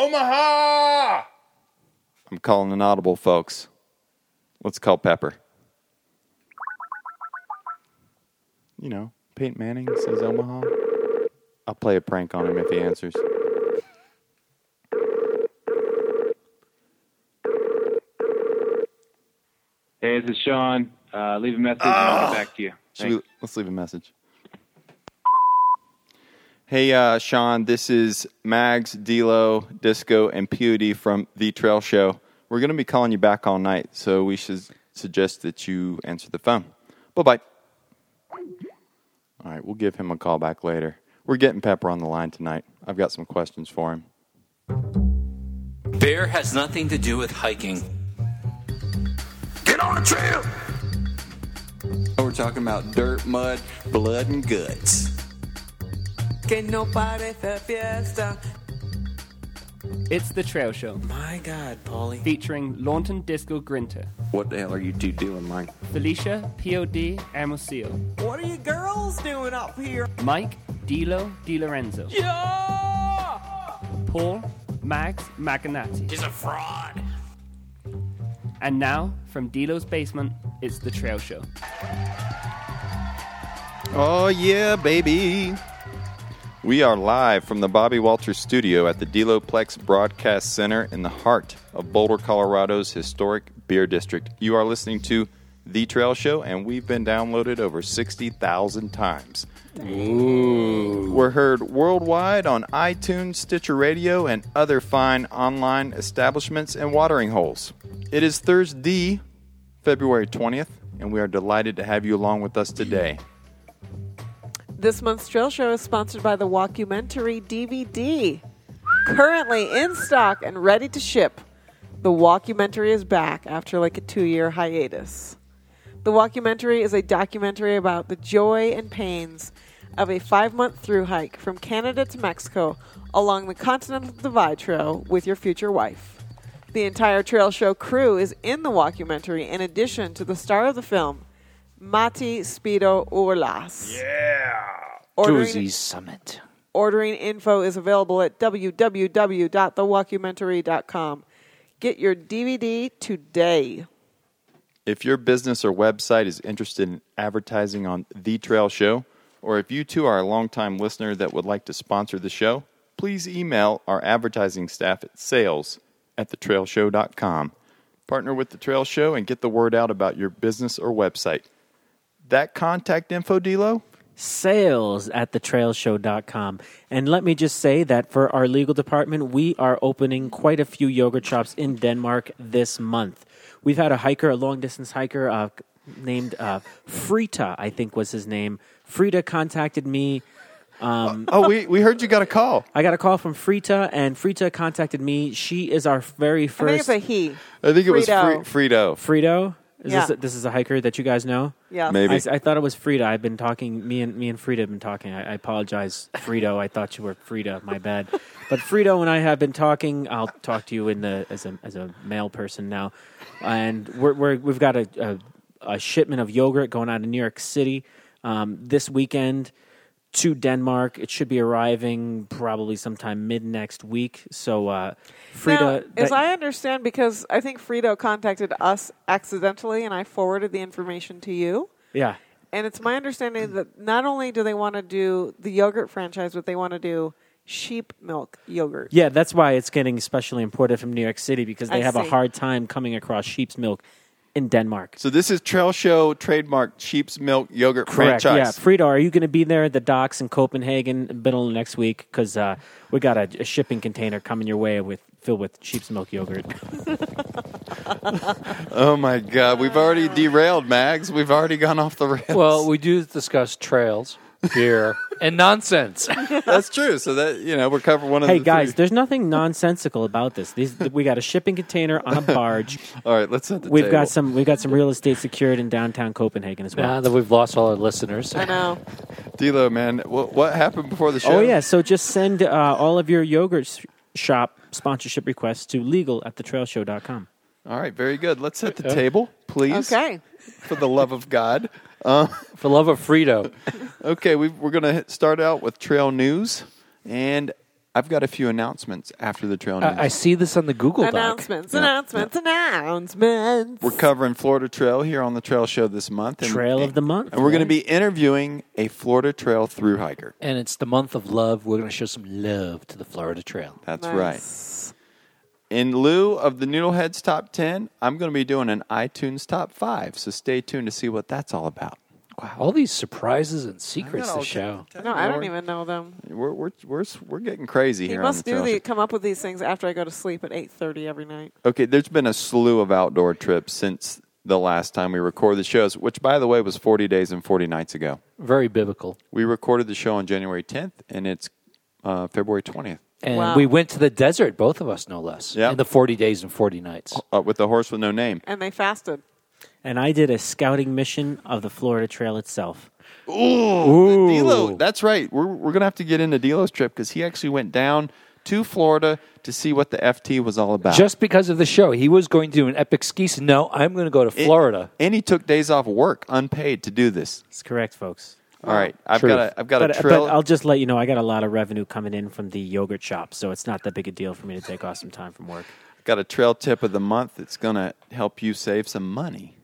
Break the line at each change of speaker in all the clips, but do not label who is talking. Omaha!
I'm calling an audible, folks. Let's call Pepper. You know, Peyton Manning says Omaha. I'll play a prank on him if he answers.
Hey, this is Sean. Uh, leave a message and
Ah!
I'll get back to you.
Should we, let's leave a message. Hey, uh, Sean, this is Mags, D'Lo, Disco, and POD from The Trail Show. We're going to be calling you back all night, so we should suggest that you answer the phone. Bye bye. All right, we'll give him a call back later. We're getting Pepper on the line tonight. I've got some questions for him.
Bear has nothing to do with hiking.
We're talking about dirt, mud, blood, and guts.
Que no parece fiesta.
It's The Trail Show,
My God, Paulie.
featuring Launton Disco Grinter,
What the hell are you two doing, Mike?
Felicia, POD, Amosio,
What are you girls doing up here?
Mike, Dilo, Di Lorenzo, Paul, Mags, Maganati.
He's a fraud.
And now, from Dilo's basement, it's The Trail Show.
Oh, yeah, baby. We are live from the Bobby Walters studio at the Deloplex Broadcast Center in the heart of Boulder, Colorado's historic beer district. You are listening to The Trail Show, and we've been downloaded over 60,000 times. We're heard worldwide on iTunes, Stitcher Radio, and other fine online establishments and watering holes. It is Thursday, February 20th, and we are delighted to have you along with us today.
This month's Trail Show is sponsored by the Walkumentary DVD. Currently in stock and ready to ship, the Walkumentary is back after like a two year hiatus. The Walkumentary is a documentary about the joy and pains of a five month through hike from Canada to Mexico along the Continental Divide Trail with your future wife. The entire Trail Show crew is in the Walkumentary in addition to the star of the film, Mati Speedo Urlas. Ordering,
Summit.
ordering info is available at www.thewalkumentary.com. Get your DVD today.
If your business or website is interested in advertising on The Trail Show, or if you too are a longtime listener that would like to sponsor the show, please email our advertising staff at sales at thetrailshow.com. Partner with The Trail Show and get the word out about your business or website. That contact info, Delo?
Sales at thetrailshow.com. And let me just say that for our legal department, we are opening quite a few yogurt shops in Denmark this month. We've had a hiker, a long distance hiker uh, named uh, Frita, I think was his name. Frita contacted me.
Oh, we, we heard you got a call.
I got a call from Frita, and Frita contacted me. She is our very
I think
first.
it's a he.
I think it was
Frito.
Fri- Frito.
Frito. Is
Yeah.
this, this is a hiker that you guys know.
Yeah.
Maybe.
I, s- I thought it was Frida. I've been talking. Me and me and Frida have been talking. I, I apologize, Frito. I thought you were Frida. My bad. But Frito and I have been talking. I'll talk to you in the as a as a male person now, and we're, we're we've got a, a a shipment of yogurt going out of New York City um, this weekend to Denmark. It should be arriving probably sometime mid next week. So, uh, Frida,
now, as I understand, because I think Frito contacted us accidentally and I forwarded the information to you.
yeah.
And it's my understanding that not only do they want to do the yogurt franchise, but they want to do sheep milk yogurt.
Yeah, that's why it's getting especially imported from New York City because they
I
have a
see.
hard time coming across sheep's milk in Denmark.
So this is Trail Show trademark sheep's milk yogurt franchise.
Yeah, Frida, are you going to be there at the docks in Copenhagen middle of next week? Because uh, we got a, a shipping container coming your way with filled with sheep's milk yogurt.
Oh my God, we've already derailed, Mags. We've already gone off the rails.
Well, we do discuss trails here and nonsense.
That's true. So that you know, we're covering one of
hey
the
guys,
three.
there's nothing nonsensical about this. These, we got a shipping container on a barge.
All right, let's set the
We've
table.
got some. We've got some real estate secured in downtown Copenhagen as well.
now that we've lost all our listeners,
I know.
D'Lo, man. What, what happened before the show?
Oh yeah, so just send uh, all of your yogurt s- shop sponsorship requests to legal at thetrailshow.com.
All right, very good. Let's set the table, please.
Okay.
For the love of God. Uh,
for love of Frito,
Okay, we we're gonna hit- start out with trail news, and I've got a few announcements after the trail news.
I, I see this on the Google Doc.
announcements, announcements, announcements.
we're covering Florida Trail here on the Trail Show this month. And,
Trail of the month.
And we're going to
right?
be interviewing a Florida Trail through hiker.
And it's the month of love. We're going to show some love to the Florida Trail.
That's right.
Nice.
In lieu of the Noodleheads top 10, I'm going to be doing an iTunes top 5. So stay tuned to see what that's all about.
Wow, all these surprises and
I
secrets
got all
to show.
kind-
No, I don't even know them.
We're, we're, we're, we're getting crazy
He
here
must
on the
do
Trail
the
Show.
come up with these things after I go to sleep at eight thirty every night.
Okay, there's been a slew of outdoor trips since the last time we recorded the shows, which, by the way, was 40 days and 40 nights ago.
Very biblical.
We recorded the show on January 10th, and it's uh, February 20th
And
Wow.
we went to the desert, both of us, no less.
Yeah.
In the 40 days and 40 nights.
uh, with the horse with no name.
And they fasted.
and I did a scouting mission of the Florida Trail itself.
Dilo, that's right. We're, we're going to have to get into Dilo's trip because he actually went down to Florida to see what the FT was all about.
Just because of the show, he was going to do an epic ski. s- No, I'm going to go to
It-
Florida.
and he took days off work, unpaid, to do this.
It's correct, folks.
All right, I've
Truth.
got a, I've got
But, uh,
a
but
trail.
I'll just let you know I got a lot of revenue coming in from the yogurt shop, so it's not that big a deal for me to take off some time from work.
Got a trail tip of the month that's going to help you save some money.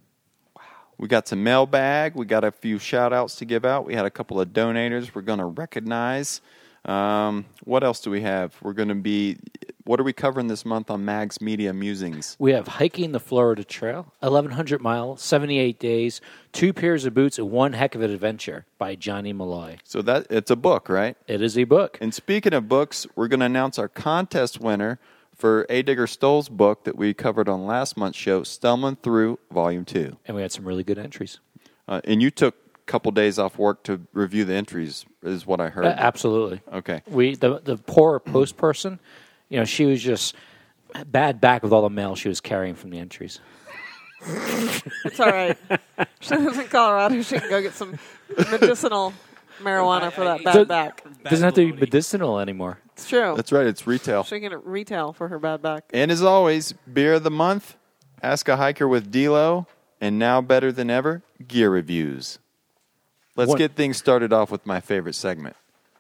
Wow. We got some mailbag. We got a few shout outs to give out. We had a couple of donators we're going to recognize. Um, what else do we have? We're going to be, what are we covering this month on Mags Media Musings?
We have hiking the Florida Trail, 1,100 miles, 78 days, two pairs of boots, and one heck of an adventure by Johnny Malloy.
So that it's a book, right?
It is a book.
And speaking of books, we're going to announce our contest winner for A. Digger Stoll's book that we covered on last month's show, Stumbling Through Volume 2.
And we had some really good entries.
Uh, and you took a couple days off work to review the entries, is what I heard.
Uh, absolutely.
Okay.
We the the poor post person, you know, she was just bad back with all the mail she was carrying from the entries.
It's all right. she lives in Colorado. She can go get some medicinal marijuana for that bad
Does-
back.
Doesn't have to be medicinal anymore.
It's true.
That's right, it's retail.
She can get it retail for her bad back.
And as always, beer of the month, Ask a Hiker with D-Lo, and now better than ever, gear reviews. Let's
What-
get things started off with my favorite segment.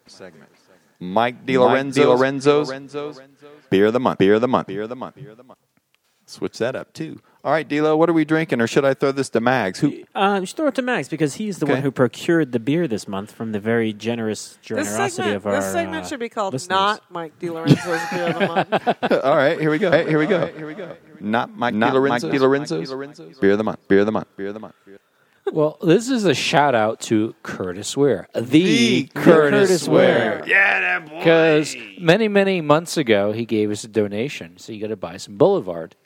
Segment. Mike DiLorenzo's,
DiLorenzo's-
DiLorenzo's beer of the month. Beer of the month. Beer of the month. Beer of the month. Switch that up too. All right, D'Lo, what are we drinking, or should I throw this to Mags? Who
Um, just throw it to Max because he's the
Okay.
one who procured the beer this month from the very generous
This
generosity
segment,
of our.
this segment
uh,
should be called
listeners.
"Not Mike DiLorenzo's Beer of the Month."
All right, here we go. here we go. here we go. Not Mike Not DiLorenzo's. Mike DiLorenzo's. Beer of the month. Beer of the month. Beer of the month.
Well, this is a shout out to Curtis Ware. The, Curtis, Ware. Yeah, that boy. Because many, many months ago, he gave us a donation. So you got to buy some Boulevard.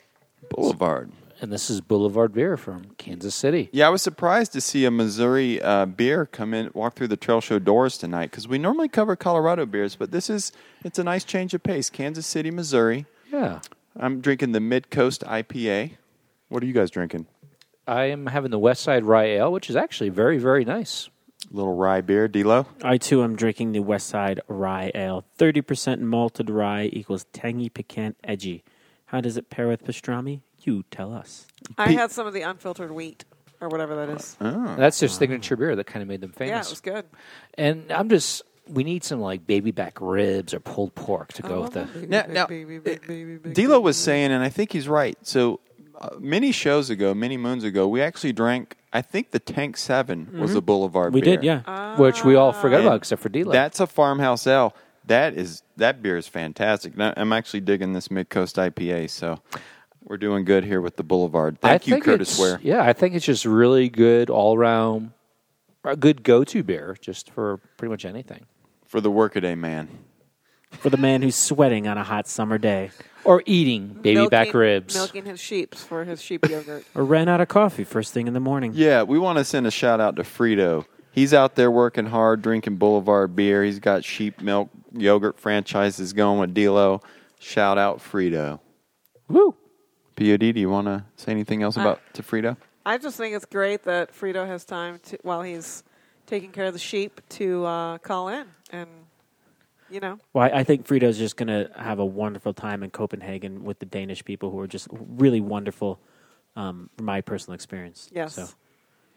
Boulevard.
And this is Boulevard beer from Kansas City.
Yeah, I was surprised to see a Missouri uh, beer come in, walk through the trail show doors tonight because we normally cover Colorado beers, but this is it's a nice change of pace. Kansas City, Missouri.
Yeah.
I'm drinking the Mid Coast IPA. What are you guys drinking?
I am having the West Side Rye Ale, which is actually very, very nice.
Little rye beer, D'Lo.
I too am drinking the West Side Rye Ale. Thirty percent malted rye equals tangy, piquant, edgy. How does it pair with pastrami? You tell us.
I had some of the unfiltered wheat or whatever that is.
That's their signature beer that kind of made them famous.
yeah, it was good.
And I'm just, we need some like baby back ribs or pulled pork to go with the.
Now, now uh, D'Lo was saying, and I think he's right. So uh, many shows ago, many moons ago, we actually drank. I think the Tank 7 was a Boulevard.
Mm-hmm. We
beer.
did, yeah.
Uh, Oh.
Which we all forgot
And
about except for D-Lo.
That's a farmhouse ale. That is that beer is fantastic. Now, I'm actually digging this Mid Coast IPA. So we're doing good here with the Boulevard. Thank you, Curtis
it's-
Ware.
Yeah, I think it's just really good all around, a good go to beer just for pretty much anything.
for the workaday man.
For the man who's sweating on a hot summer day,
Or eating baby
Milking-
back ribs.
milking his sheeps for his sheep yogurt.
or ran out of coffee first thing in the morning.
Yeah, we want to send a shout out to Frito. He's out there working hard, drinking Boulevard beer. He's got sheep milk yogurt franchises going with D'Lo. Shout out Frito.
Woo!
Pod, do you want to say anything else about to Frito?
I just think it's great that Frito has time to, while he's taking care of the sheep to uh, call in and you know
Well, I I think Frito's just going to have a wonderful time in Copenhagen with the Danish people who are just really wonderful, um, from my personal experience.
Yes.
So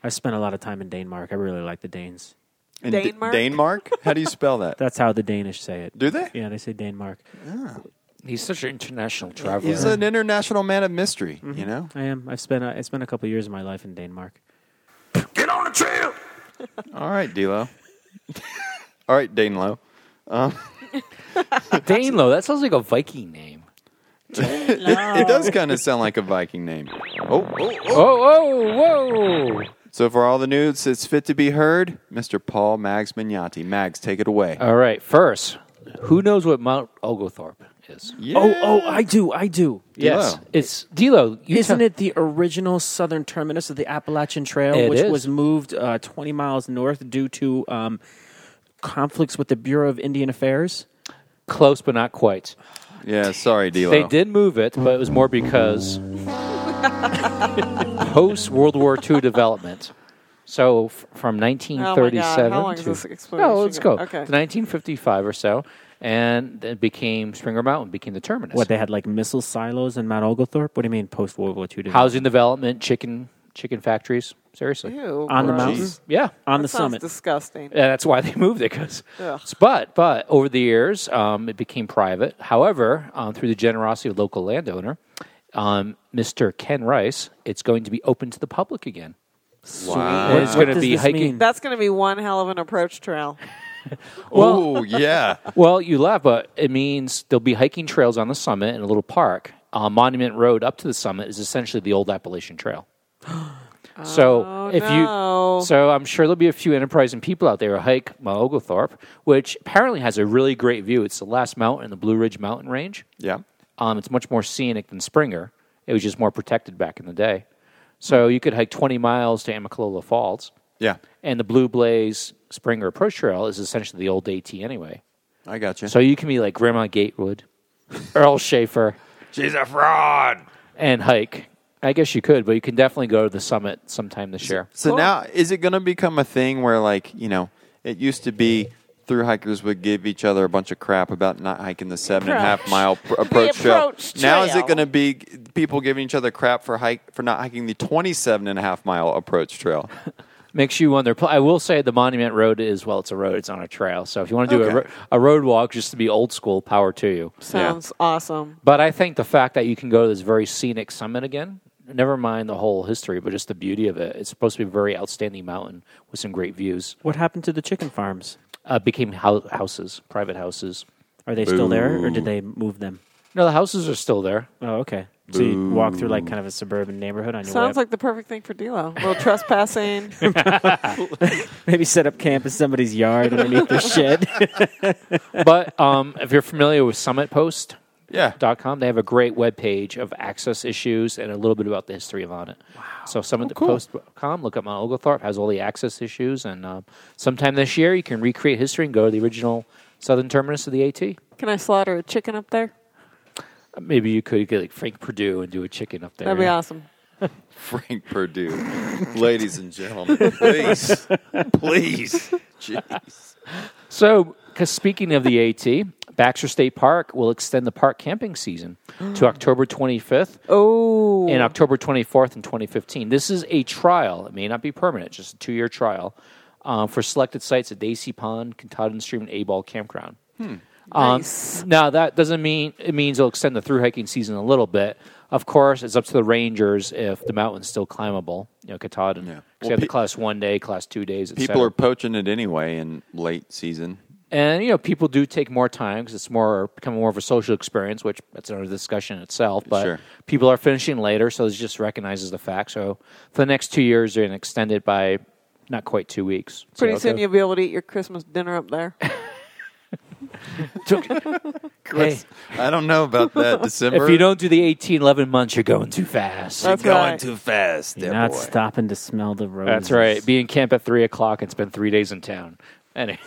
I spent a lot of time in Denmark. I really like the Danes.
In D-
Danemark?
Danemark? How do you spell that?
That's how the Danish say it.
Do they?
Yeah, they say Denmark.
He's such an international traveler.
He's an international man of mystery, you know?
I am. I've spent. I spent a couple years of my life in Denmark.
All right, D-Lo. All right, Danelo.
Danelo. That sounds like a Viking name.
It does kind of sound like a Viking name. Oh, oh, oh.
Oh, oh, whoa.
So for all the news that's fit to be heard, Mr. Paul Mags Mignotti. Mags, take it away.
All right, first, who knows what Mount Oglethorpe is?
Yeah.
Oh, oh, I do. I do.
Yes, it's Dilo. you
Isn't
tell-
it the original southern terminus of the Appalachian Trail,
It
which
is.
was moved uh, 20 miles north due to um, conflicts with the Bureau of Indian Affairs?
close but not quite?
Yeah, sorry, D-Lo.
They did move it, but it was more because post World War II development. So f- from 1937
how long is
to
this explanation
no, let's go.
go- okay.
To 1955 or so, and it became Springer Mountain became the terminus.
What, they had like missile silos in Mount Oglethorpe? What do you mean post World War II? development?
housing development, chicken chicken factories? Seriously,
Ew,
On the
gross.
mountain?
Jeez.
yeah.
On
That
the
sounds
summit.
disgusting.
Yeah, that's why they moved it. Because,
Ugh.
but but over the years, um, it became private. However, um, through the generosity of local landowner, um, Mr. Ken Rice, it's going to be open to the public again.
Wow.
And it's
Uh, What
going to
does
be
this
hiking.
mean?
That's going to be one hell of an approach trail.
Oh, yeah.
Well, you laugh, but it means there'll be hiking trails on the summit and a little park. Uh, Monument Road up to the summit is essentially the old Appalachian Trail. So if
no.
you, so I'm sure there'll be a few enterprising people out there who hike Mount Oglethorpe, which apparently has a really great view. It's the last mountain in the Blue Ridge Mountain Range.
Yeah.
Um, it's much more scenic than Springer. It was just more protected back in the day. So you could hike 20 miles to Amicalola Falls,
Yeah.
and the Blue Blaze Springer Approach Trail is essentially the old AT anyway.
I got you.
So you can be like Grandma Gatewood, Earl Schaefer,
she's a fraud.
and hike. I guess you could, but you can definitely go to the summit sometime this year.
So now, is it going to become a thing where, like, you know, it used to be through hikers would give each other a bunch of crap about not hiking the seven and a half
Approach.
mile pr- approach,
approach
Now, is it
trail.
going to be g- people giving each other crap for hike for not hiking the 27 and a half mile approach trail?
Makes you wonder. Pl- I will say the Monument Road is well, it's a road, it's on a trail. So if you want to do
Okay.
a, ro- a road walk just to be old school, power to you.
Sounds awesome.
But I think the fact that you can go to this very scenic summit again, never mind the whole history, but just the beauty of it. It's supposed to be a very outstanding mountain with some great views.
What happened to the chicken farms?
Uh, became hou- houses, private houses.
Are they still there or did they move them?
No, the houses are still there.
Oh, okay. So you walk through like kind of a suburban neighborhood on your way
Sounds
up.
like the perfect thing for D'Lo. little trespassing.
Maybe set up camp in somebody's yard underneath their shed.
but um, if you're familiar with summitpost.com,
Yeah.
they have a great webpage of access issues and a little bit about the history of it. Wow. Oh, So summitpost.com, look up Mount Oglethorpe, has all the access issues. And um, sometime this year, you can recreate history and go to the original southern terminus of the AT.
Can I slaughter a chicken up there?
Uh, Maybe you could get like Frank Purdue and do a chicken up there.
That'd be awesome.
Frank Purdue, ladies and gentlemen, please, please, jeez.
So, 'cause speaking of the AT, Baxter State Park will extend the park camping season to October 25th.
Oh,
in October 24th and 2015. This is a trial. It may not be permanent, just a two year trial um, for selected sites at Daisy Pond, Katahdin Stream, and A Ball Campground. Um,
Nice.
Now, that doesn't mean it means it'll extend the through hiking season a little bit. Of course, it's up to the rangers if the mountain's still climbable. You know, Katahdin.
Yeah.
'Cause
Well,
you have
pe-
the class one day, class two days. et
People
cetera.
are poaching it anyway in late season.
And you know, people do take more time because it's more become more of a social experience, which that's another discussion in itself. But
Sure.
people are finishing later, so this just recognizes the fact. So for the next two years, they're going to extend it by not quite two weeks. So,
pretty soon
okay.
you'll be able to eat your Christmas dinner up there.
Hey,
I don't know about that. December.
if you don't do the 18, 11 months, you're going too fast.
That's right.
fast,
You're not stopping to smell the roses.
That's right. Be in camp at three o'clock and spend three days in town. Anyway,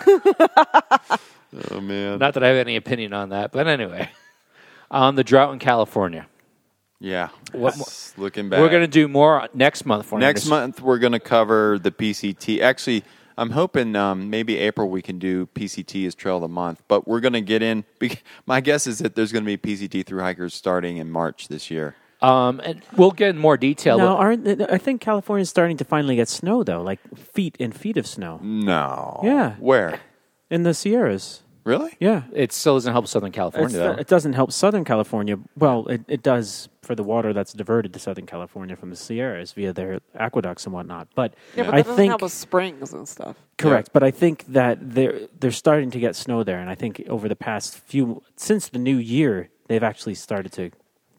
Oh man.
not that I have any opinion on that, but anyway, um, the drought in California.
yeah.
What
It's looking back.
We're going to do more next month. For
Next month we're going to cover the PCT. Actually, I'm hoping um, maybe April we can do PCT as trail of the month, but we're going to get in. bec- My guess is that there's going to be PCT through hikers starting in March this year.
Um, and we'll get in more detail.
Now, aren't I think California's starting to finally get snow though, like feet and feet of snow
No.
Yeah.
Where?
in the Sierras.
Really?
Yeah,
it still doesn't help Southern California.
It's-
though.
it doesn't help Southern California. Well, it, it does for the water that's diverted to Southern California from the Sierras via their aqueducts and whatnot. But,
Yeah, but that
I
doesn't
think
help with springs and stuff.
correct. But I think that they're they're starting to get snow there, and I think over the past few since the new year, they've actually started to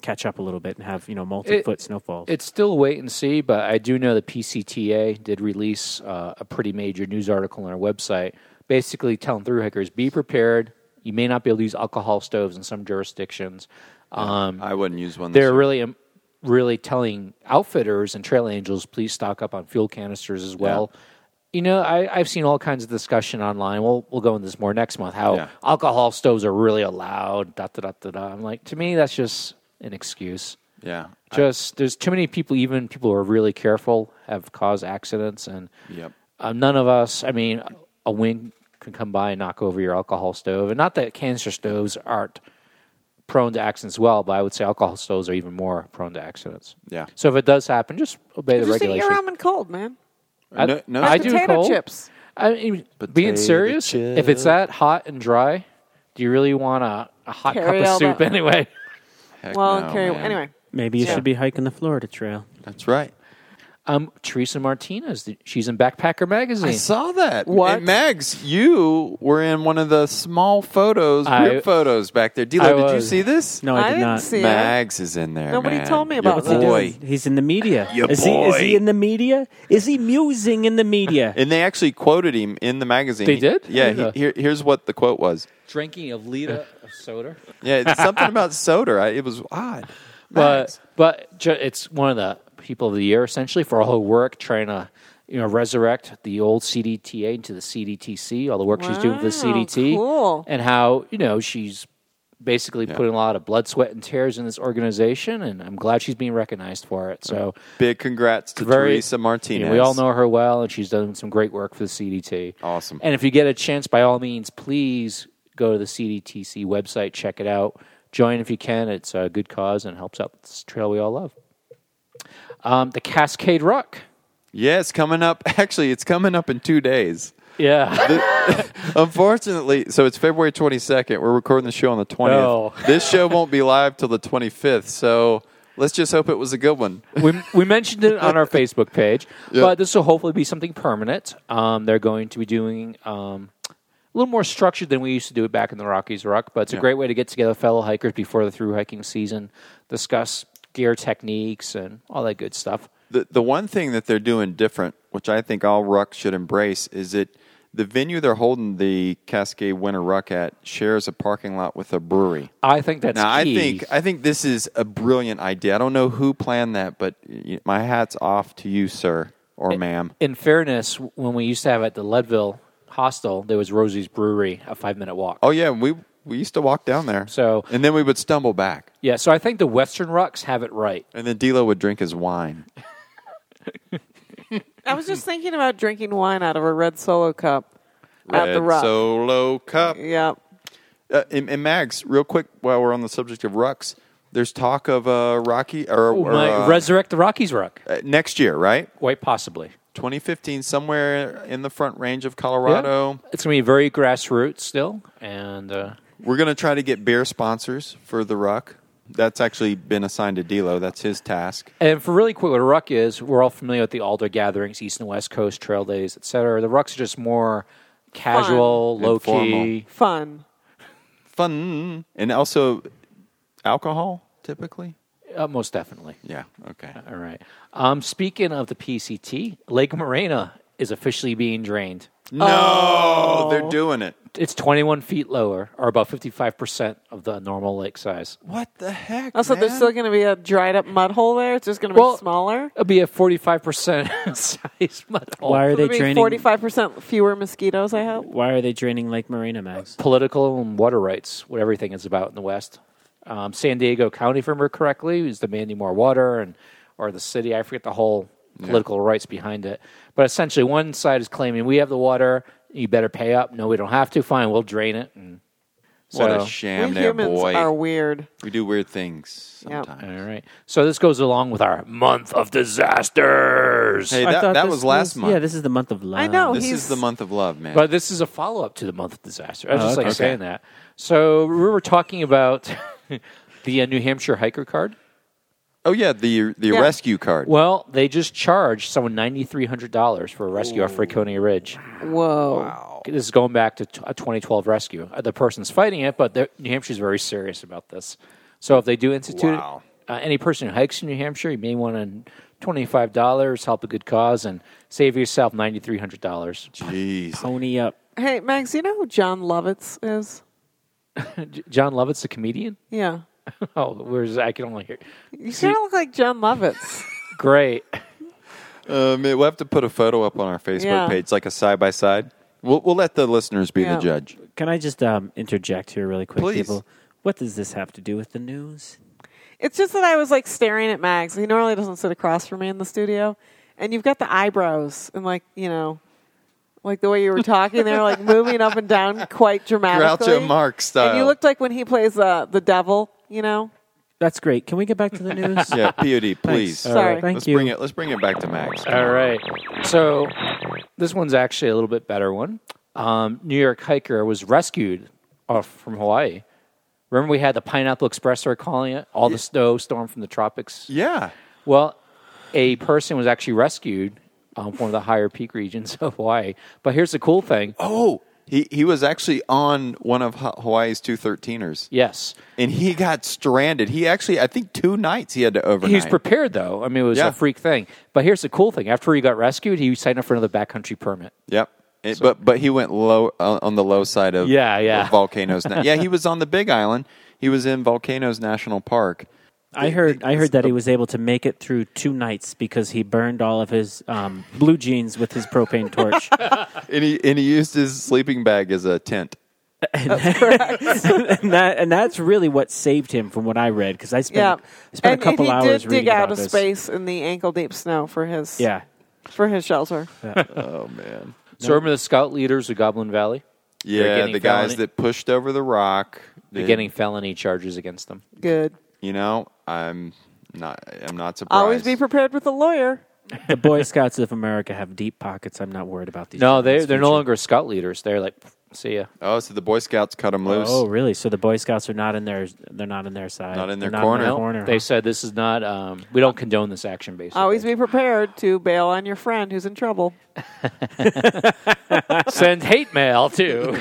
catch up a little bit and have you know multi foot snowfalls.
It's still wait and see, but I do know the PCTA did release uh, a pretty major news article on our website, basically telling through hikers be prepared. You may not be able to use alcohol stoves in some jurisdictions. Um,
I wouldn't use one. this
they're
year.
really um, really telling outfitters and trail angels please stock up on fuel canisters as well you know I, i've seen all kinds of discussion online we'll, we'll go into this more next month how
Yeah.
alcohol stoves are really allowed da, da, da, da, da. i'm like to me that's just an excuse
Yeah.
just there's too many people even people who are really careful have caused accidents and
Yep.
um, none of us i mean a wind can come by and knock over your alcohol stove and not that canister stoves aren't prone to accidents as well but i would say alcohol stoves are even more prone to accidents
Yeah.
so if it does happen just obey the
Just eat your
regulations
ramen cold, man.
I,
No- no-
I
Like
do
potato
cold.
chips.
I mean, being
Potato
serious if it's that hot and dry do you really want a, a hot
Carry
cup of
all
soup
that-
anyway
Heck
Well,
no,
okay,
man.
anyway.
Maybe you should be hiking the Florida Trail.
That's right.
um, teresa martinez she's in backpacker magazine
I saw that.
What?
And Mags, you were in one of the small photos,
I-
group photos back there.
I
Dilo, did you
was.
see this?
No, I,
I
did
didn't
not.
see it.
Mags is in there.
Nobody
man.
told me
Your
about
What's he
that.
boy.
doing? He's in the media.
Your
is he is
boy.
he in the media? Is he musing in the media?
And they actually quoted him in the magazine.
They did?
Yeah.
Yeah.
He, here, here's what the quote was.
drinking a liter of soda
Yeah, it's something about soda. I, it was odd.
but but ju- it's one of the people of the year essentially for all her work trying to you know resurrect the old CDTA into the CDTC, all the work she's doing for the
Wow,
CDT,
cool.
and how you know she's basically putting a lot of blood, sweat, and tears in this organization, and I'm glad she's being recognized for it. So
Big congrats to
very-
Teresa Martinez.
you know, we all know her well, and she's done some great work for the CDT.
Awesome.
And if you get a chance, by all means, please go to the CDTC website, check it out, join if you can. It's a good cause and helps out this trail we all love. Um, the Cascade Rock.
Yeah, it's coming up. Actually, it's coming up in two days.
Yeah.
Unfortunately, so it's February 22nd. We're recording the show on the 20th.
No.
This show won't be live till the 25th. So let's just hope it was a good one.
we, we mentioned it on our Facebook page,
Yeah.
but this will hopefully be something permanent. Um, they're going to be doing um, a little more structured than we used to do it back in the Rockies Rock, but it's a great way to get together fellow hikers before the through hiking season, discuss gear techniques and all that good stuff.
The, the one thing that they're doing different, which I think all ruck should embrace, is that the venue they're holding the Cascade Winter Ruck at shares a parking lot with a brewery.
I think that's
now,
key.
I think I think this is a brilliant idea. I don't know who planned that, but y- my hat's off to you, sir or
Eh.
ma'am.
in fairness, when we used to have at the Leadville hostel, there was Rosie's Brewery, a five minute walk.
Oh yeah, we we used to walk down there.
So-
and then we would stumble back,
Yeah, so I think the Western Rocks have it right.
and then Dilo would drink his wine.
I was
Mm-hmm.
just thinking about drinking wine out of a red solo cup at the rock.
Solo Cup.
yep.
Uh, and, and Mags, real quick, while we're on the subject of rucks, there's talk of uh, Rocky or, or,
My-
uh,
resurrect the Rockies Rock,
uh, next year, right?
quite possibly.
2015, somewhere in the front range of Colorado.
It's going to be very grassroots still, and uh,
We're going to try to get beer sponsors for the ruck. That's actually been assigned to Dilo. That's his task.
and for really quick, what a ruck is, we're all familiar with the alder gatherings, east and west coast trail days, etc. The rucks are just more casual, low key.
Informal.
Fun.
Fun. And also alcohol, typically.
Uh, most definitely.
Yeah. Okay.
All right. Um, speaking of the PCT, Lake Morena is officially being drained.
No, they're
Oh.
doing it.
It's 21 feet lower, or about 55% of the normal lake size.
What the heck?
Also,
man?
there's still going to be a dried up mud hole there. It's just going to be
Well,
smaller.
It'll be a 45% size mud hole.
Why are
There'll
they
be
draining?
45% fewer mosquitoes, I hope.
Why are they draining Lake Marina, Max?
political and water rights, what everything is about in the West. Um, San Diego County, if I remember correctly, is demanding more water, and or the city. I forget the whole political rights behind it. But essentially, one side is claiming we have the water, you better pay up. No, we don't have to. Fine, we'll drain it. And So,
what a sham
we
there,
humans
boy.
are weird.
we do weird things
Yep.
sometimes.
All right. So this goes along with our month of disasters.
Hey,
I
that,
thought
that
this
was last month.
Yeah, this is the month of love.
I know.
this
he's-
is the month of love, man.
But this is a follow up to the month of disaster. I was
Oh,
just like
okay.
saying that. So we were talking about the uh, New Hampshire hiker card.
oh yeah, the the
Yeah.
rescue card.
Well, they just charged someone ninety three hundred dollars for a rescue off Franconia Ridge.
Whoa.
This is going back to t- a twenty twelve rescue. Uh, The person's fighting it, but they're- New Hampshire's very serious about this. So if they do institute it,
Wow.
uh, any person who hikes in New Hampshire, you may want to twenty five dollars help a good cause and save yourself ninety three hundred dollars.
Jeez.
Pony up.
Hey, Max, you know who John Lovitz is?
John Lovett's a comedian.
Yeah.
Oh, where's I can only hear.
You kind of look like John Lovitz.
Great.
Oh.
Um, we'll have to put a photo up on our Facebook
Yeah.
page, like a side by side. We'll we'll let the listeners be
Yeah.
the judge.
Can I just um, interject here really quick,
Please.
people? What does this have to do with the news?
it's just that I was like staring at Max. He normally doesn't sit across from me in the studio. And you've got the eyebrows and like, you know, like the way you were talking, they're like moving up and down quite dramatically.
Groucho Marx style.
And you looked like when he plays uh, the devil, you know?
That's great. Can we get back to the news?
Yeah, POD, please.
Sorry.
All right, thank
let's
you.
bring it. Let's bring it back to Max.
All right. So this one's actually a little bit better one. Um, New York hiker was rescued off from Hawaii. Remember we had the Pineapple Express, they were calling it, all the snow storm from the tropics.
Yeah.
Well, a person was actually rescued um, from one of the higher peak regions of Hawaii. But here's the cool thing.
Oh, he he was actually on one of Ha- Hawaii's two thirteeners,
Yes.
and he got stranded. He actually, I think, two nights he had to overnight.
He was prepared though. I mean, it was
Yeah.
a freak thing. But here's the cool thing. After he got rescued, he signed up for another backcountry permit.
Yep. It- but but he went low uh, on the low side of
Yeah, yeah.
of volcanoes. Na- yeah, he was on the Big Island. He was in Volcanoes National Park.
I heard. I heard that he was able to make it through two nights because he burned all of his um, blue jeans with his propane torch.
And he and he used his sleeping bag as a tent.
and that and that's really what saved him from what I read because I spent
Yeah.
I spent
and,
a couple
and he
hours
did
reading
dig out
about
of
this.
space in the ankle deep snow for his
Yeah, Uh,
for his shelter.
Oh man.
So remember the scout leaders of Goblin Valley? They're
Yeah,
getting
the guys
felony-
that pushed over the rock.
They're
they-
getting felony charges against them.
Good.
You know, I'm not. I'm not surprised.
Always be prepared with a lawyer.
the Boy Scouts of America have deep pockets. I'm not worried about these.
No,
gentlemen's
they they're no
future.
longer scout leaders. They're like, see ya.
Oh, so the Boy Scouts cut him loose.
Oh, really? So the Boy Scouts are not in their they're not in their side.
Not in their
They're
corner.
No, They said this is not. Um, we don't condone this action. Basically,
Always be prepared to bail on your friend who's in trouble.
send hate mail too.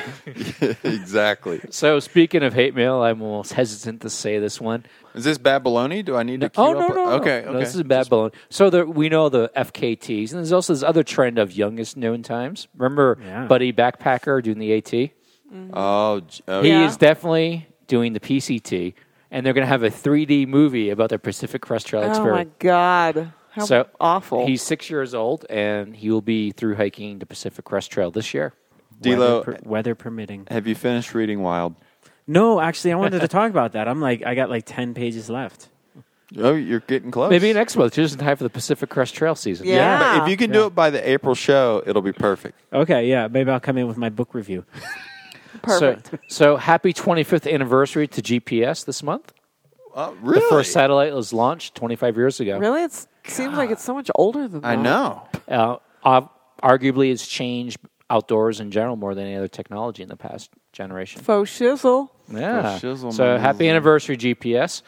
exactly.
so speaking of hate mail, I'm almost hesitant to say this one.
Is this Babyloni? Do I need to? Queue
Oh no,
up?
no, no.
Okay,
No,
okay.
this is bad balloon. So there, we know the FKTs, and there's also this other trend of youngest known times. Remember
Yeah.
Buddy Backpacker doing the AT? He
oh, j- oh,
Yeah.
is definitely doing the PCT, and they're going to have a 3D movie about the Pacific Crest Trail
Oh my
experience.
god. How
so
awful.
He's six years old, and he will be through hiking the Pacific Crest Trail this year.
D'Lo,
weather, per- weather permitting.
have you finished reading Wild?
No, actually, I wanted to talk about that. I'm like, I got like ten pages left.
Oh, you're getting close.
Maybe next month, just in time for the Pacific Crest Trail season.
Yeah.
But
Ah.
if you can do it by the April show, it'll be perfect.
Okay, yeah, maybe I'll come in with my book review.
perfect.
So, so happy 25th anniversary to GPS this month.
Uh,
Oh, really?
The first satellite was launched 25 years ago.
really? It seems like it's so much older than that.
I know.
Uh, ob- arguably, it's changed outdoors in general more than any other technology in the past generation.
Faux shizzle.
Yeah.
shizzle,
So
my
happy
nizzle.
anniversary, GPS.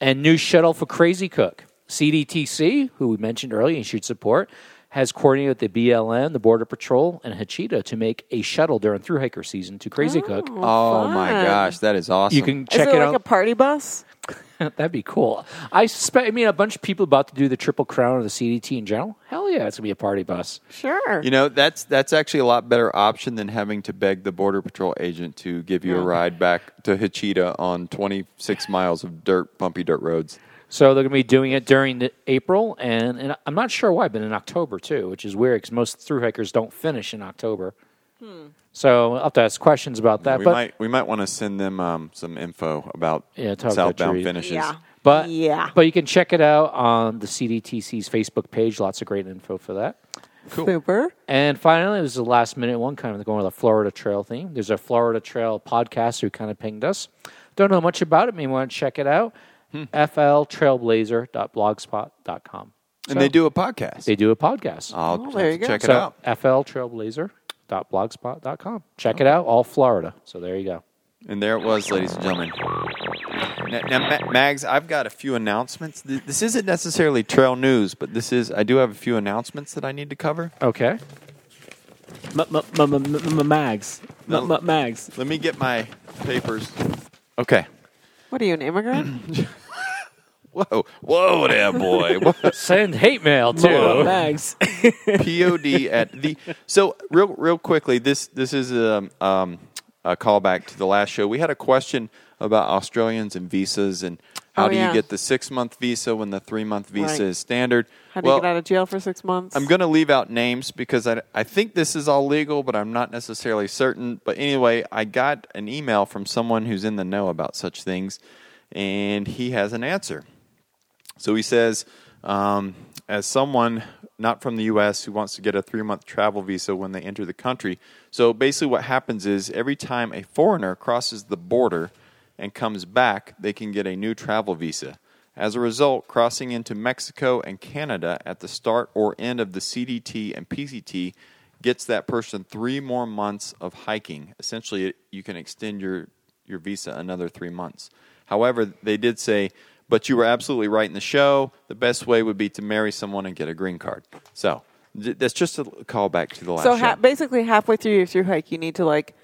And new shuttle for Crazy Cook. CDTC, who we mentioned earlier, you should support, has coordinated with the BLM, the Border Patrol, and Hachita to make a shuttle during through hiker season to Crazy Cook.
Oh my
fun.
gosh, that is awesome.
You can
Is
check
it,
it,
like a
out.
party bus?
That'd be cool. I suspect. I mean, a bunch of people about to do the Triple Crown or the CDT in general. Hell yeah, it's gonna be a party bus.
Sure.
You know that's that's actually a lot better option than having to beg the border patrol agent to give you a ride back to Hachita on 26 miles of dirt, bumpy dirt roads.
So they're going to be doing it during the April, and, and I'm not sure why, but in October too, which is weird because most through hikers don't finish in October. So I'll have to ask questions about that.
we
but
might we might want to send them um, some info about
Yeah, talk about
southbound
your-
finishes.
yeah.
but
yeah.
but you can check it out on the CDTC's Facebook page. Lots of great info for that.
Cool.
Super.
And finally, it was the last minute one, kind of going with a Florida Trail theme. There's a Florida Trail podcast who kind of pinged us. Don't know much about it, may want to check it out.
Hmm.
fltrailblazer.blogspot.com.
And they do a podcast.
They do a podcast.
I'll
Oh, there you go.
check it
so
out.
fltrailblazer.blogspot.com. Check it out, all Florida. So there you go.
And there it was, ladies and gentlemen. Now, now Ma- Mags, I've got a few announcements. Th- This isn't necessarily trail news, but this is. I do have a few announcements that I need to cover.
Okay.
Mags. M-
Oh.
No.
m- Mags.
Let me get my papers. Okay.
What are you, an immigrant?
Whoa, whoa, there, boy.
Send hate mail
M-
Oh.
too.
Mags.
Pod at the. So real, real quickly. This this is a, um, a callback to the last show. We had a question about Australians and visas and how
Oh,
do
yeah.
you get the six month visa when the three month visa
Right.
is standard.
How do
well,
you get out of jail for six months?
I'm going to leave out names because I, I think this is all legal, but I'm not necessarily certain. But anyway, I got an email from someone who's in the know about such things, and he has an answer. So he says, um, as someone not from the U.S. who wants to get a three month travel visa when they enter the country. So basically, what happens is every time a foreigner crosses the border and comes back, they can get a new travel visa. As a result, crossing into Mexico and Canada at the start or end of the CDT and PCT gets that person three more months of hiking. Essentially, it, you can extend your, your visa another three months. However, they did say, but you were absolutely right in the show. The best way would be to marry someone and get a green card. So th- that's just a callback to the last
so
show.
ha- basically, halfway through your through hike, you need to like,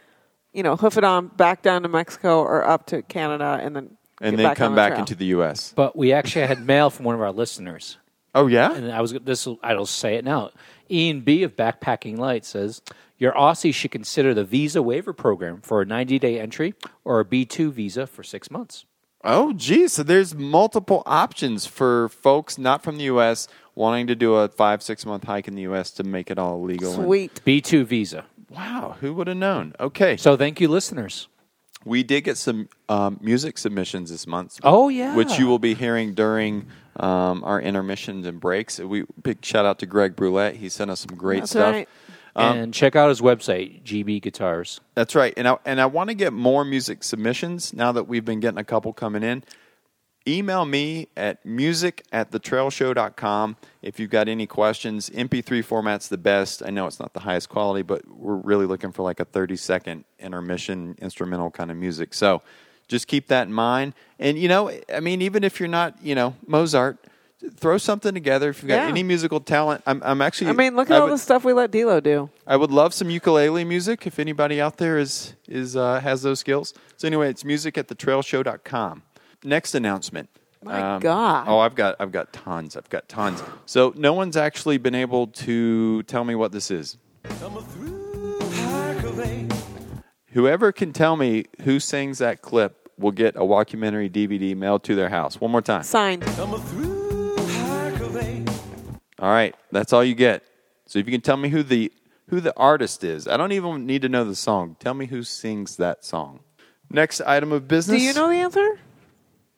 you know, hoof it on back down to Mexico or up to Canada, and then
and
get
then
back
come
on
back
the
into the U.S.
But we actually had mail from one of our listeners.
Oh, yeah?
and I was this. I'll say it now. Ian B of Backpacking Light says your Aussie should consider the visa waiver program for a 90 day entry or a B two visa for six months.
Oh, geez. So there's multiple options for folks not from the U.S. wanting to do a five, six month hike in the U.S. to make it all legal. and-
sweet.
B two visa.
wow. Who would have known? Okay.
So thank you, listeners.
We did get some um, music submissions this month.
Oh, yeah.
which you will be hearing during um, our intermissions and breaks. We big shout out to Greg Brulette. He sent us some great
That's
stuff.
right.
and check out his website, GB Guitars.
That's right. And I and I want to get more music submissions now that we've been getting a couple coming in. Email me at music at thetrailshow.com if you've got any questions. MP3 format's the best. I know it's not the highest quality, but we're really looking for like a 30 second intermission instrumental kind of music. So just keep that in mind. And, you know, I mean, even if you're not, you know, Mozart, throw something together. If you've got
Yeah.
any musical talent, I'm, I'm actually.
I mean, look at all
would-
the stuff we let D'Lo do.
I would love some ukulele music if anybody out there is is uh, has those skills. So anyway, it's music at thetrailshow.com. Next announcement.
My God.
Oh, I've got I've got tons. I've got tons. So no one's actually been able to tell me what this is. Whoever can tell me who sings that clip will get a documentary DVD mailed to their house. One more time.
Signed.
All right, that's all you get. So if you can tell me who the who the artist is, I don't even need to know the song. Tell me who sings that song. Next item of
Do
business.
you know the answer?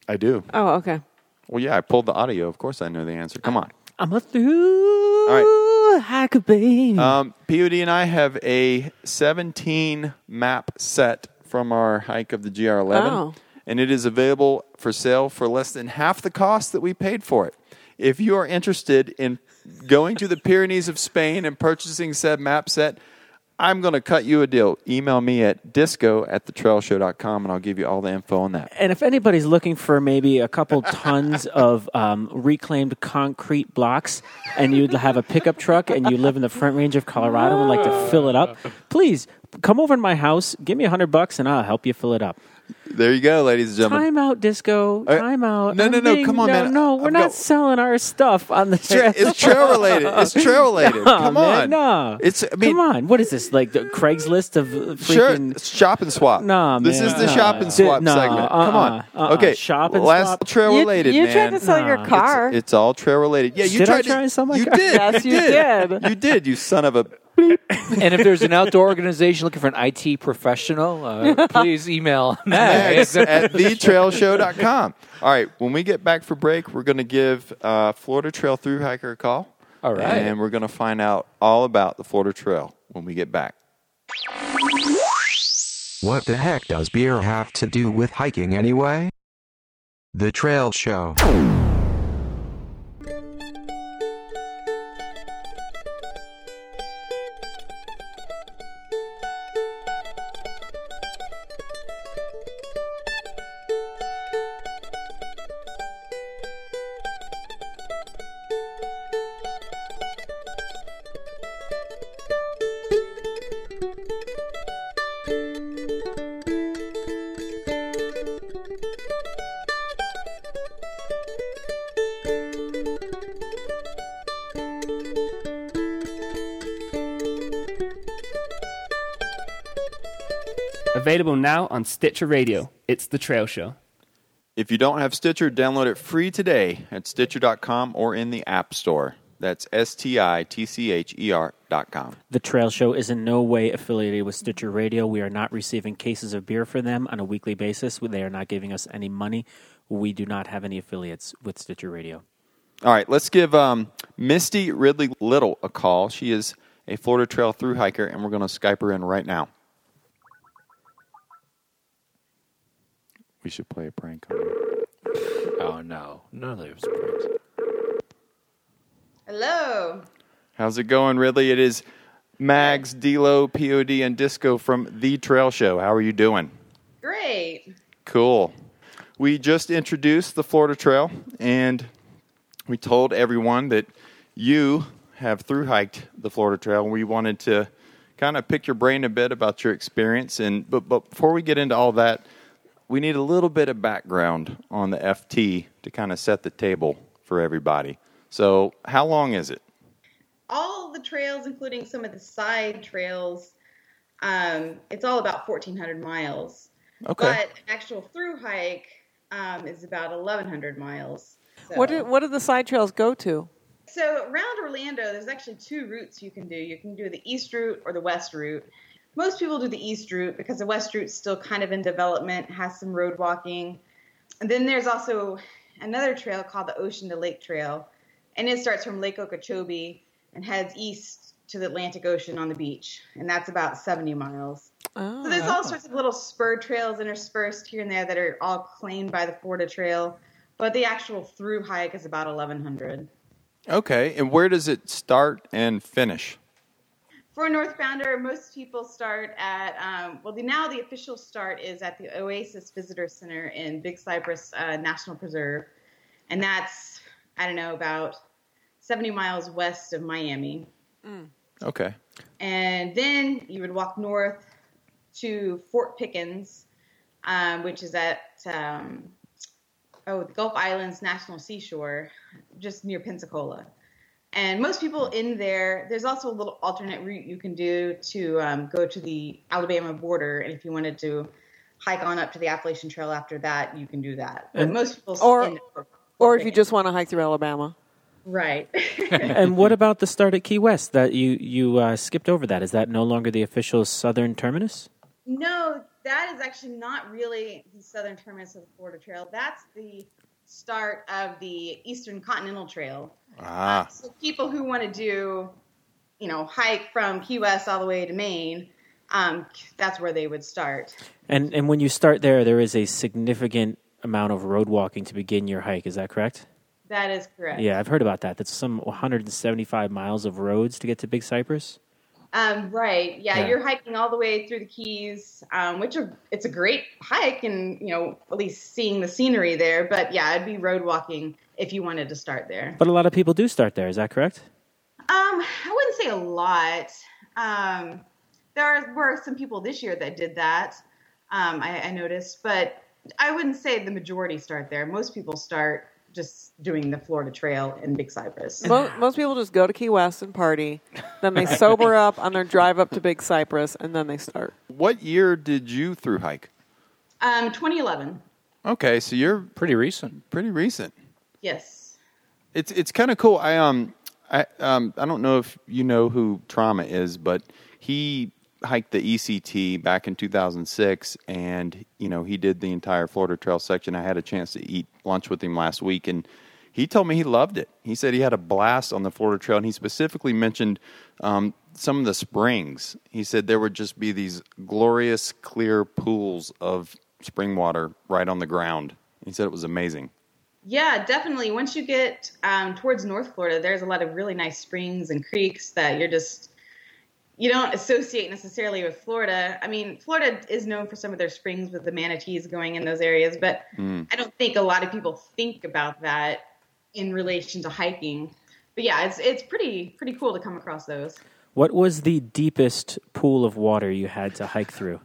I do.
Oh, okay.
Well, yeah, I pulled the audio. Of course, I know the answer. Come on.
I'm a through.
All right.
Huckabee.
Um, Pod and I have a 17 map set from our hike of the GR11,
Oh.
and it is available for sale for less than half the cost that we paid for it. If you are interested in going to the Pyrenees of Spain and purchasing said map set, I'm going to cut you a deal. Email me at disco at thetrailshow.com, and I'll give you all the info on that.
And if anybody's looking for maybe a couple tons of um, reclaimed concrete blocks and you'd have a pickup truck and you live in the front range of Colorado and like to fill it up, please come over to my house, give me a hundred bucks and I'll help you fill it up.
There you go, ladies and gentlemen.
Time out, disco.
right.
Time out.
Uh, No, no, no, come on,
no,
man.
No,
I've
we're not
got-
selling our stuff on the
Hey,
trail.
it's trail related. It's trail related. Come on.
no.
It's, I mean,
come on. What is this? Like the Craigslist of uh,
Sure,
freaking.
it's shop and swap.
Nah,
this
man,
is the
nah.
shop and
Dude,
swap
nah,
segment. Come on,
uh-uh, uh-uh.
okay.
Shop and
last
swap?
trail
You-
related,
you
man.
tried to sell
Nah.
your
It's-
car.
It's, it's all trail related. Yeah, you
Did I
tried
try
to
and sell my
You
car?
did.
Yes, you did.
You did. You son of a.
and if there's an outdoor organization looking for an IT professional, uh, please email Max.
Max at thetrailshow.com. All right, when we get back for break, we're going to give uh, Florida Trail Through Hiker a call.
All right.
And we're going to find out all about the Florida Trail when we get back.
What the heck does beer have to do with hiking anyway? The Trail Show.
Available now on Stitcher Radio. It's The Trail Show.
If you don't have Stitcher, download it free today at Stitcher.com or in the App Store. That's S T I T C H E R dot com.
The Trail Show is in no way affiliated with Stitcher Radio. We are not receiving cases of beer for them on a weekly basis. They are not giving us any money. We do not have any affiliates with Stitcher Radio.
All right, let's give um, Misty Ridley Little a call. She is a Florida Trail through hiker, and we're going to Skype her in right now. We should play a prank on her.
Oh no, no, there was breaks.
Hello.
How's it going, Ridley? It is Mags, D'Lo, Pod, and Disco from The Trail Show. How are you doing?
Great.
Cool. We just introduced the Florida Trail, and we told everyone that you have through hiked the Florida Trail. We wanted to kind of pick your brain a bit about your experience, and but but before we get into all that, we need a little bit of background on the FT to kind of set the table for everybody. So, how long is it?
All the trails, including some of the side trails, um, it's all about 1,400 miles.
Okay.
But an actual through hike um, is about 1,100 miles. So.
What do, what do the side trails go to?
So around Orlando, there's actually two routes you can do. You can do the east route or the west route. Most people do the east route because the west route's still kind of in development, has some road walking. And then there's also another trail called the Ocean to Lake Trail, and it starts from Lake Okeechobee and heads east to the Atlantic Ocean on the beach, and that's about 70 miles.
Oh,
So there's all sorts of little spur trails interspersed here and there that are all claimed by the Florida Trail, but the actual through hike is about 1,100.
Okay, and where does it start and finish?
For a northbounder, most people start at um, well. The, now the official start is at the Oasis Visitor Center in Big Cypress uh, National Preserve, and that's I don't know about seventy miles west of Miami.
Okay.
And then you would walk north to Fort Pickens, um, which is at um, oh the Gulf Islands National Seashore, just near Pensacola. And most people in there, there's also a little alternate route you can do to um, go to the Alabama border, and if you wanted to hike on up to the Appalachian Trail after that, you can do that. But most people
Or-
end up at Fort
Or if you
Pickens.
just want to hike through Alabama.
right.
and what about the start at Key West? That you you uh, skipped over that. Is that no longer the official southern terminus?
No, that is actually not really the southern terminus of the Florida Trail. That's the start of the Eastern Continental Trail. Uh,
Ah,
So people who want to do, you know, hike from Key West all the way to Maine, um, that's where they would start.
And and when you start there, there is a significant amount of road walking to begin your hike. Is that correct?
That is correct.
Yeah, I've heard about that. That's some 175 miles of roads to get to Big Cypress.
Um, right. Yeah,
Yeah.
you're hiking all the way through the Keys, um, which are, it's a great hike, and you know, at least seeing the scenery there. But yeah, it'd be road walking if you wanted to start there.
But a lot of people do start there. Is that correct?
Um, I wouldn't say a lot. Um, there were some people this year that did that. Um, I, I noticed, but I wouldn't say the majority start there. Most people start just doing the Florida Trail in Big Cypress.
Mo- most people just go to Key West and party. Then they sober up on their drive up to Big Cypress, and then they start.
what year did you through hike?
Um, 2011.
Okay, so you're
Pretty recent.
pretty recent.
Yes.
It's it's kind of cool. I um I um I don't know if you know who Trauma is, but he hiked the ECT back in 2006, and you know he did the entire Florida Trail section. I had a chance to eat lunch with him last week, and He told me he loved it. He said he had a blast on the Florida Trail, and he specifically mentioned um, some of the springs. He said there would just be these glorious, clear pools of spring water right on the ground. He said it was amazing.
Yeah, definitely. Once you get um, towards North Florida, there's a lot of really nice springs and creeks that you're just you don't associate necessarily with Florida. I mean, Florida is known for some of their springs with the manatees going in those areas, but
Mm.
I don't think a lot of people think about that in relation to hiking. But yeah, it's it's pretty pretty cool to come across those.
What was the deepest pool of water you had to hike through?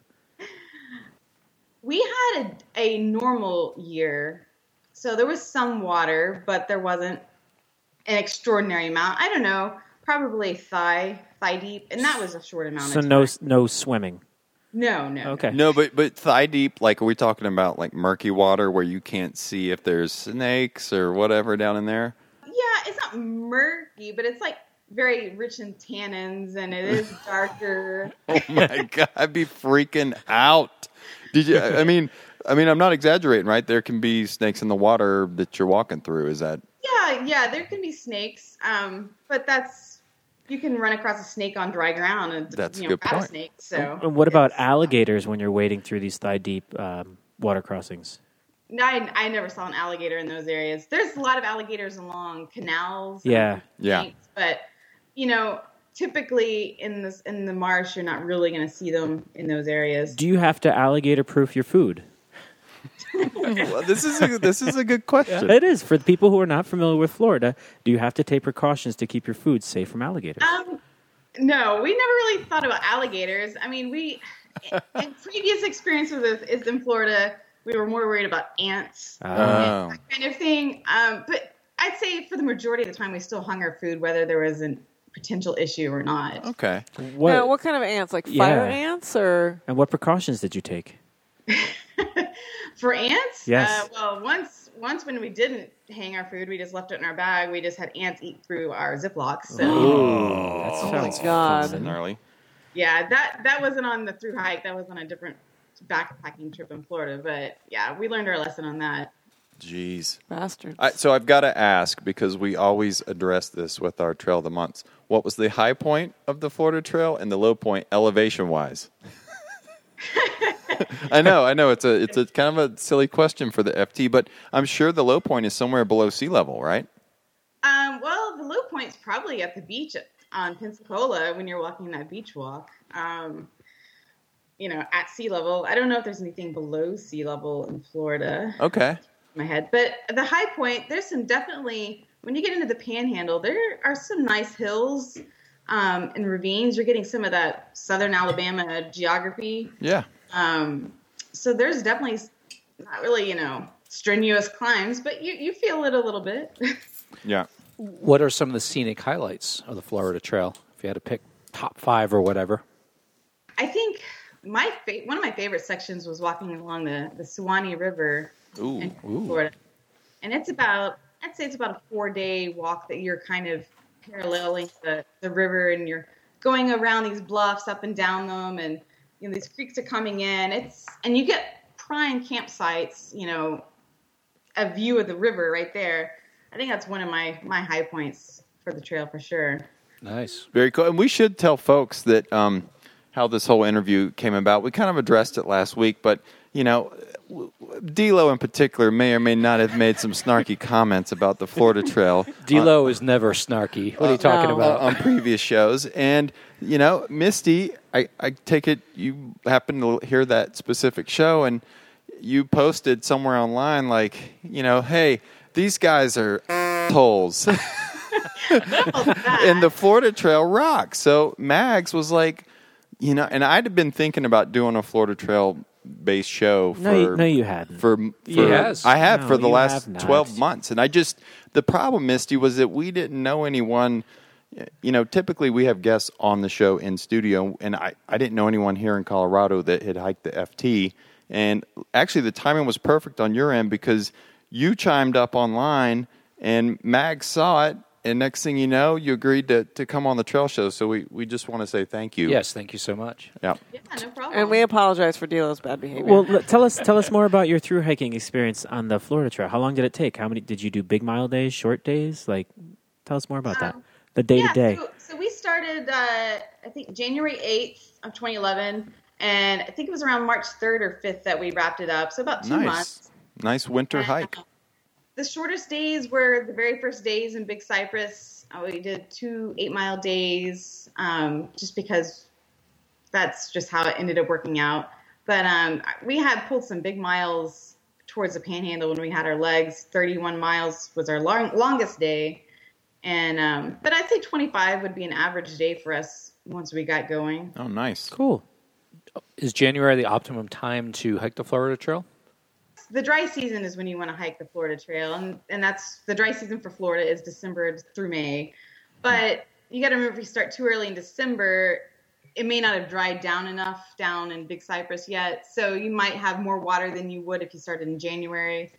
We had a, a normal year, so there was some water, but there wasn't an extraordinary amount. I don't know, probably thigh thigh deep, and that was a short amount.
So
of
no, no swimming.
No, no.
Okay.
No, but but thigh deep. Like, are we talking about like murky water where you can't see if there's snakes or whatever down in there?
Yeah, it's not murky, but it's like very rich in tannins, and it is darker.
Oh my god, I'd be freaking out. Did you? I mean, I mean, I'm not exaggerating, right? There can be snakes in the water that you're walking through. Is that?
yeah, yeah, there can be snakes, um, but that's you can run across a snake on dry ground, and
That's a
you know,
good
grab a
point.
snake. So
And what about alligators when you're wading through these thigh deep um, water crossings?
No, I, I never saw an alligator in those areas. There's a lot of alligators along canals. and
Yeah.
Yeah.
things, but you know, typically in this in the marsh, you're not really going to see them in those areas.
Do you have to alligator proof your food?
Well, this is a, this is a good question.
It is for the people who are not familiar with Florida. Do you have to take precautions to keep your food safe from alligators?
Um, no, we never really thought about alligators. I mean, we in previous experiences with- is in Florida, we were more worried about ants
Oh.
and that kind of thing. Um, but I'd say for the majority of the time, we still hung our food, whether there was a potential issue or not.
Okay.
What?
Now, what kind of ants? Like fire
Yeah.
ants or?
and what precautions did you take?
For ants,
Yes.
Uh, well, once once when we didn't hang our food, we just left it in our bag. We just had ants eat through our Ziplocs. So.
that
sounds God.
fun. gnarly.
Yeah, that that wasn't on the through hike. That was on a different backpacking trip in Florida. But yeah, we learned our lesson on that.
Jeez.
Bastards.
I, so I've got to ask because we always address this with our trail of the months. What was the high point of the Florida Trail and the low point elevation wise? I know, I know. It's a it's a kind of a silly question for the FT, but I'm sure the low point is somewhere below sea level, right?
Um, well, the low point's probably at the beach at- on Pensacola when you're walking that beach walk. Um, you know, at sea level. I don't know if there's anything below sea level in Florida.
Okay.
in my head. But the high point, there's some definitely when you get into the panhandle, there are some nice hills um, and ravines. You're getting some of that southern Alabama geography.
Yeah.
Um, so there's definitely not really, you know, strenuous climbs, but you, you feel it a little bit.
Yeah.
What are some of the scenic highlights of the Florida Trail? If you had to pick top five or whatever,
I think my fa- one of my favorite sections was walking along the, the Suwannee River
Ooh.
in Florida. And it's about, I'd say it's about a four day walk that you're kind of paralleling the, the river and you're going around these bluffs up and down them and you know these creeks are coming in it's and you get prime campsites you know a view of the river right there i think that's one of my my high points for the trail for sure
Nice.
Very cool. And we should tell folks that um, how this whole interview came about. We kind of addressed it last week, but you know, w- w- D'Lo in particular may or may not have made some snarky comments about the Florida Trail.
D'Lo is never snarky. What are you talking
No.
about?
uh, on previous shows. And you know, Misty, I, I take it you happen to hear that specific show, and you posted somewhere online like, you know, hey, these guys are assholes. and the Florida Trail rocks. So Mags was like, you know, and I'd have been thinking about doing a Florida Trail based show for
No, you, no, you hadn't.
for,
He
for-
has.
I have
No,
for the
you
last
have not.
12 months and I just the problem Misty was that we didn't know anyone you know typically we have guests on the show in studio and I I didn't know anyone here in Colorado that had hiked the FT and actually the timing was perfect on your end because you chimed up online and Mag saw it and next thing you know, you agreed to, to come on the trail show. So we, we just want to say thank you.
Yes, thank you so much.
Yeah.
And we apologize for Dilo's bad behavior.
Well, l- tell us tell us more about your through hiking experience on the Florida Trail. How long did it take? How many did you do? Big mile days, short days? Like, tell us more about that. The day to day.
So, so we started, uh, I think, January 8th of 2011. And I think it was around March 3rd or 5th that we wrapped it up. So about two
nice.
months.
Nice winter hike.
The shortest days were the very first days in Big Cypress. Uh, We did two eight mile days um, just because that's just how it ended up working out. But um, we had pulled some big miles towards the panhandle when we had our legs. 31 miles was our long, longest day. And um, but I'd say 25 would be an average day for us once we got going.
Oh, nice.
Cool. Is January the optimum time to hike the Florida Trail?
The dry season is when you want to hike the Florida Trail, and and that's the dry season for Florida is December through May. But you got to remember, if you start too early in December, it may not have dried down enough down in Big Cypress yet, so you might have more water than you would if you started in January.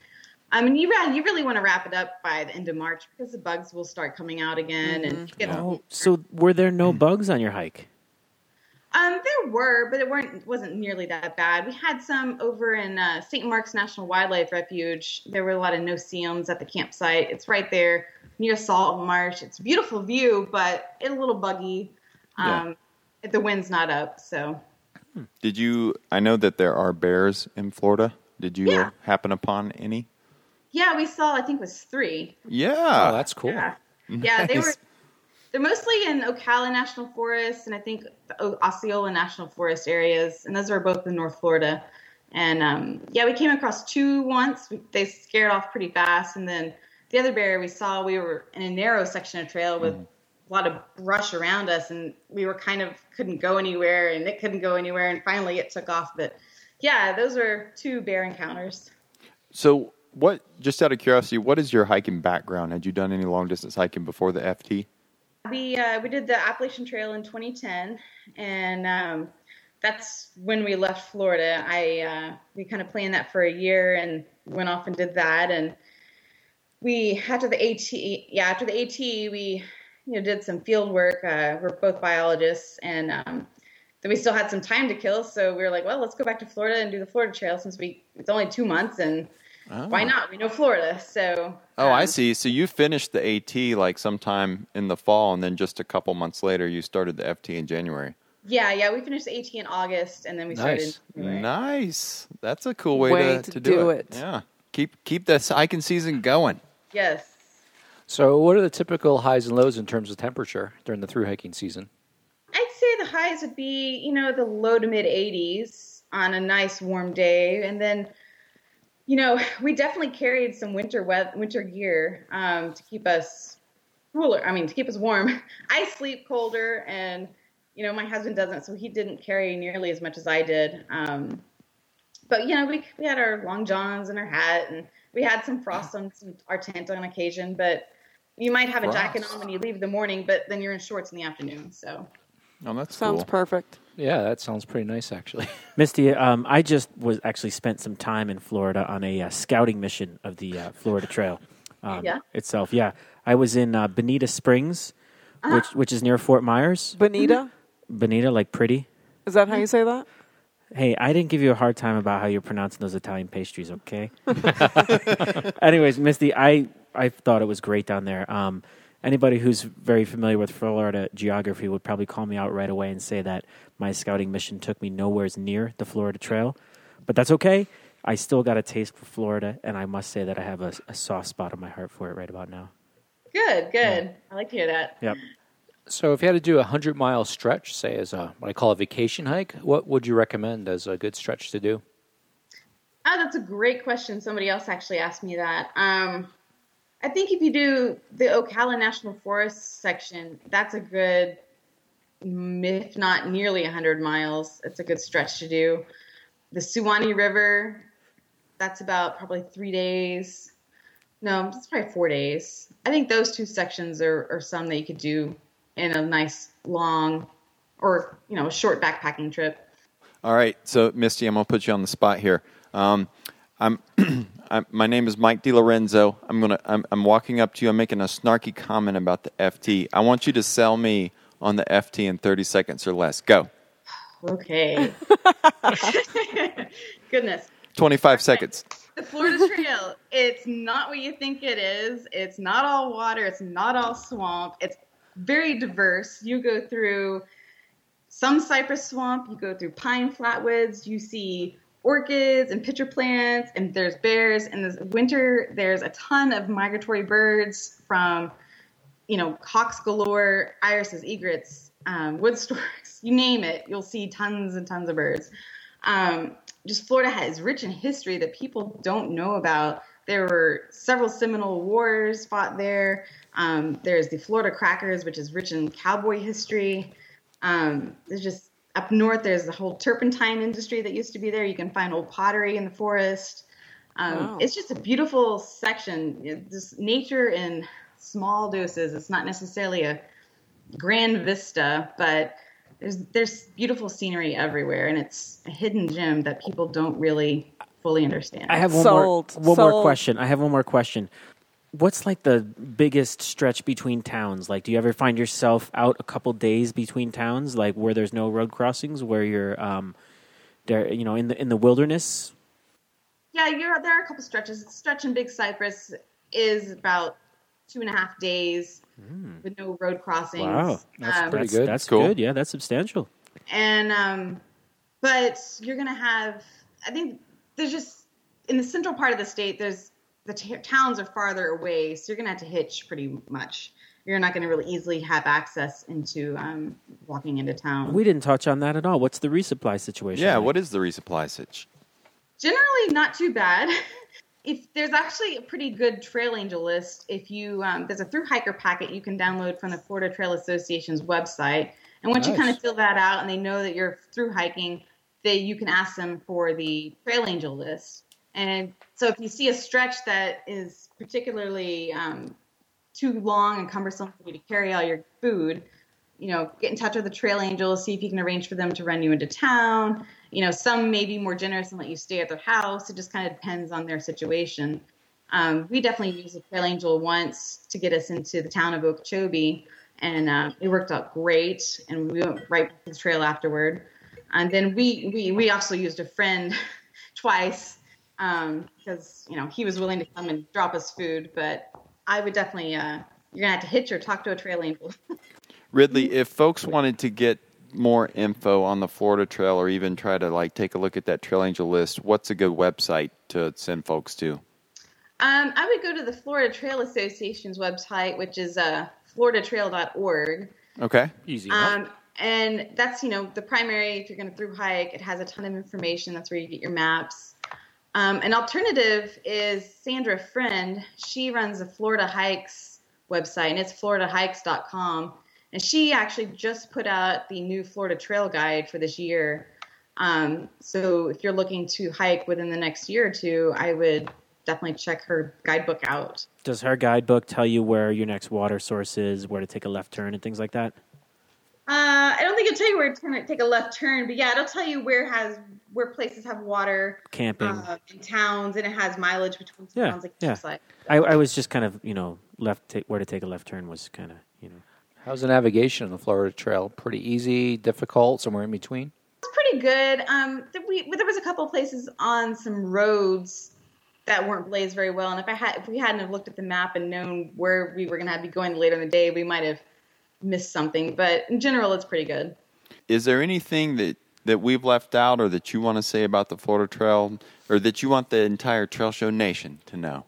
I mean, you really, you really want to wrap it up by the end of March because the bugs will start coming out again, and you know,
Oh, so were there no bugs on your hike?
Um, there were, but it weren't wasn't nearly that bad. We had some over in uh, St. Mark's National Wildlife Refuge. There were a lot of no seums at the campsite. It's right there near Salt Marsh. It's a beautiful view, but it's a little buggy. Um, if The wind's not up, so
Did you? I know that there are bears in Florida. Did you
Yeah.
happen upon any?
yeah, we saw. I think it was three.
Yeah.
Oh, that's cool.
Yeah, yeah, they were. They're mostly in Ocala National Forest and I think the O- Osceola National Forest areas, and those are both in North Florida. And um, yeah, we came across two once. We, they scared off pretty fast, and then the other bear we saw, we were in a narrow section of trail with a lot of brush around us, and we were kind of couldn't go anywhere, and it couldn't go anywhere, and finally it took off. But yeah, those were two bear encounters.
So, what? Just out of curiosity, what is your hiking background? Had you done any long distance hiking before the FT?
We uh, we did the Appalachian Trail in 2010, and um, that's when we left Florida. I uh, we kind of planned that for a year and went off and did that. And we after the AT, yeah, after the AT, we you know did some field work. Uh, we're both biologists, and um, then we still had some time to kill, so we were like, well, let's go back to Florida and do the Florida Trail since we it's only two months and. Why not? We know Florida, so
Oh, I see. So you finished the AT like sometime in the fall, and then just a couple months later, you started the FT in January.
yeah, yeah. We finished the AT in August, and then we started
nice. That's a cool way,
Way
to,
to
to do,
do
it. Yeah, keep keep this hiking season going.
Yes.
So, what are the typical highs and lows in terms of temperature during the through hiking season?
I'd say the highs would be, you know, the low to mid 80s on a nice warm day. And then, you know, we definitely carried some winter wet, winter gear um, to keep us cooler. I mean, to keep us warm. I sleep colder, and you know, my husband doesn't, so he didn't carry nearly as much as I did. Um, but you know, we we had our long johns and our hat, and we had some frost on some, our tent on occasion. But you might have a jacket on when you leave the morning, but then you're in shorts in the afternoon. So
Oh, that's
Sounds perfect.
Yeah, that sounds pretty nice, actually.
Misty, um, I just was actually spent some time in Florida on a uh, scouting mission of the uh, Florida Trail um,
Yeah.
itself. Yeah, I was in uh, Bonita Springs, which which is near Fort Myers.
Bonita?
Mm-hmm. Bonita, like pretty.
Is that how you say that?
Hey, I didn't give you a hard time about how you're pronouncing those Italian pastries, okay? Anyways, Misty, I I thought it was great down there. Um, anybody who's very familiar with Florida geography would probably call me out right away and say that my scouting mission took me nowhere's near the Florida Trail, but that's okay. I still got a taste for Florida, and I must say that I have a, a soft spot in my heart for it right about now.
Good, good. I like to hear that.
Yep.
So, if you had to do a 100 mile stretch, say as a, what I call a vacation hike, what would you recommend as a good stretch to do?
Oh, that's a great question. Somebody else actually asked me that. Um, I think if you do the Ocala National Forest section, that's a good, mm, if not nearly 100 miles, it's a good stretch to do. The Suwannee River, that's about probably three days. No, it's probably four days. I think those two sections are, are some that you could do in a nice long or, you know, short backpacking trip.
All right, so Misty, I'm gonna put you on the spot here. Um, I'm I'm, my name is Mike DiLorenzo. I'm gonna. I'm, I'm walking up to you. I'm making a snarky comment about the FT. I want you to sell me on the FT in 30 seconds or less. Go.
Okay. Goodness.
25 seconds.
The Florida Trail, it's not what you think it is. It's not all water. It's not all swamp. It's very diverse. You go through some cypress swamp, you go through pine flatwoods, you see orchids and pitcher plants, and there's bears. And this winter, there's a ton of migratory birds from, you know, hawks galore, irises, egrets, um, wood storks, you name it. You'll see tons and tons of birds um, just Florida ha- is rich in history that people don't know about. There were several Seminole wars fought there. Um, there's the Florida Crackers, which is rich in cowboy history. Um, there's just up north, there's the whole turpentine industry that used to be there. You can find old pottery in the forest. Um,
Wow.
It's just a beautiful section. It- Just nature in small doses. It's not necessarily a grand vista, but there's there's beautiful scenery everywhere, and it's a hidden gem that people don't really fully understand.
I have one more one more question. I have one more question. What's like the biggest stretch between towns? Like, do you ever find yourself out a couple days between towns, like where there's no road crossings, where you're um, there, you know, in the in the wilderness?
Yeah, you're, there are a couple stretches. The stretch in Big Cypress is about two and a half days
Hmm.
with no road crossings.
that's
Um,
pretty good. That's
Cool.
good. Yeah, that's substantial.
and um, but you're gonna have i think there's just in the central part of the state there's the t- towns are farther away so you're gonna have to hitch pretty much you're not gonna really easily have access into um, walking into town
We didn't touch on that at all. What's the resupply situation?
Yeah,
like?
what is the resupply situation?
generally not too bad if there's actually a pretty good trail angel list if you um, there's a through hiker packet you can download from the florida trail association's website and once you
Nice.
kind of fill that out and they know that you're through hiking they you can ask them for the trail angel list and so if you see a stretch that is particularly um, too long and cumbersome for you to carry all your food you know, get in touch with the trail angels, see if you can arrange for them to run you into town. You know, some may be more generous and let you stay at their house. It just kind of depends on their situation. Um, we definitely used a trail angel once to get us into the town of Okeechobee, and uh, it worked out great. And we went right back to the trail afterward. And then we we we also used a friend twice because you know he was willing to come and drop us food, but I would definitely uh, you're gonna have to hitch or talk to a trail angel.
Ridley, if folks wanted to get more info on the Florida Trail or even try to like take a look at that Trail Angel list, what's a good website to send folks to?
Um, I would go to the Florida Trail Association's website, which is uh, floridatrail.org.
Okay. Easy.
Um, and that's, you know, the primary, if you're going to through hike, it has a ton of information. That's where you get your maps. Um, an alternative is Sandra Friend. She runs the Florida Hikes website, and it's floridahikes.com. And she actually just put out the new Florida Trail Guide for this year. Um, so if you're looking to hike within the next year or two, I would definitely check her guidebook out.
Does her guidebook tell you where your next water source is, where to take a left turn, and things like that?
Uh, I don't think it'll tell you where to turn, take a left turn, but yeah, it'll tell you where has where places have water,
Camping.
uh, and towns, and it has mileage between
Yeah,
towns. Like,
yeah.
it's like
I, I was just kind of, you know, left ta- where to take a left turn was kind of, you know,
How's the navigation on the Florida Trail? Pretty easy, difficult, somewhere in between.
it's pretty good. Um, th- we but there was a couple places on some roads that weren't blazed very well, and if I had if we hadn't have looked at the map and known where we were going to be going later in the day, we might have missed something. But in general, it's pretty good.
Is there anything that that we've left out or that you want to say about the Florida Trail or that you want the entire Trail Show Nation to know?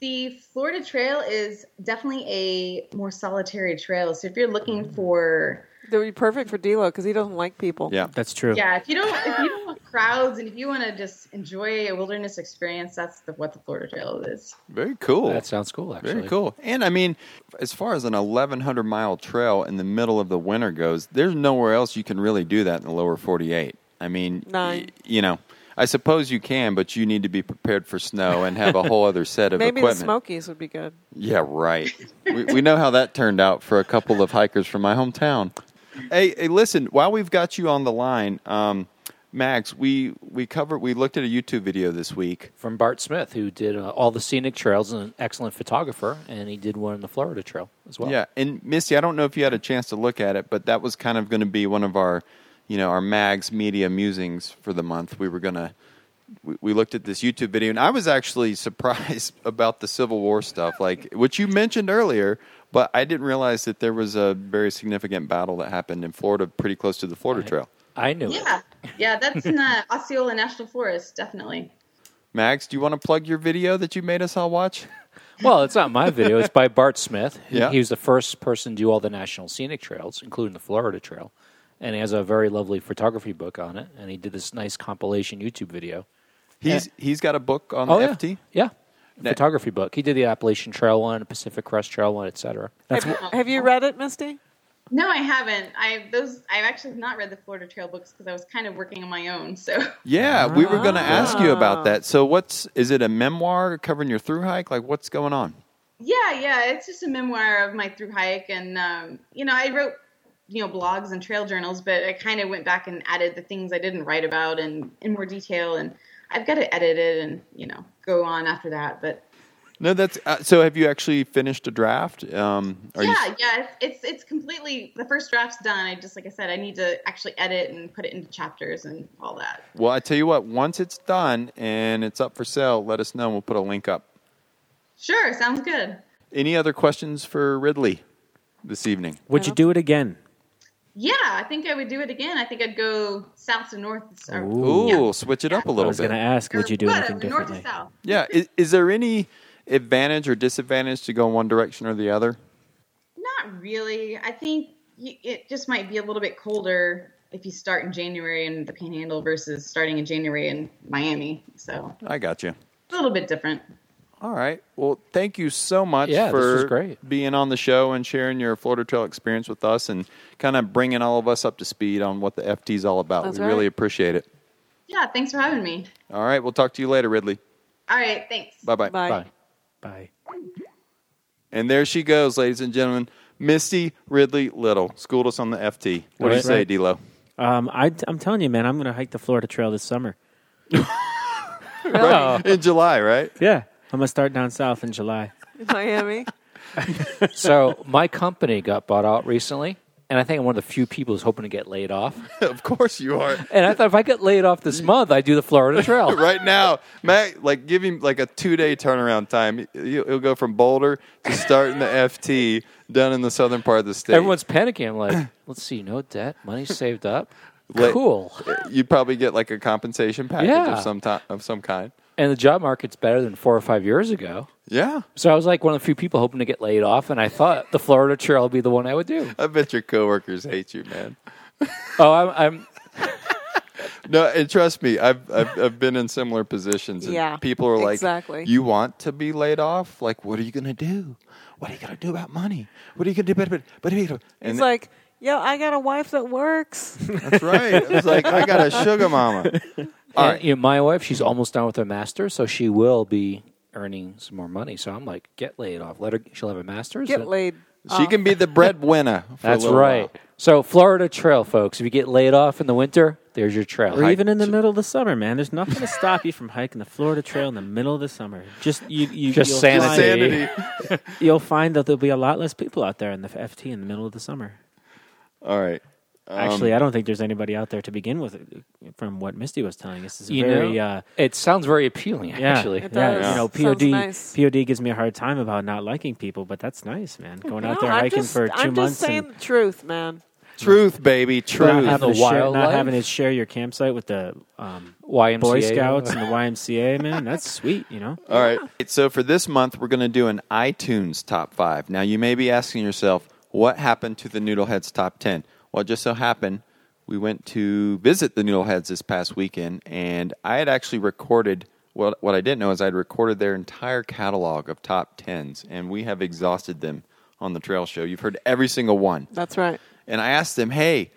The Florida Trail is definitely a more solitary trail. So if you're
Mm.
looking for
That would be perfect for D'Lo because he doesn't like people.
Yeah,
that's true.
yeah, if you don't if you don't want crowds and if you want to just enjoy a wilderness experience, that's the, what the Florida Trail is.
Very cool.
That sounds cool, actually.
Very cool. And I mean, as far as an 1,100 mile trail in the middle of the winter goes, there's nowhere else you can really do that in the lower 48. I mean,
Nine.
you know, I suppose you can, but you need to be prepared for snow and have a whole other set of
Maybe the
equipment.
Smokies would be good.
Yeah, right. we, we know how that turned out for a couple of hikers from my hometown. Hey, hey listen, while we've got you on the line, um, Max, we we covered we looked at a YouTube video this week.
From Bart Smith, who did uh, all the scenic trails and an excellent photographer, and he did one in the Florida Trail as well.
Yeah, and Misty, I don't know if you had a chance to look at it, but that was kind of going to be one of our, you know, our mags media musings for the month. We were gonna, we, we looked at this YouTube video, and I was actually surprised about the Civil War stuff, like which you mentioned earlier, but I didn't realize that there was a very significant battle that happened in Florida, pretty close to the Florida Trail.
I knew
Yeah, yeah, that's in the Osceola National Forest, definitely.
Max, do you want to plug your video that you made us all watch?
Well, it's not my video. It's by Bart Smith. He,
Yeah.
he was the first person to do all the national scenic trails, including the Florida Trail. And he has a very lovely photography book on it. And he did this nice compilation YouTube video.
He's he's got a book on
Oh,
the
yeah.
FT.
Yeah. photography book. He did the Appalachian Trail one, Pacific Crest Trail one, etc. That's
have,
what,
have you read it, Misty?
No, I haven't. I those I've actually not read the Florida Trail books because I was kind of working on my own. So
Yeah, we were going to
Ah.
ask you about that. So, what's is it a memoir covering your through hike? Like, what's going on?
yeah, yeah, it's just a memoir of my through hike, and um, you know, I wrote you know blogs and trail journals, but I kind of went back and added the things I didn't write about and in more detail, and I've got to edit it and you know go on after that, but.
No, that's uh, so. Have you actually finished a draft? Um, are
yeah,
you,
yeah, it's, it's it's completely the first draft's done. I just like I said, I need to actually edit and put it into chapters and all that.
well, I tell you what. Once it's done and it's up for sale, let us know. and We'll put a link up.
Sure, sounds good.
Any other questions for Ridley this evening?
Would you do it again?
Yeah, I think I would do it again. I think I'd go south to north. Or,
Ooh,
yeah.
switch it up a
I
little
was
bit.
going to ask, would you do
Whatever,
anything
north
differently?
to south.
Yeah. Is, is there any advantage or disadvantage to go in one direction or the other?
Not really. I think y it just might be a little bit colder if you start in January in the Panhandle versus starting in January in Miami. So
I got you.
a little bit different.
All right. Well, thank you so much
Yeah, this
for
was great.
being on the show and sharing your Florida Trail experience with us and kind of bringing all of us up to speed on what the FT is all about.
That's
we really
right.
appreciate it.
Yeah, thanks for having me.
All right. We'll talk to you later, Ridley.
All right, thanks.
Bye-bye.
Bye.
Bye.
And there she goes, ladies and gentlemen. Misty Ridley Little schooled us on the FT. What do you
Right.
say, D-Lo?
Um, I, I'm telling you, man, I'm going to hike the Florida Trail this summer.
Right? In July, right?
Yeah. I'm going to start down south in July.
Miami.
so my company got bought out recently, and I think I'm one of the few people who's hoping to get laid off.
of course you are.
And I thought if I get laid off this month, I do the Florida Trail.
right now, Matt, like give him like a two day turnaround time. He'll he'll go from Boulder to starting the FT down in the southern part of the state.
Everyone's panicking. I'm like, let's see, no debt, money saved up,
Let-
cool.
you Uh, probably get like a compensation package
Yeah.
of some ti- of some kind.
And the job market's better than four or five years ago.
Yeah,
So I was like one of the few people hoping to get laid off, and I thought the Florida Trail would be the one I would do.
I bet your coworkers hate you, man.
Oh, I'm, I'm
No, and trust me, I've I've, I've been in similar positions. And
Yeah,
people are like,
exactly.
You want to be laid off? Like, what are you gonna do? What are you gonna do about money? What are you gonna do about but but and
It's like, yo, I got a wife that works.
that's right. It's like I got a sugar mama. All
and,
right.
you know, my wife. She's almost done with her master, so she will be earning some more money. So I'm like, get laid off. Let her. She'll have a master's.
Get
and-
laid.
She can be the breadwinner. For a
That's
little
right.
while.
So Florida Trail, folks. If you get laid off in the winter, there's your trail.
Or even in the middle of the summer, man. There's nothing to stop you from hiking the Florida Trail in the middle of the summer. Just you, you
Just
you'll
sanity.
Find,
Sanity.
you'll find that there'll be a lot less people out there in the FT in the middle of the summer.
All right.
Actually, I don't think there's anybody out there to begin with. uh, From what Misty was telling us, is
You
very
know,
uh,
it sounds very appealing.
yeah,
Actually,
It
yeah,
does.
You know,
Sounds
POD
nice.
POD gives me a hard time about not liking people, but that's nice, man. Going out
No,
there
I'm
hiking
just-
for 2
I'm
months
just saying
and
the truth, man.
Truth, baby,
not
truth.
having,
The
to share, not
wildlife.
having to share your campsite with the um,
YMCA.
Boy Scouts and the YMCA, man. That's sweet, you know.
All right. So for this month, we're going to do an iTunes top five. Now, you may be asking yourself, what happened to the Noodleheads top 10? Well, it just so happened we went to visit the Noodleheads this past weekend, and I had actually recorded. Well, what I didn't know is I'd recorded their entire catalog of top 10s, and we have exhausted them on the trail show. You've heard every single one.
That's right.
and I asked them, "Hey,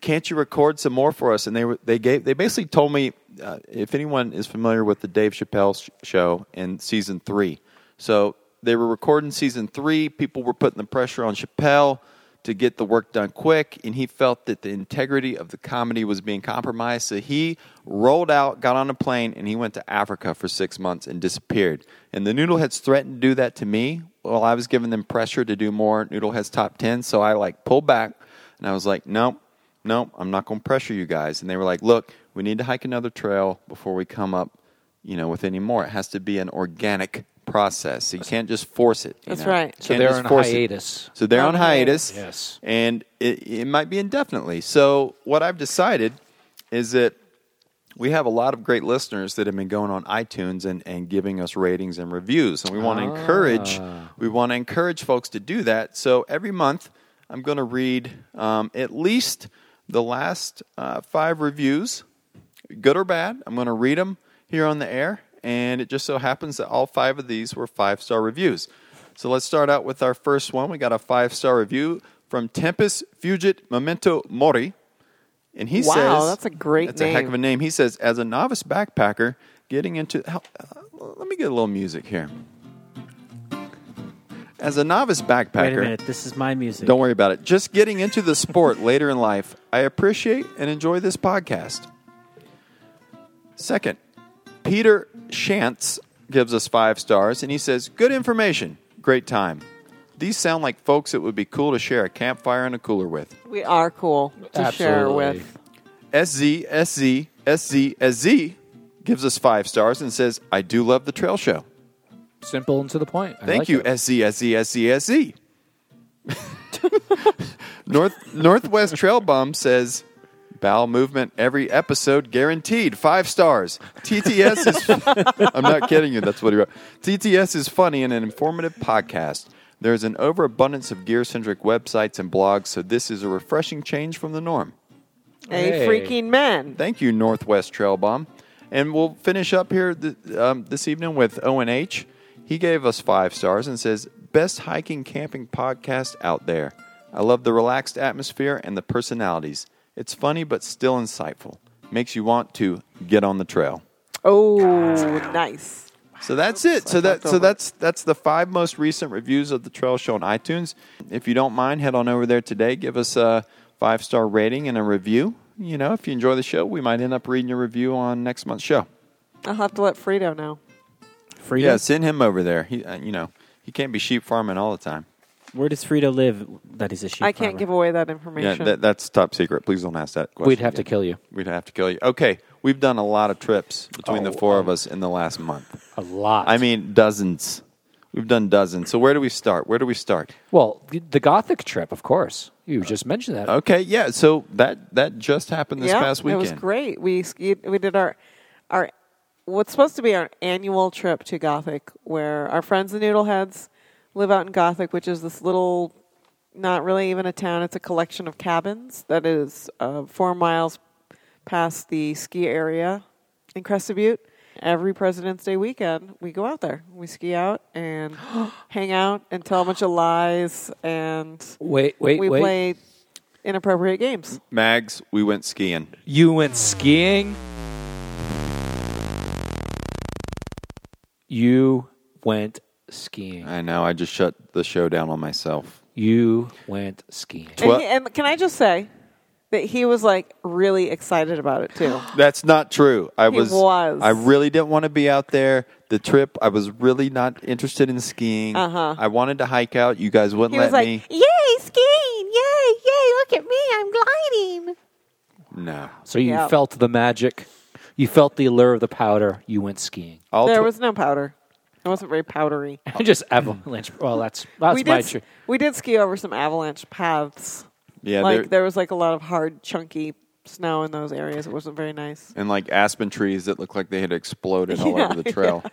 can't you record some more for us?" And they were, they gave they basically told me uh, if anyone is familiar with the Dave Chappelle sh- show in season three, so they were recording season three. People were putting the pressure on Chappelle. to get the work done quick, and he felt that the integrity of the comedy was being compromised. So he rolled out, got on a plane, and he went to Africa for six months and disappeared. And the Noodleheads threatened to do that to me. Well, I was giving them pressure to do more Noodleheads top 10, so I like pulled back and I was like, nope, nope, I'm not going to pressure you guys. And they were like, look, we need to hike another trail before we come up you know, with any more. It has to be an organic process. You can't just force it. you
That's
know?
right.
You
So
can't
they're
just
on
force it.
hiatus.
So they're on
On
hiatus.
hiatus.
And it, it might be indefinitely. So what I've decided is that we have a lot of great listeners that have been going on iTunes and, and giving us ratings and reviews. And we want to encourage we want to encourage folks to do that. So every month I'm going to read um, at least the last uh, five reviews good or bad. I'm going to read them here on the air, and it just so happens that all five of these were five star reviews. So let's start out with our first one. We got a five star review from Tempest Fugit Memento Mori, and he
Wow,
says,
that's a great
That's a heck
name.
of a name." He says, "As a novice backpacker, getting into how- uh, let me get a little music here." As a novice backpacker,
Wait a minute. This is my music.
don't worry about it. Just getting into the sport later in life, I appreciate and enjoy this podcast. Second, Peter Shantz gives us five stars and he says, Good information, great time. These sound like folks it would be cool to share a campfire and a cooler with.
We are cool to share
Absolutely.
with.
SZ, SZ, SZ, SZ gives us five stars and says, I do love the trail show.
Simple and to the point. I
Thank
like
you, E,
it.
SZSZSZSZ. E. North Northwest Trail Bum says bowel movement every episode guaranteed. Five stars. TTS is I'm not kidding you, that's what he wrote. TTS is funny and an informative podcast. There is an overabundance of gear centric websites and blogs, so this is a refreshing change from the norm.
A
Hey.
freaking man.
Thank you, Northwest Trail Bomb. And we'll finish up here th- um, this evening with ONH. He gave us five stars and says, Best hiking camping podcast out there. I love the relaxed atmosphere and the personalities. It's funny but still insightful. Makes you want to get on the trail.
Oh, nice.
So that's it. So that so that's that's the five most recent reviews of the Trail Show on iTunes. If you don't mind, head on over there today. Give us a five star rating and a review. You know, if you enjoy the show, we might end up reading your review on next month's show.
I'll have to let Frito know.
Frida.
Yeah, send him over there. He, uh, you know, he can't be sheep farming all the time.
Where does Frida live? That is a sheep.
I can't give away that
Yeah,
information.
that, that's top secret. Please don't ask that question.
We'd have to kill you.
We'd have to kill you. Okay, we've done a lot of trips between the four of us in the last month.
A lot.
I mean, dozens. We've done dozens. So where do we start? Where do we start?
well, the- the Gothic trip, of course. You just mentioned that.
Okay, yeah. So that that just happened this
yeah,
past weekend.
It was great. We skied, we did our our what's supposed to be our annual trip to Gothic, where our friends the Noodleheads live out in Gothic, which is this little, not really even a town. It's a collection of cabins that is uh, four miles past the ski area in Crested Butte. Every President's Day weekend, we go out there. We ski out and hang out and tell a bunch of lies, and
Wait, wait,
we
wait.
play inappropriate games.
Mags, we went skiing.
You went skiing. You went skiing.
I know. I just shut the show down on myself.
You went skiing.
And,
Well-
he, and can I just say that he was like really excited about it too.
That's not true. I
He
was,
was.
I really didn't want to be out there. The trip, I was really not interested in skiing.
Uh-huh.
I wanted to hike out. You guys wouldn't
He
let
was like,
me.
"Yay, skiing! Yay, yay! Look at me, I'm gliding."
No.
So you
Yep.
felt the magic. You felt the allure of the powder. You went skiing.
All
there
tw-
was no powder. It wasn't very powdery.
Just avalanche. Well, that's that's
we
my
did
tr-
we did ski over some avalanche paths.
yeah,
like
there-
there, was like a lot of hard, chunky snow in those areas. It wasn't very nice.
and like aspen trees that looked like they had exploded all
Yeah,
over the trail.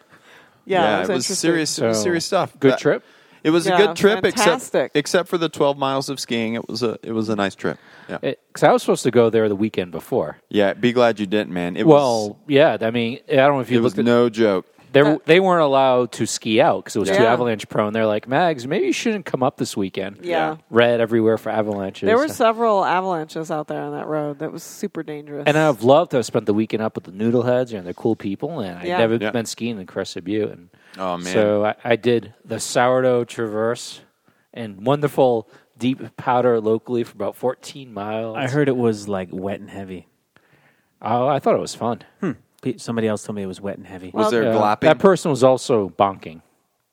Yeah, it was, interesting.
serious, it was
So,
serious stuff.
good
But
trip?
It was a
Yeah,
good trip,
fantastic.
except except for the twelve miles of skiing. It was a it was a nice trip. Yeah,
Because I was supposed to go there the weekend before.
yeah. Be glad you didn't, man. It was,
Well, yeah. I mean, I don't know if you
it was
looked at
no joke.
They they weren't allowed to ski out because it was too
Yeah.
avalanche prone. They're like, Mags, maybe you shouldn't come up this weekend.
Yeah. Yeah.
red everywhere for avalanches.
There were several avalanches out there on that road. That was super dangerous.
and I've loved to have spent the weekend up with the Noodleheads. You know, they're cool people, and
Yeah.
I've never
Yeah.
been skiing in Crested Butte. And
Oh, man.
so I, I did the sourdough traverse and wonderful deep powder locally for about 14 miles.
I heard it was like wet and heavy.
Oh, I thought it was fun.
Hmm. Pe- Somebody else told me it was wet and heavy.
Was there Yeah. glopping? That person was also bonking.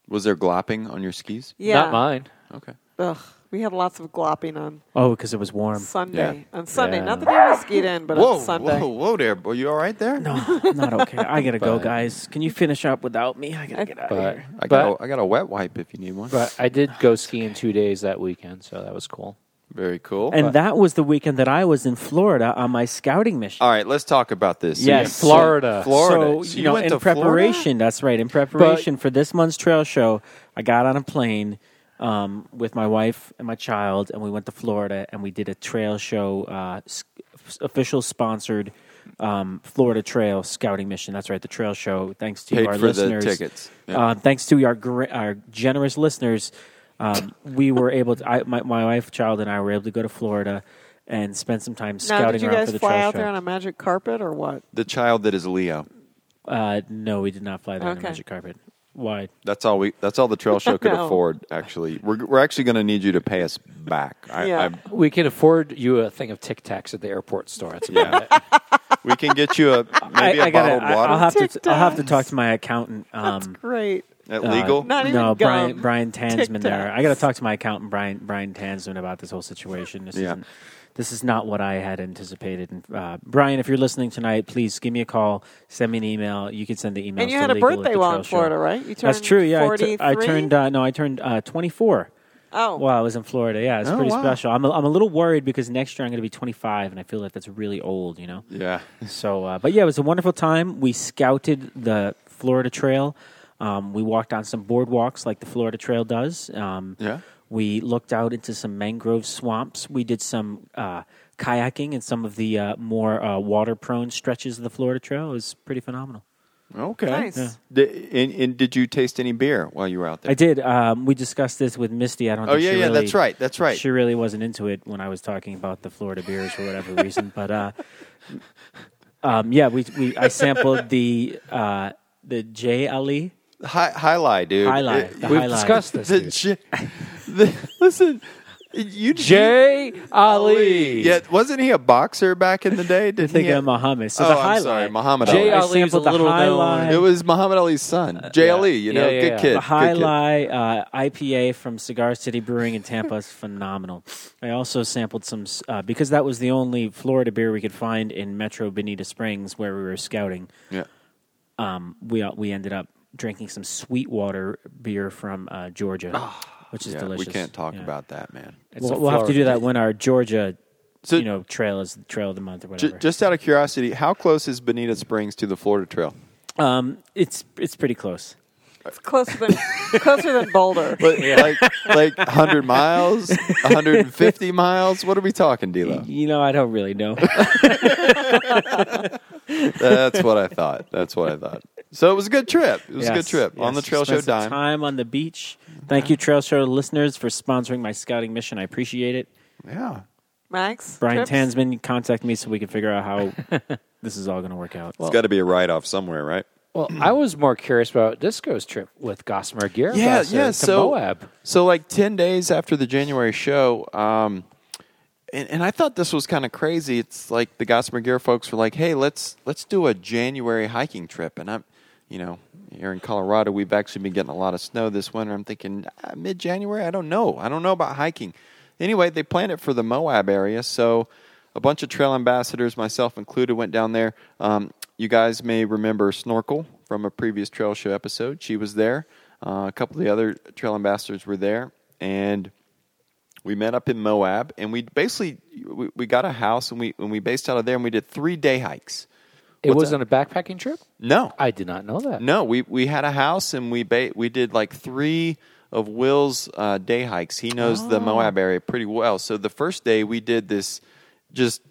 Was there glopping on your skis?
Yeah.
Not mine.
Okay.
Ugh, we had lots of glopping on
Oh, because it was warm.
Sunday. On Sunday, not the day we skied in, but
whoa,
on Sunday.
Whoa, whoa there. Are you all right there?
No. Oh, Not okay. I gotta go, guys. Can you finish up without me? I gotta get out of
But,
here.
I
but,
got, a, I got a wet wipe if you need one.
but I did go skiing two days that weekend, so that was cool.
Very cool.
And that was the weekend that I was in Florida on my scouting mission.
all right, let's talk about this. So
yes,
you-
Florida.
Florida.
So, you, know,
went
in
to Florida?
preparation, that's right. In preparation for this month's trail show, I got on a plane um, with my wife and my child, and we went to Florida, and we did a trail show, uh, s- official sponsored um, Florida Trail Scouting Mission. That's right, the trail show. Thanks to
Paid
our
for the
listeners,
tickets. Yeah.
Uh, thanks to our gr- our generous listeners, um, we were able to. I, my, my wife, child, and I were able to go to Florida. And spend some time
now,
scouting
did you
around
guys
for the
fly
trail
out
show.
there on a magic carpet or what?
The child that is Leo.
Uh, no, we did not fly there on
Okay.
the magic carpet. Why?
That's all we. That's all the trail show could
No.
afford. Actually, we're we're actually going to need you to pay us back. I,
Yeah.
I,
We can afford you a thing of Tic Tacs at the airport store. That's about
Yeah.
it.
we can get you a maybe a
I, I gotta-
bottled
I-
water.
I'll have to.
Tic
I'll have to talk to my accountant. Um,
Great.
At
uh,
legal.
Not even
no,
gum.
Brian Brian Tansman.
Tic
There,
Tacs.
I got to talk to my accountant, Brian Brian Tansman, about this whole situation. This
Yeah.
isn't. This is not what I had anticipated. And uh, Brian, if you're listening tonight, please give me a call. Send me an email. You can send the email.
And you had a birthday while in Florida, right? You
That's
turned
true. Yeah, I, tu-
43?
I turned. Uh, no, I turned uh, 24.
Oh,
Well, I was in Florida. Yeah, it's
Oh,
pretty
wow.
special. I'm a, I'm a little worried because next year I'm going to be 25, and I feel like that's really old, you know?
yeah.
So, uh, but yeah, it was a wonderful time. We scouted the Florida Trail. Um, we walked on some boardwalks like the Florida Trail does. Um,
Yeah.
We looked out into some mangrove swamps. We did some uh, kayaking in some of the uh, more uh, water prone stretches of the Florida Trail. It was pretty phenomenal.
Okay.
nice.
Di- and, and did you taste any beer while you were out there?
I did. Um, we discussed this with Misty. I don't.
Oh,
think
yeah,
she
yeah,
really-
that's right, that's right.
She really wasn't into it when I was talking about the Florida beers for whatever reason. But uh, um, yeah, we, we I sampled the uh, the J Ali
Hi, hi lie, dude.
High Lie,
It-
the
We've
High Lie.
discussed this.
the,
dude.
j- the, listen, you
Jay Ali.
Yeah, wasn't he a boxer back in the day? Didn't
Think
he?
of Muhammad. So
oh,
the
I'm
High
sorry,
Lie-
Muhammad
Jay
I
Ali.
Ali is a
sampled the
little
High
known-
Lie.
It was Muhammad Ali's
Uh,
son, Jay Ali. You know,
Yeah, yeah,
good
yeah.
kid.
The High
good kid.
Lie uh, IPA from Cigar City Brewing in Tampa is phenomenal. I also sampled some uh, because that was the only Florida beer we could find in Metro Benita Springs where we were scouting.
Yeah.
Um, we we ended up drinking some Sweetwater beer from uh, Georgia, which is
Yeah,
delicious.
We can't talk
Yeah.
about that, man.
It's- We'll, we'll have to do that when our Georgia,
So-
you know, trail is the trail of the month or
J-
whatever.
just out of curiosity, how close is Bonita Springs to the Florida Trail?
um, it's it's pretty close.
It's closer than closer than Boulder.
But like like 100 miles, 150 miles. What are we talking, D'Lo?
You know, I don't really know.
That's what I thought. That's what I thought. So it was a good trip. It was a good
Yes,
trip on the
yes.
Trail
Spent
Show
some
dime. Mm-hmm.
Time on the beach. Thank you, Trail Show listeners, for sponsoring my scouting mission. I appreciate it.
Yeah.
Max,
Brian
trips?
Tansman, contact me so we can figure out how this is all going to work out.
It's got to be a write off somewhere, right?
Well, I was more curious about Disco's trip with Gossamer Gear. Ambassador to Moab.
So like ten days after the January show, um, and, and I thought this was kind of crazy. It's like the Gossamer Gear folks were like, "Hey, let's let's do a January hiking trip." And I'm, you know, here in Colorado, we've actually been getting a lot of snow this winter. I'm thinking ah, mid January. I don't know. I don't know about hiking. Anyway, they planned it for the Moab area, so a bunch of trail ambassadors, myself included, went down there. Um, you guys may remember Snorkel from a previous trail show episode. She was there. Uh, a couple of the other trail ambassadors were there, and we met up in Moab, and we basically we, we got a house, and we and we based out of there, and we did three day hikes.
It
What's
wasn't a backpacking trip?
No,
I did not know that.
no, we we had a house, and we ba- we did like three of Will's uh, day hikes. He knows the Moab area pretty well. So the first day we did this just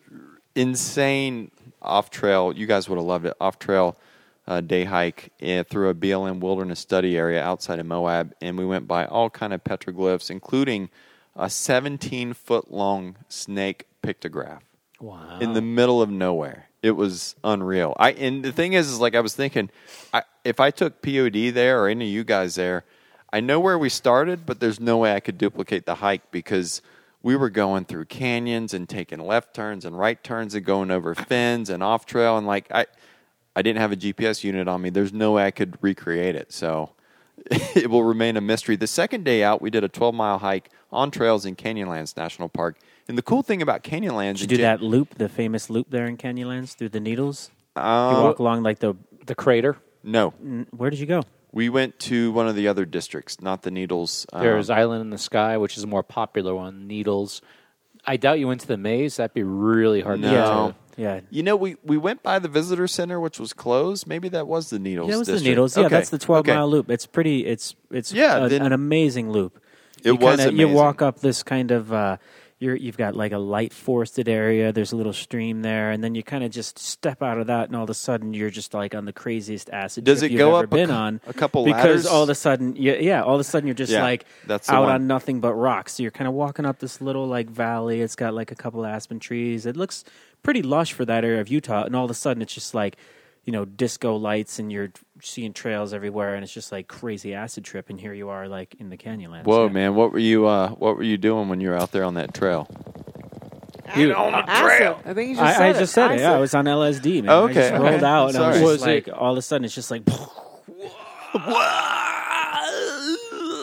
insane off trail. You guys would have loved it. Off trail. Uh, day hike eh, through a BLM wilderness study area outside of Moab, and we went by all kind of petroglyphs, including a 17 foot long snake pictograph
Wow.
in the middle of nowhere. It was unreal. I and the thing is, is like I was thinking, I, if I took POD there or any of you guys there, I know where we started, but there's no way I could duplicate the hike because we were going through canyons and taking left turns and right turns and going over fins and off trail and like I I didn't have a GPS unit on me. There's no way I could recreate it. So it will remain a mystery. The second day out, we did a 12 mile hike on trails in Canyonlands National Park. And the cool thing about Canyonlands,
Did you do that loop, the famous loop there in Canyonlands through the needles?
Uh,
you walk along like the
the crater.
No.
Where did you go?
We went to one of the other districts, not the Needles. um,
There's Island in the Sky, which is a more popular one. Needles. I doubt you went to the maze. That'd be really hard. to get
No.
to.
Uh, Yeah.
You know, we, we went by the visitor center, which was closed. Maybe that was the Needles.
Yeah, it was the
district.
needles. Yeah,
Okay.
that's the twelve
Okay.
mile loop. It's pretty. It's it's
Yeah,
a-
then-
an amazing loop.
It
you
was
kinda- You
amazing.
walk up this kind of. Uh, you're, you've got like a light forested area. There's a little stream there, and then you kind of just step out of that, and all of a sudden you're just like on the craziest acid
Does
trip
it
you've
go
ever
up a
been
cou-
on.
a couple
because
ladders?
all of a sudden, yeah, yeah, all of a sudden you're just
Yeah,
like
that's the
out
one.
on nothing but rocks. So you're kind of walking up this little like valley. It's got like a couple aspen trees. It looks pretty lush for that area of Utah. And all of a sudden, it's just like you know disco lights, and you're seeing trails everywhere, and it's just like crazy acid trip. And here you are, like in the Canyonlands.
Whoa, man! What were you? Uh, what were you doing when you were out there on that trail?
You-
I think you just
I,
said
I
it.
just said it. Yeah,
Acid.
I was on LSD, man.
Oh,
I just
okay,
rolled
okay.
out, and I was
Sorry.
just
Was it-
like, all of a sudden, it's just like.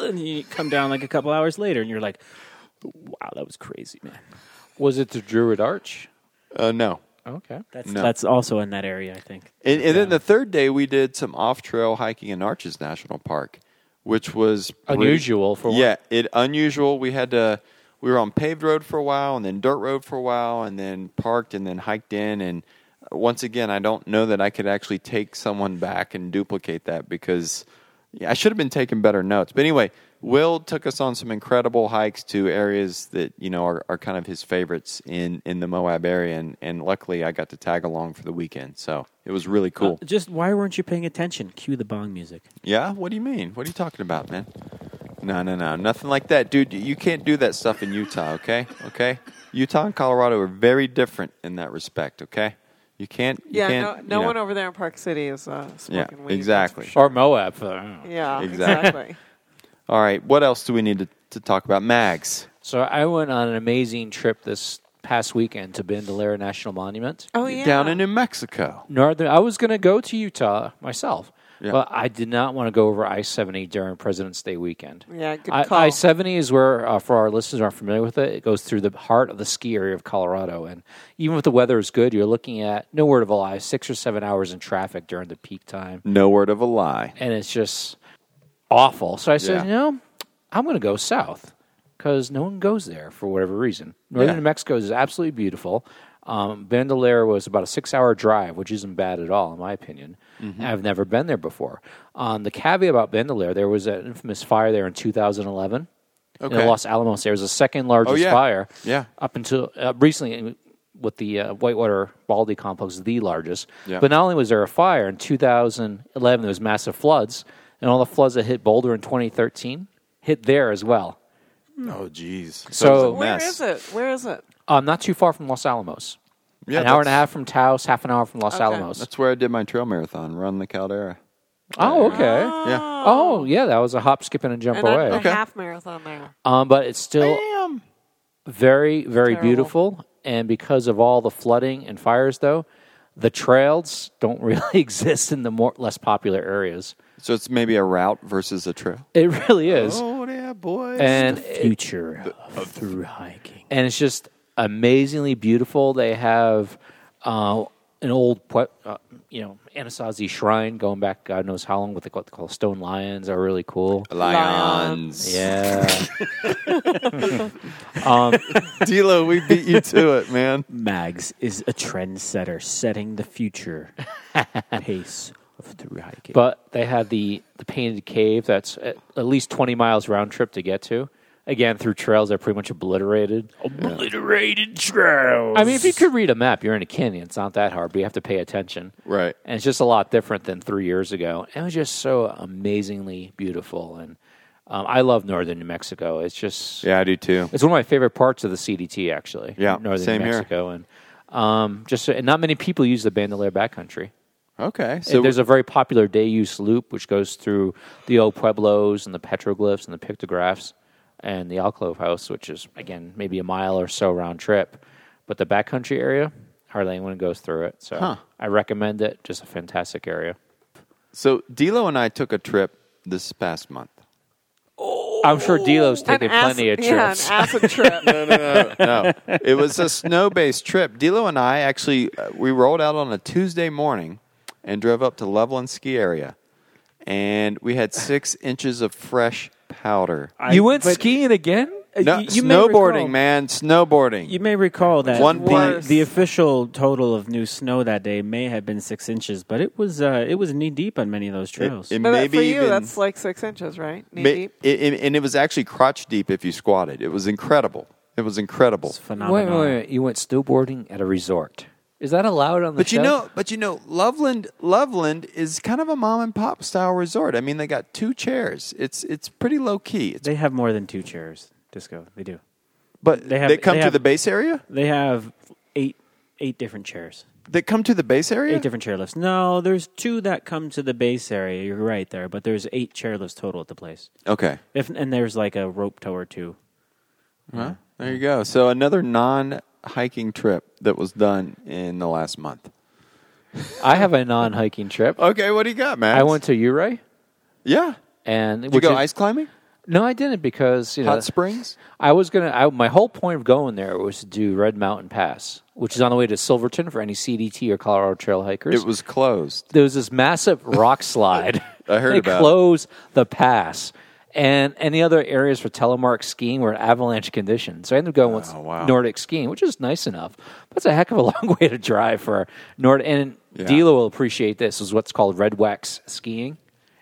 And you come down like a couple hours later, and you're like, "Wow, that was crazy, man."
Was it the Druid Arch?
Uh, no.
Okay.
That's
No.
that's also in that area, I think.
And, and then the third day, we did some off trail hiking in Arches National Park, which was pretty-
Unusual for one.
yeah, it unusual. We had to we were on paved road for a while, and then dirt road for a while, and then parked, and then hiked in. And uh, once again, I don't know that I could actually take someone back and duplicate that because yeah, I should have been taking better notes. But anyway, Will took us on some incredible hikes to areas that you know are, are kind of his favorites in in the Moab area, and, and luckily I got to tag along for the weekend, so it was really cool.
Uh, just why weren't you paying attention? Cue the bong music.
Yeah? What do you mean? What are you talking about, man? No, no, no. Nothing like that. Dude, you can't do that stuff in Utah, okay? Okay? Utah and Colorado are very different in that respect, okay? You can't. You
yeah, no,
can't,
no
you know.
one over there in Park City is uh,
Yeah,
smoking weed.
exactly.
Or Moab. Uh, For, I don't know.
Yeah,
Exactly.
exactly.
All right. What else do we need to, to talk about? Mags.
So I went on an amazing trip this past weekend to Bandolera National Monument.
oh yeah.
Down in New Mexico.
Northern. I was going to go to Utah myself,
Yeah.
but I did not want to go over I seventy during President's Day weekend.
yeah, good call.
I seventy is where, uh, for our listeners who aren't familiar with it, it goes through the heart of the ski area of Colorado, and even if the weather is good, you're looking at no word of a lie, six or seven hours in traffic during the peak time,
No word of a lie.
and it's just awful. So I said,
Yeah.
you know, I'm going to go south because no one goes there for whatever reason. Northern
Yeah.
New Mexico is absolutely beautiful. Um, Bandolera was about a six-hour drive, which isn't bad at all, in my opinion.
Mm-hmm.
I've never been there before. Um, the caveat about Bandolera, there was an infamous fire there in 2011 in
Okay.
the Los Alamos. There was the second largest
Oh, yeah.
fire.
Yeah.
Up until uh, recently, with the uh, Whitewater Baldy complex, the largest.
Yeah.
But not only was there a fire in 2011, there was massive floods, and all the floods that hit Boulder in 2013 hit there as well.
Oh, jeez.
So-
it was a
Where
mess.
is it? Where is it?
Um, not too far from Los Alamos.
Yeah,
an hour and a
that's-
half from Taos, half an hour from Los
Okay.
Alamos.
That's where I did my trail marathon, run the Caldera.
Oh, okay.
Yeah.
Oh, yeah, that was a hop, skip, and a jump
And I
away.
did a half marathon there.
Um, but it's still very, very
Terrible.
beautiful. And because of all the flooding and fires, though, the trails don't really exist in the more less popular areas.
So it's maybe a route versus a trail.
It really is,
Oh, yeah, boy.
and
Future of through hiking.
and it's just amazingly beautiful. They have uh, an old, pue- uh, you know, Anasazi shrine going back God knows how long with what they call stone lions are really cool.
Lions.
Yeah,
Dilo, we beat you to it, man.
Mags is a trendsetter, setting the future pace of through hiking.
but they had the the painted cave that's at, at least twenty miles round trip to get to. Again, through trails that are pretty much obliterated.
obliterated trails.
I mean, if you could read a map, you're in a canyon. It's not that hard, but you have to pay attention.
Right.
And it's just a lot different than three years ago. And it was just so amazingly beautiful. And um, I love northern New Mexico. It's just,
Yeah, I do too.
it's one of my favorite parts of the CDT, actually.
Yeah,
Northern
same
New
here.
Mexico. And um, just, and not many people use the Bandolera backcountry.
Okay,
So
so
there's a very popular day use loop which goes through the old pueblos and the petroglyphs and the pictographs. and the Alcove House, which is again maybe a mile or so round trip. But the backcountry area, hardly anyone goes through it. So
Huh.
I recommend it. Just a fantastic area.
So D'Lo and I took a trip this past month.
I'm sure D'Lo's
An
taken
ass-
plenty of
yeah, an
trips.
acid trip.
no, no, no, no. It was a snow-based trip. D'Lo and I actually uh, we rolled out on a Tuesday morning and drove up to Loveland Ski Area, and we had six inches of fresh powder.
you went skiing again?
No, snowboarding, man, snowboarding.
You may recall that
One
the,
piece.
the official total of new snow that day may have been six inches, but it was uh, it was knee deep on many of those trails.
it
But
may be
for you,
even-
that's like six inches, right? Knee
Ma-
deep.
it- it- and it was actually crotch deep if you squatted. It was incredible. It was incredible.
Wait, wait, wait. You went snowboarding at a resort. Is that allowed on the
But
show?
you know, but you know, Loveland, Loveland is kind of a mom and pop style resort. I mean, they got two chairs. It's it's pretty low key. It's,
They have more than two chairs, Disco. They do.
but
They have.
they come to
have-
the base area.
They have eight eight different chairs.
They come to the base area.
Eight different chairlifts. No, there's two that come to the base area. You're right there, but there's eight chairlifts total at the place.
Okay,
If and there's like a rope tow or two.
Well, there you go. So another non hiking trip that was done in the last month.
I have a non hiking trip.
Okay, what do you got, man?
I went to Uray.
Yeah,
And
did you go ice climbing?
No, I didn't because you know
Hot springs?
I was gonna. I, my whole point of going there was to do Red Mountain Pass, which is on the way to Silverton for any CDT or Colorado Trail hikers.
It was closed.
there was this massive rock slide.
I heard
they
about it.
close the pass, and any other areas for telemark skiing were in avalanche conditions. So I ended up going with
Oh, wow.
Nordic skiing, which is nice enough. But it's a heck of a long way to drive for Nordic. And
Yeah.
Dilo will appreciate this. Is what's called red wax skiing.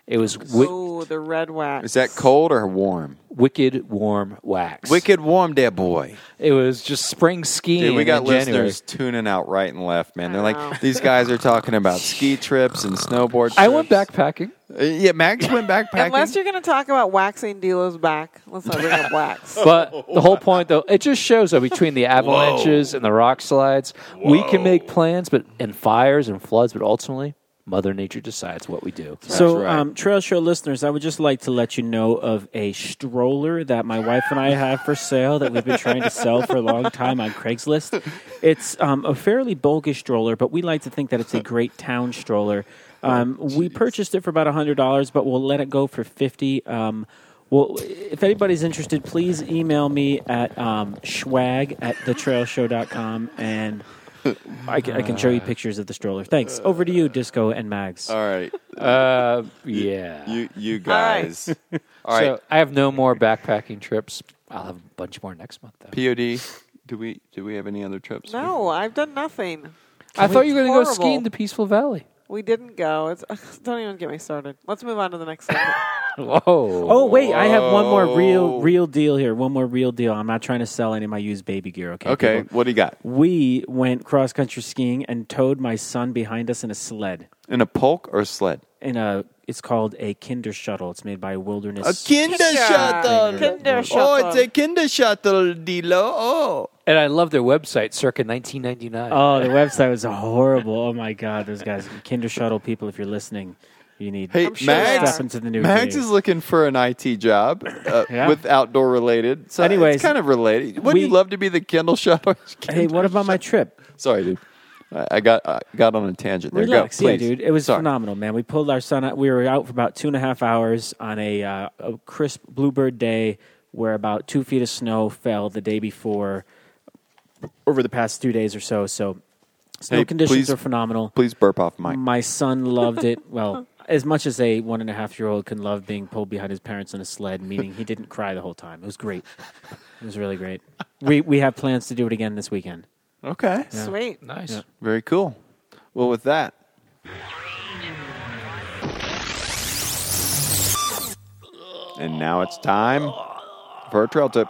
It was wi-
Oh, the red wax.
Is that cold or warm?
wicked warm wax.
Wicked warm, dear boy.
It was just spring skiing.
Dude, we got
in January.
listeners tuning out right and left, man. They're
Wow.
like, these guys are talking about ski trips and snowboard. Trips.
I went backpacking.
Uh, Yeah, Max went backpacking.
Unless you're going to talk about waxing Dilo's back, let's not bring up wax.
But the whole point, though, it just shows that between the avalanches and the rock slides, we can make plans, but and fires and floods, but ultimately, Mother Nature decides what we do.
so,
right.
um, Trail Show listeners, I would just like to let you know of a stroller that my wife and I have for sale that we've been trying to sell for a long time on Craigslist. It's um, a fairly bulkish stroller, but we like to think that it's a great town stroller. Um, we purchased it for about hundred dollars, but we'll let it go for fifty. Um, well, if anybody's interested, please email me at um, schwag at thetrailshow.com and I can, I can show you pictures of the stroller. Thanks. Over to you, Disco and Mags.
All right,
Uh, yeah.
you you
right.
guys. All right,
So I have no more backpacking trips. I'll have a bunch more next month, though.
POD. Do we do we have any other trips?
no, I've done nothing.
I thought you were going to go
Horrible.
skiing to Peaceful Valley.
We didn't go. It's, don't even get me started. Let's move on to the next segment.
Whoa.
Oh wait, I have one more
Whoa.
real real deal here. One more real deal. I'm not trying to sell any of my used baby gear. Okay.
Okay,
people?
what do you got?
We went cross country skiing and towed my son behind us in a sled.
In a polk or a sled?
In a, it's called a Kinder Shuttle. It's made by Wilderness.
Kinder
Oh, Kinder Shuttle, Dilo. Oh,
And I love their website, circa 1999.
oh, the website was horrible. Oh my god, those guys, Kinder Shuttle people. If you're listening, you need
hey,
sure
Max.
step into the new.
Max
game.
is looking for an IT job uh,
Yeah.
with outdoor related. So it's
Anyways,
kind of related. Wouldn't
we-
you love to be the Kindle Shuttle?
Hey, what about my trip?
Sorry, dude. I I got I got on a tangent there.
Relax,
Go,
yeah,
please.
dude. It was
Sorry.
phenomenal, man. We pulled our son out. We were out for about two and a half hours on a, uh, a crisp bluebird day, where about two feet of snow fell the day before. Over the past two days or so, so snow
Hey,
conditions
please-
are phenomenal.
Please burp off mic.
My son loved it. Well, as much as a one and a half year old can love being pulled behind his parents on a sled, meaning he didn't cry the whole time. It was great. It was really great. We we have plans to do it again this weekend.
Okay.
Sweet.
nice.
Very cool. Well, with that, and now it's time for a trail tip.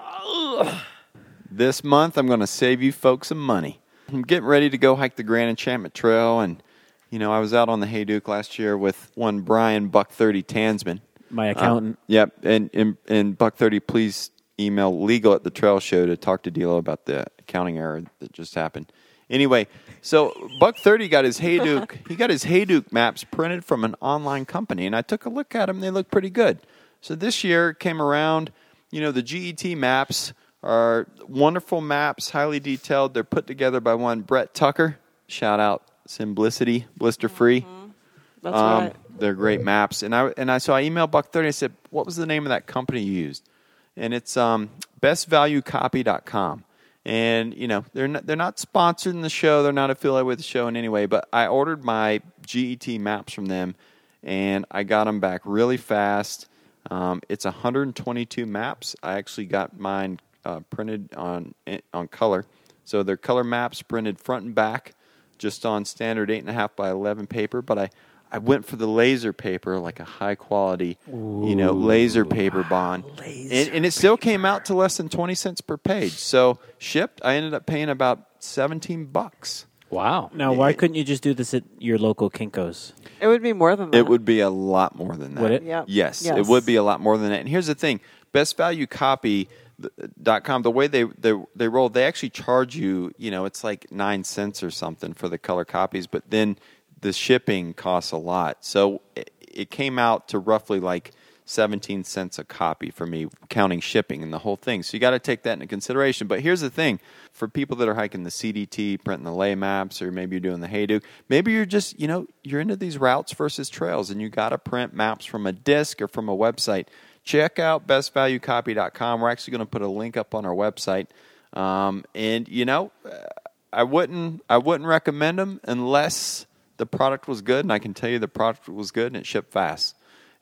This month, I'm going to save you folks some money. I'm getting ready to go hike the Grand Enchantment Trail, and you know I was out on the Hayduke last year with one Brian Buck Thirty Tansman.
My accountant.
Uh, Yep, and and, and Buck Thirty, please email legal at the trail show to talk to Dilo about the accounting error that just happened. Anyway, so Buck Thirty got his Hayduke, he got his Hayduke maps printed from an online company, and I took a look at them. They look pretty good. So this year came around, you know, the GET maps are wonderful maps, highly detailed. They're put together by one Brett Tucker. Shout out Simplicity, blister free.
That's
Um,
right.
They're great maps. And I and I so I emailed Buck Thirty. I said, "What was the name of that company you used?" And it's um, bestvaluecopy.com. And you know they're not, they're not sponsored in the show. They're not affiliated with the show in any way. But I ordered my GET maps from them, and I got them back really fast. Um, it's 122 maps. I actually got mine uh, printed on eh, on color, so they're color maps printed front and back just on standard eight and a half by eleven paper, but I, I went for the laser paper, like a high quality, you know, laser paper bond, and, and it still came out to less than twenty cents per page. So shipped, I ended up paying about seventeen bucks.
Wow!
Now, why couldn't you just do this at your local Kinkos?
It would be more than that.
It would be a lot more than that.
Would it?
Yep.
Yes, it
Yes.
would be a lot more than that. And here's the thing: bestvaluecopy.com, the way they, they they roll, they actually charge you. You know, it's like nine cents or something for the color copies, but then the shipping costs a lot. So it, it came out to roughly like. 17 cents a copy for me counting shipping and the whole thing so you got to take that into consideration but here's the thing for people that are hiking the cdt printing the lay maps or maybe you're doing the hayduke maybe you're just you know you're into these routes versus trails and you got to print maps from a disk or from a website check out bestvaluecopy.com we're actually going to put a link up on our website um, and you know I wouldn't I wouldn't recommend them unless the product was good, and I can tell you the product was good and it shipped fast.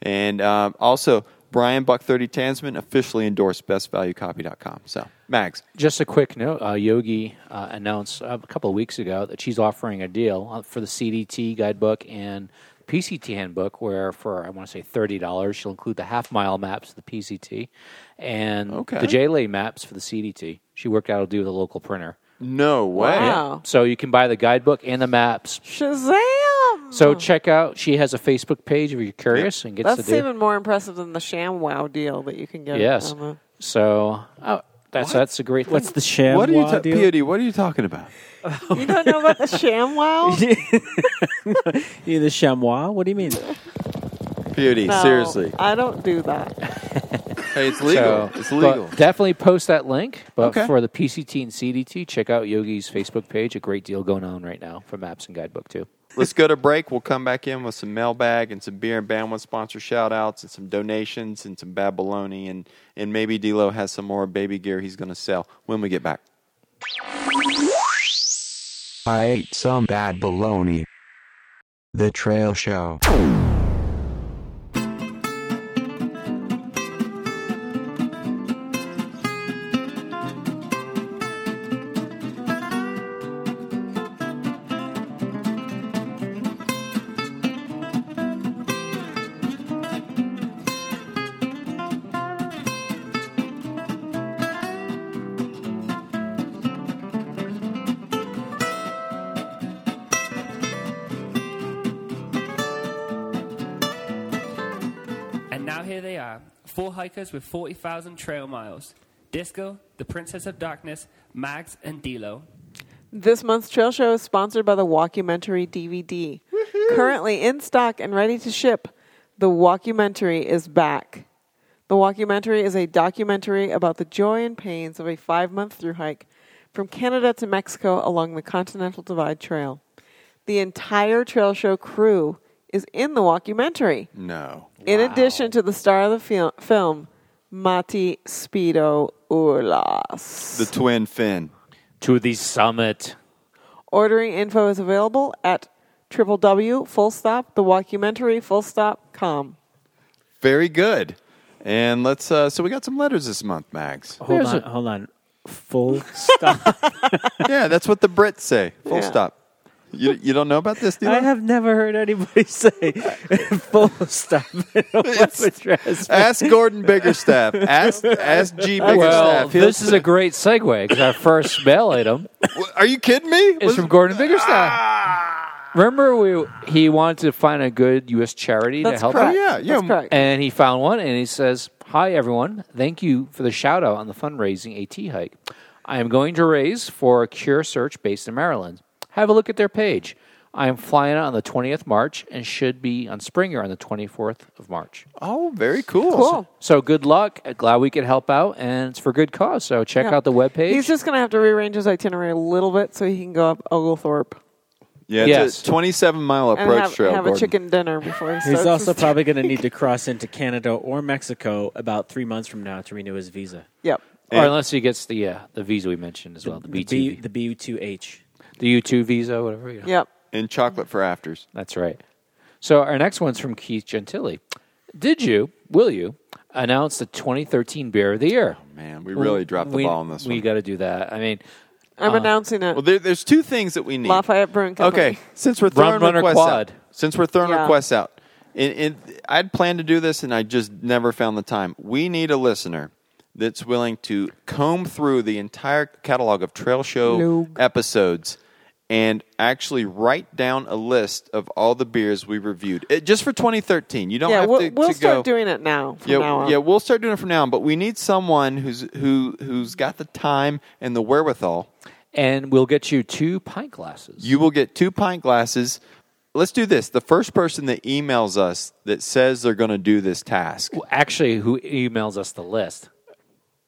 And um, also, Brian Buck Thirty Tansman officially endorsed BestValueCopy.com. So, Mags,
Just a quick note: uh, Yogi uh, announced uh, a couple of weeks ago that she's offering a deal uh, for the CDT guidebook and PCT handbook, where for I want to say thirty dollars, she'll include the half mile maps of the PCT and
Okay.
the JLA maps for the CDT. She worked out a deal with a local printer.
no way.
Wow.
So you can buy the guidebook and the maps.
Shazam!
So check out. She has a Facebook page if you're curious and gets to
That's
do.
even more impressive than the ShamWow deal that you can get.
yes.
on the-
So oh, that's that's a great. thing.
What's the sham?
what are you ta-
wad deal?
POD? What are you talking about?
you don't know about the ShamWow?
You the chamois? What do you mean?
POD,
No,
seriously.
I don't do that.
Hey, it's legal.
So,
it's
but
legal.
Definitely post that link. But
Okay.
for the PCT and CDT, check out Yogi's Facebook page. A great deal going on right now for maps and guidebook too.
Let's go to break. We'll come back in with some mailbag and some beer and bandwidth sponsor shout outs and some donations and some bad baloney and, and maybe D'Lo has some more baby gear he's going to sell when we get back.
I ate some bad baloney. The Trail Show.
And now here they are, four hikers with 40,000 trail miles. Disco, the Princess of Darkness, Mags, and Dilo.
This month's trail show is sponsored by the Walkumentary DVD. Currently in stock and ready to ship, the Walkumentary is back. The Walkumentary is a documentary about the joy and pains of a five month through hike from Canada to Mexico along the Continental Divide Trail. The entire trail show crew is in the Walkumentary.
No.
In addition to the star of the fil- film, Mati Speedo Urlas.
The twin fin.
To the summit.
Ordering info is available at www full stop the walkumentary full stop com.
Very good. And let's, uh, so we got some letters this month, Mags.
Hold
There's
on,
a-
hold on. Full stop.
yeah, that's what the Brits say. Full
Yeah.
stop. You, you don't know about this, D'Lo?
I have never heard anybody say full stop. in a web address.
Ask Gordon Biggerstaff. Ask, ask G
Well,
Biggerstaff. He'll-
this is a great segue because our first mail item
Are you kidding me?
is from Gordon Biggerstaff.
Ah.
Remember, we he wanted to find a good U.S. charity to
That's
help
correct.
him?
Oh, yeah, yeah.
That's correct.
And he found one and he says, Hi, everyone. Thank you for the shout out on the fundraising AT hike. I am going to raise for a cure search based in Maryland. Have a look at their page. I am flying out on the 20th March and should be on Springer on the 24th of March.
Oh, very cool.
So, so good luck. Uh, Glad we could help out, and it's for good cause. So check
Yeah.
out the webpage.
He's just going to have to rearrange his itinerary a little bit so he can go up Oglethorpe
Yeah, it's
Yes.
a 27 mile
and
approach
have,
trail.
have a
Gordon.
chicken dinner before he starts.
He's also
his-
probably going to need to cross into Canada or Mexico about three months from now to renew his visa.
Yep.
or unless he gets the uh, the visa we mentioned as well, the B two
The B two H,
the U two visa, whatever. You know.
Yep.
And chocolate for afters.
That's right. So our next one's from Keith Gentili. Did you, will you, announce the 2013 Beer of the Year?
Oh, Man, we really dropped the
We-
ball on this
We
one.
got to do that. I mean,
I'm
uh,
announcing it.
Well, there, there's two things that we need.
Lafayette Brewing Company.
Okay, since we're
Rum
throwing
Runner
requests out,
Quad.
since we're throwing
Yeah.
requests out, and, and I'd planned to do this, and I just never found the time. We need a listener that's willing to comb through the entire catalog of Trail Show
Log.
episodes and actually write down a list of all the beers we reviewed, it, just for 2013. You don't
Yeah,
have
we'll,
to,
we'll
to
start
go.
doing it now. From
yeah,
now on.
yeah, we'll start doing it from now on. But we need someone who's who who's got the time and the wherewithal.
and we'll get you two pint glasses.
You will get two pint glasses. Let's do this. The first person that emails us that says they're going to do this task.
actually who emails us the list.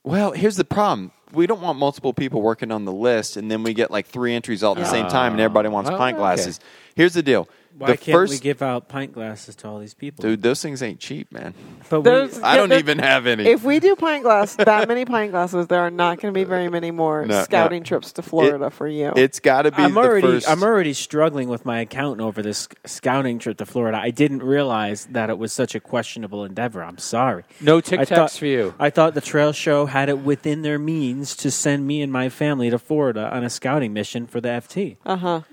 Well, here's the problem. We don't want multiple people working on the list, and then we get like three entries all at the same time, and everybody wants
Oh,
pint
okay.
glasses. Here's the deal.
Ah. Why
the
can't
first,
we give out pint glasses to all these people?
dude, those things ain't cheap, man.
but we,
There's-
I
yeah,
don't
there-
even have any.
If we do pint glass, that many pint glasses, there are not going to be very many more
No,
scouting
no.
trips to Florida for you.
it's got to be
I'm
the
already
first.
I'm already struggling with my accountant over this scouting trip to Florida. I didn't realize that it was such a questionable endeavor. I'm sorry.
No Tic
I
Tacs
thought-
for you.
I thought the trail show had it within their means to send me and my family to Florida on a scouting mission for the FT.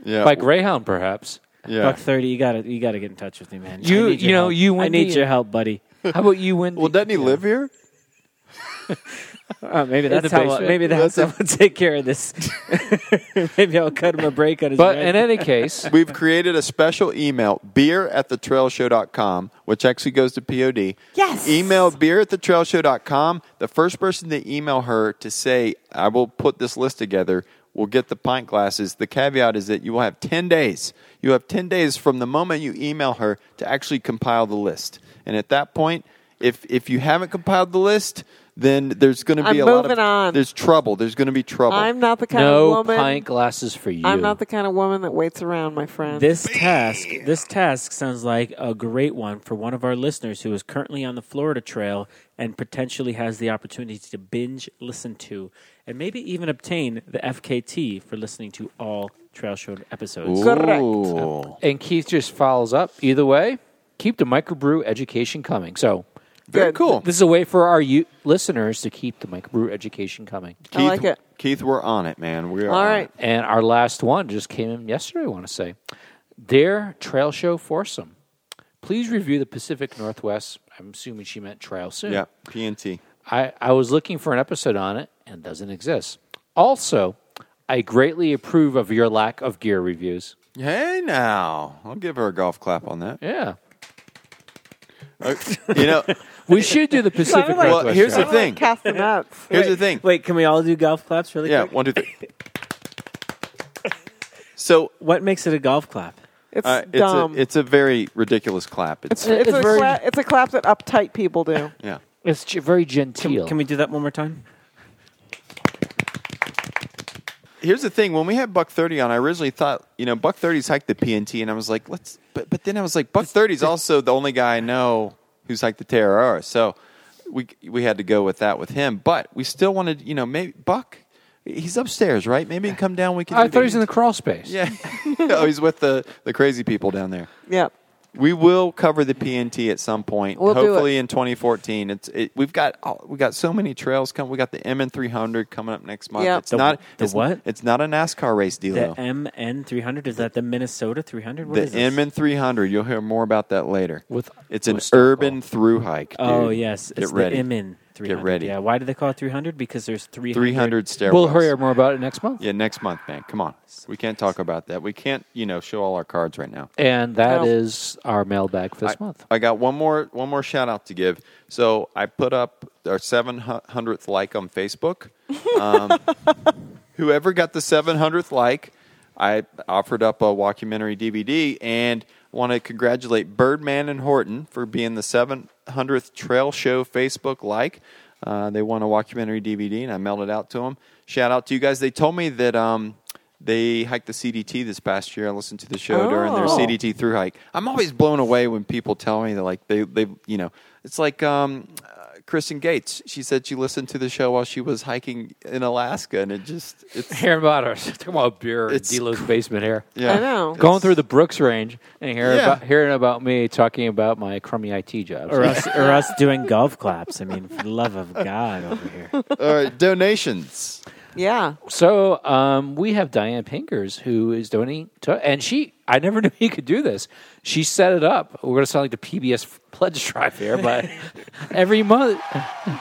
yeah,
By Greyhound, perhaps.
yeah.
Buck thirty, you gotta you gotta get in touch with me, man. I
You-
need your
you know,
help.
you
I
and
need
me.
your help, buddy.
How about you win?
Well, doesn't he live here?
Uh, maybe
the
that's how
basement.
maybe that's how I'll take care of this. maybe I'll cut him a break on his.
but
rent.
in any case,
We've created a special email, beer at the trailshow.com, which actually goes to POD.
Yes.
Email beer at the trailshow.com. The first person to email her to say, I will put this list together, will get the pint glasses. The caveat is that you will have 10 days. You have 10 days from the moment you email her to actually compile the list. And at that point, if, if you haven't compiled the list, then there's going to be
I'm
a lot of
moving on.
there's trouble. There's going to be trouble.
I'm not the kind
no
of woman.
pint glasses for you.
I'm not the kind of woman that waits around, my friend.
This task, this task sounds like a great one for one of our listeners who is currently on the Florida Trail and potentially has the opportunity to binge listen to and maybe even obtain the FKT for listening to all Trail Show episodes.
Correct.
Ooh.
and Keith just follows up. Either way, keep the microbrew education coming. So
Very
Good.
cool.
this is a way for our you- listeners to keep the microbrew education coming.
Keith,
like it.
Keith, we're on it, man. We are
All
on it.
right.
And our last one just came in yesterday, I want to say. Dear Trail Show Foursome, please review the Pacific Northwest. I'm assuming she meant trail soon.
Yeah, PNT.
I, I was looking for an episode on it and it doesn't exist. Also, I greatly approve of your lack of gear reviews.
Hey now, I'll give her a golf clap on that. Uh,
Yeah.
you know,
We should do the Pacific
like-
Northwest.
Well, here's
show.
the thing.
Cast the nuts.
Here's the thing.
Wait, can we all do golf claps really
Yeah,
quick?
one, two, three. So
What makes it a golf clap?
It's
uh, it's a
dumb.
it's a very ridiculous clap. It's,
it's, it's
it's
a
very-
cla- it's a clap that uptight people do.
yeah.
It's ge- very
Can,
genteel.
can we do that one more time?
Here's the thing. When we had Buck Thirty on, I originally thought you know Buck 30's hiked the PNT, and I was like, let's. But but then I was like, Buck 30's also the only guy I know who's hiked the Terror. So we we had to go with that with him. But we still wanted you know maybe Buck. He's upstairs, right? Maybe he can come down. We can.
I
do
thought he was in the
PNT.
crawl space.
Yeah. oh, he's with the, the crazy people down there.
Yep.
We will cover the PNT at some point.
We'll do
hopefully in 2014. It's it, we've got all, we got so many trails coming. We got the MN300 coming up next month.
Yep.
It's
The-
not
the
it's,
what?
It's not a NASCAR race,
The
Dilo.
MN three hundred is that the Minnesota three hundred?
The MN300. You'll hear more about that later.
With-
it's an
with Stockholm.
urban through hike. Dude.
Oh yes,
get
it's
ready.
the MN three hundred.
ready.
Yeah, why do they call it three hundred? Because there's three
300 stairwells.
We'll hear more about it next month.
Yeah, next month, man. Come on. We can't talk about that. We can't, you know, show all our cards right now.
And that
Oh.
is our mailbag for this
I-
month.
I got one more one more shout out to give. So I put up our seven hundredth like on Facebook. Um, whoever got the seven hundredth like, I offered up a documentary DVD and want to congratulate Birdman and Horton for being the 700th Trail Show Facebook like. Uh, they won a documentary DVD and I mailed it out to them. Shout out to you guys. They told me that um, they hiked the CDT this past year. I listened to the show during their
Oh.
CDT through hike. I'm always blown away when people tell me that like they they you know it's like um, uh, Kristen Gates. She said she listened to the show while she was hiking in Alaska, and it just it's
Aaron Botters. Talking about beer in
It's
D'Lo's basement here.
Yeah. I know.
Going through the Brooks range and hearing,
Yeah.
about, hearing about me talking about my crummy IT job.
Or us, or us doing golf claps. I mean, for the love of God over here.
All right, donations.
Yeah.
So um, we have Diane Pinkers who is donating to, and she, I never knew he could do this. She set it up. We're going to sound like the PBS pledge drive here, but every month.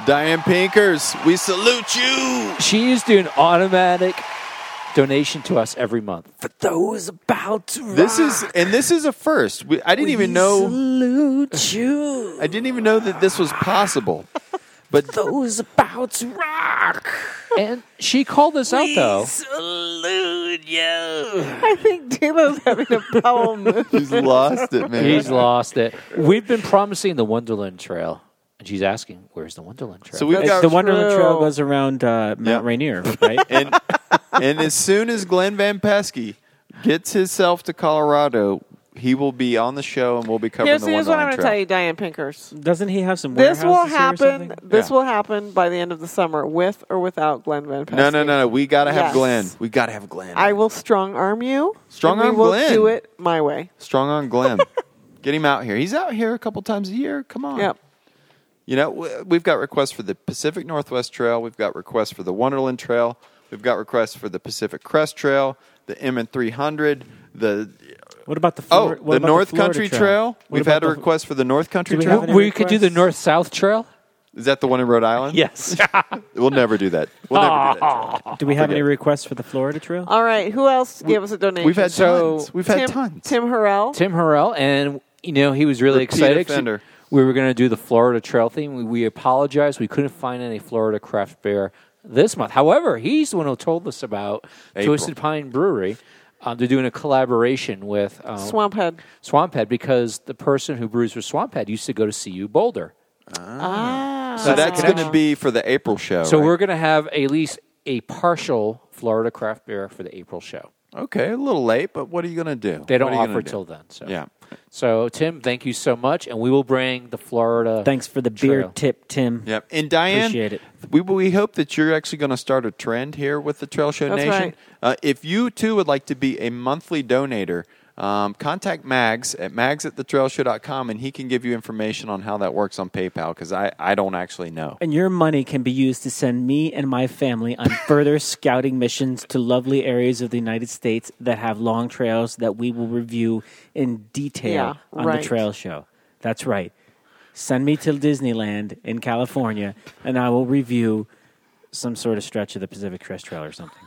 Diane Pinkers, we salute you.
She is doing automatic donation to us every month. For
those about to this is and this is a first. We, I didn't even know
salute you.
I didn't even know that this was possible. But
those about to rock. And she called us out though.
I think D'Lo's having a bowel movement.
He's lost it, man.
He's lost it. We've been promising the Wonderland Trail, and she's asking, "Where's the Wonderland Trail?"
So we've
It's
got
the Wonderland Trail goes around uh, Mount Rainier, right?
and and as soon as Glenn Van Pesky gets himself to Colorado, he will be on the show and we'll be covering
Here's,
the
here's what I'm
Wonderland
going to tell
Trail.
you, Diane Pinkers.
Doesn't he have some
This will
warehouses here or
happen.
something?
This
Yeah.
will happen by the end of the summer, with or without Glenn Van Pesky.
No, no, no, no. We gotta have
Yes.
Glenn. We gotta have Glenn.
I will strong arm you.
Strong
and
arm
we will
Glenn.
Do it my way.
Strong on Glenn. Get him out here. He's out here a couple times a year. Come on.
Yep.
You know, w- we've got requests for the Pacific Northwest Trail. We've got requests for the Wonderland Trail. We've got requests for the Pacific Crest Trail, the M and 300, the
What about the
oh,
Flor- what
the
about
North
Florida
Country Trail.
Trail? What
We've
about
had a
the-
request for the North Country
we
Trail.
have any We could do the requests?
North South Trail.
Is that the one in Rhode Island?
Yes.
we'll never do that. We'll never do that. Trail.
Do we have
Forget
any
it.
requests for the Florida Trail?
Uh,
All right. Who else gave us a donation?
we've had So- tons. We've had
Tim,
tons.
Tim Harrell.
Tim Harrell, and you know he was really
Repeat
excited. 'cause
offender.
We were going to do the Florida Trail theme. We, we apologize. We couldn't find any Florida craft beer this month. However, he's the one who told us about
April.
Twisted Pine Brewery. Um, they're doing a collaboration with um,
Swamphead.
Swamphead because the person who brews for Swamphead used to go to CU Boulder.
Ah.
So that's going to be for the April show.
so
right?
we're going to have at least a partial Florida craft beer for the April show.
okay, a little late, but what are you going to do?
They don't
What are you
offer
gonna do?
till then. So
Yeah.
So Tim, thank you so much, and we will bring the Florida.
Thanks for the beer
Trail.
tip, Tim.
Yep. And Diane,
Appreciate it.
We, we hope that you're actually going to start a trend here with the Trail Show
That's
Nation.
right.
Uh, if you too would like to be a monthly donator, um, contact Mags at mags at thetrailshow.com and he can give you information on how that works on PayPal because I, I don't actually know.
And your money can be used to send me and my family on further scouting missions to lovely areas of the United States that have long trails that we will review in detail
Yeah,
on
right.
the trail show. That's right. Send me to Disneyland in California and I will review some sort of stretch of the Pacific Crest Trail or something.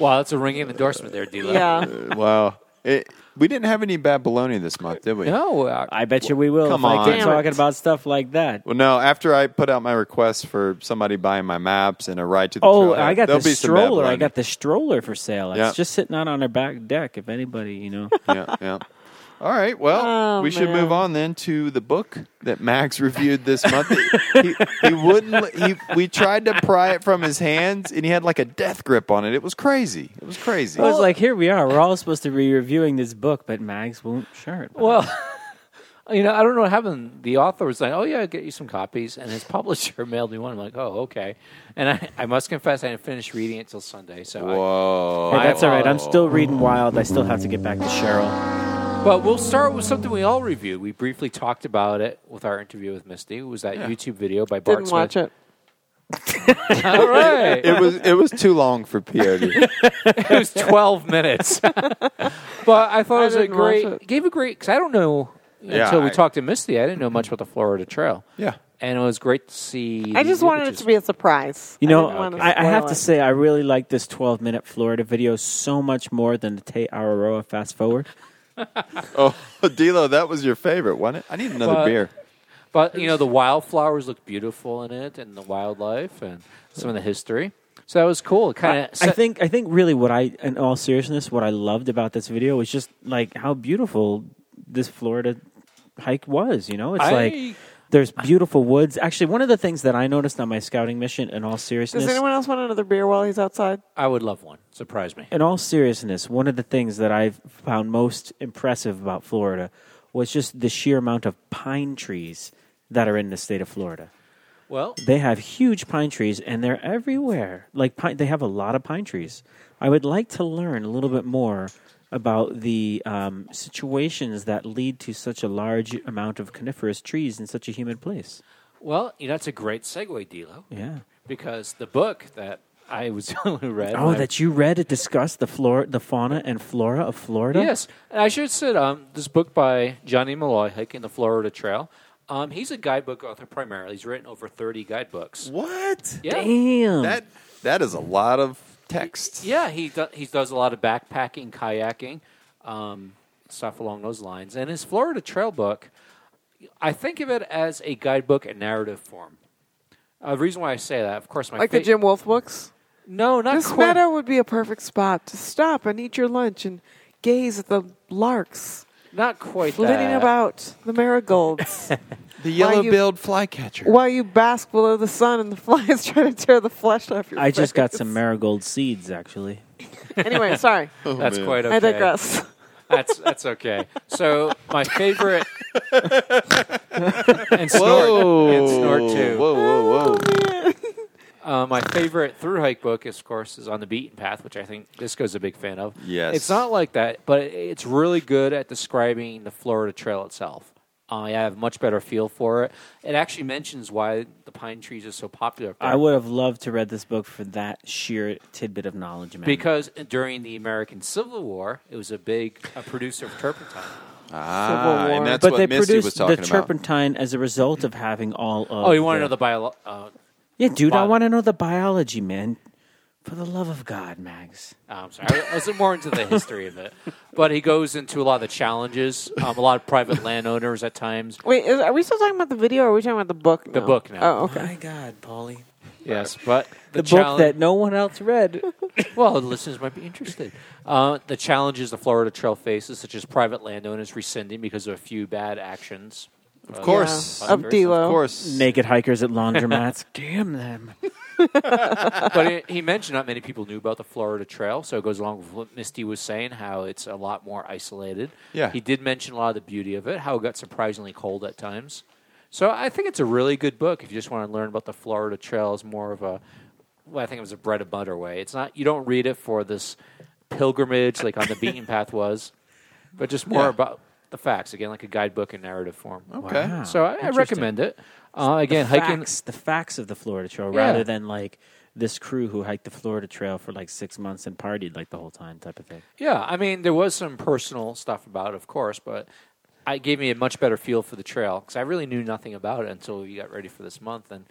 Wow, that's a ringing endorsement there, D-Lo.
Yeah.
Uh, wow. It, we didn't have any bad baloney this month, did we?
No, uh,
I bet you we will.
Come
if I
on.
keep
Damn it.
talking about stuff like that.
Well, no. After I put out my request for somebody buying my maps and a ride to the
Oh,
trailhead,
I got the
there'll be some bad
stroller. I
baloney.
got the stroller for sale.
Yeah.
It's just sitting out on our back deck. If anybody, you know,
yeah, yeah. All right. Well,
Oh,
we should
man.
move on then to the book that Max reviewed this month. he, he wouldn't. let- He, we tried to pry it from his hands, and he had like a death grip on it. It was crazy. It was crazy.
I was like, here we are. We're all supposed to be reviewing this book, but Mags won't share it.
Well, you know, I don't know what happened. The author was like, "Oh yeah, I'll get you some copies," and his publisher mailed me one. I'm like, "Oh okay," and I, I must confess, I didn't finish reading it till Sunday. So,
Whoa.
Hey, that's all right. I'm still reading Wild. I still have to get back to Cheryl.
I, but we'll start with something we all reviewed. We briefly talked about it with our interview with Misty. It was that YouTube video by Bart
Didn't
Smith.
watch it.
All right,
It was it was too long for POD.
it was 12 minutes. but I thought
I
it was a
didn't watch
great,
it.
gave a great, because I don't know
Yeah,
until we
I-
talked to Misty, I didn't know much about the Florida Trail.
Yeah.
And it was great to see.
I just
these
wanted it
images.
to be a surprise.
You know,
didn't want to
I, I have
spoil
to
it.
say, I really like this 12 minute Florida video so much more than the Te Araroa fast forward.
oh, Dilo, that was your favorite, wasn't it? I need another
But-
beer.
But, you know, the wildflowers look beautiful in it and the wildlife and some of the history. So that was cool. Kind
I,
of.
I think I think really what I in all seriousness what I loved about this video was just like how beautiful this Florida hike was, you know? It's
I-
like there's beautiful woods. Actually, one of the things that I noticed on my scouting mission in all seriousness
Does anyone else want another beer while he's outside?
I would love one. Surprise me.
In all seriousness, one of the things that I've found most impressive about Florida was just the sheer amount of pine trees that are in the state of Florida.
Well-
they have huge pine trees and they're everywhere. Like pine, they have a lot of pine trees. I would like to learn a little bit more about the um, situations that lead to such a large amount of coniferous trees in such a humid place.
Well, you know, that's a great segue, Dilo.
Yeah.
Because the book that I was the one who read.
Oh,
when I-
that you read it discussed the flora, the fauna and flora of Florida.
Yes, and I should say um, this book by Johnny Malloy, hiking the Florida Trail. Um, he's a guidebook author primarily. He's written over thirty guidebooks.
What?
Yeah.
Damn.
That that is a lot of text.
Yeah, he do, he does a lot of backpacking, kayaking, um, stuff along those lines. And his Florida Trail book, I think of it as a guidebook in narrative form. Uh, the reason why I say that, of course, my
like the
fa-
Jim Wolf books?
No, not
This
quite.
meadow would be a perfect spot to stop and eat your lunch and gaze at the larks
not quite
flitting
that.
about the marigolds.
The
Why you-
yellow-billed flycatcher.
While you bask below the sun and the flies try to tear the flesh off your
I just got
face.
some marigold seeds, actually.
anyway, sorry.
That's
man.
quite okay.
I digress.
That's that's okay. So my favorite and snort and snort too.
Whoa, whoa, whoa.
Uh, my favorite through hike book, is, of course, is On the Beaten Path, which I think Disco's a big fan of.
Yes.
It's not like that, but it- it's really good at describing the Florida Trail itself. I have much better feel for it. It actually mentions why the pine trees are so popular. up there.
I would have loved to read this book for that sheer tidbit of knowledge, man.
Because during the American Civil War, it was a big a producer of turpentine.
Ah,
War.
and that's
but
what
they
Misty was
produced the
talking about.
turpentine as a result of having all of.
Oh, you want to know the bio? Uh,
Yeah, dude, I
Bottom.
want to know the biology, man. For the love of God, Mags.
Oh, I'm sorry. I was more into the history of it. But he goes into a lot of the challenges, um, a lot of private landowners at times.
Wait, is, are we still talking about the video or are we talking about the book now?
The book now.
Oh, okay.
My God, Paulie.
Yes, but the,
The, book
challenge,
that no one else read.
well, the listeners might be interested. Uh, the challenges the Florida Trail faces, such as private landowners rescinding because of a few bad actions. Uh, Of
course.
Of D-Lo.
Of course.
Naked hikers at laundromats. Damn them.
but it, he mentioned not many people knew about the Florida Trail, so it goes along with what Misty was saying, how it's a lot more isolated.
Yeah.
he did mention a lot of the beauty of it, how it got surprisingly cold at times. So I think it's a really good book if you just want to learn about the Florida Trail. It's more of a, well, I think it was a bread and butter way. It's not you don't read it for this pilgrimage like on the beaten path was, but just more
Yeah.
about the facts again, like a guidebook in narrative form.
Okay.
Wow.
So I, I
Interesting.
recommend it. Uh, again, hiking.
Facts, the facts of the Florida Trail
Yeah.
rather than like this crew who hiked the Florida Trail for like six months and partied like the whole time type of thing.
Yeah, I mean, there was some personal stuff about it, of course, but I gave me a much better feel for the trail because I really knew nothing about it until we got ready for this month. And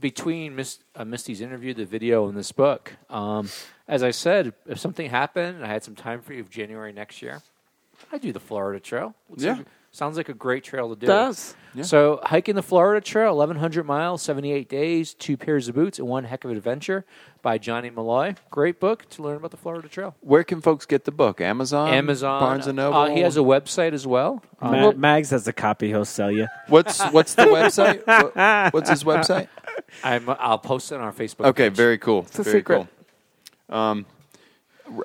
between Mis- uh, Misty's interview, the video, and this book, um, as I said, if something happened and I had some time for you of January next year, I do the Florida Trail. Looks
Yeah.
like- sounds like a great trail to do.
Does.
So hiking the Florida Trail, 1,100 miles, 78 days, two pairs of boots, and one heck of an adventure by Johnny Malloy. Great book to learn about the Florida Trail.
Where can folks get the book? Amazon?
Amazon,
Um, Barnes and Noble?
Uh, he has a website as well.
Ma- Mags has a copy he'll sell you.
what's, what's the website? What- what's his website?
I'm, I'll post it on our Facebook.
Okay,
page.
very cool.
a
very
secret.
cool. Um,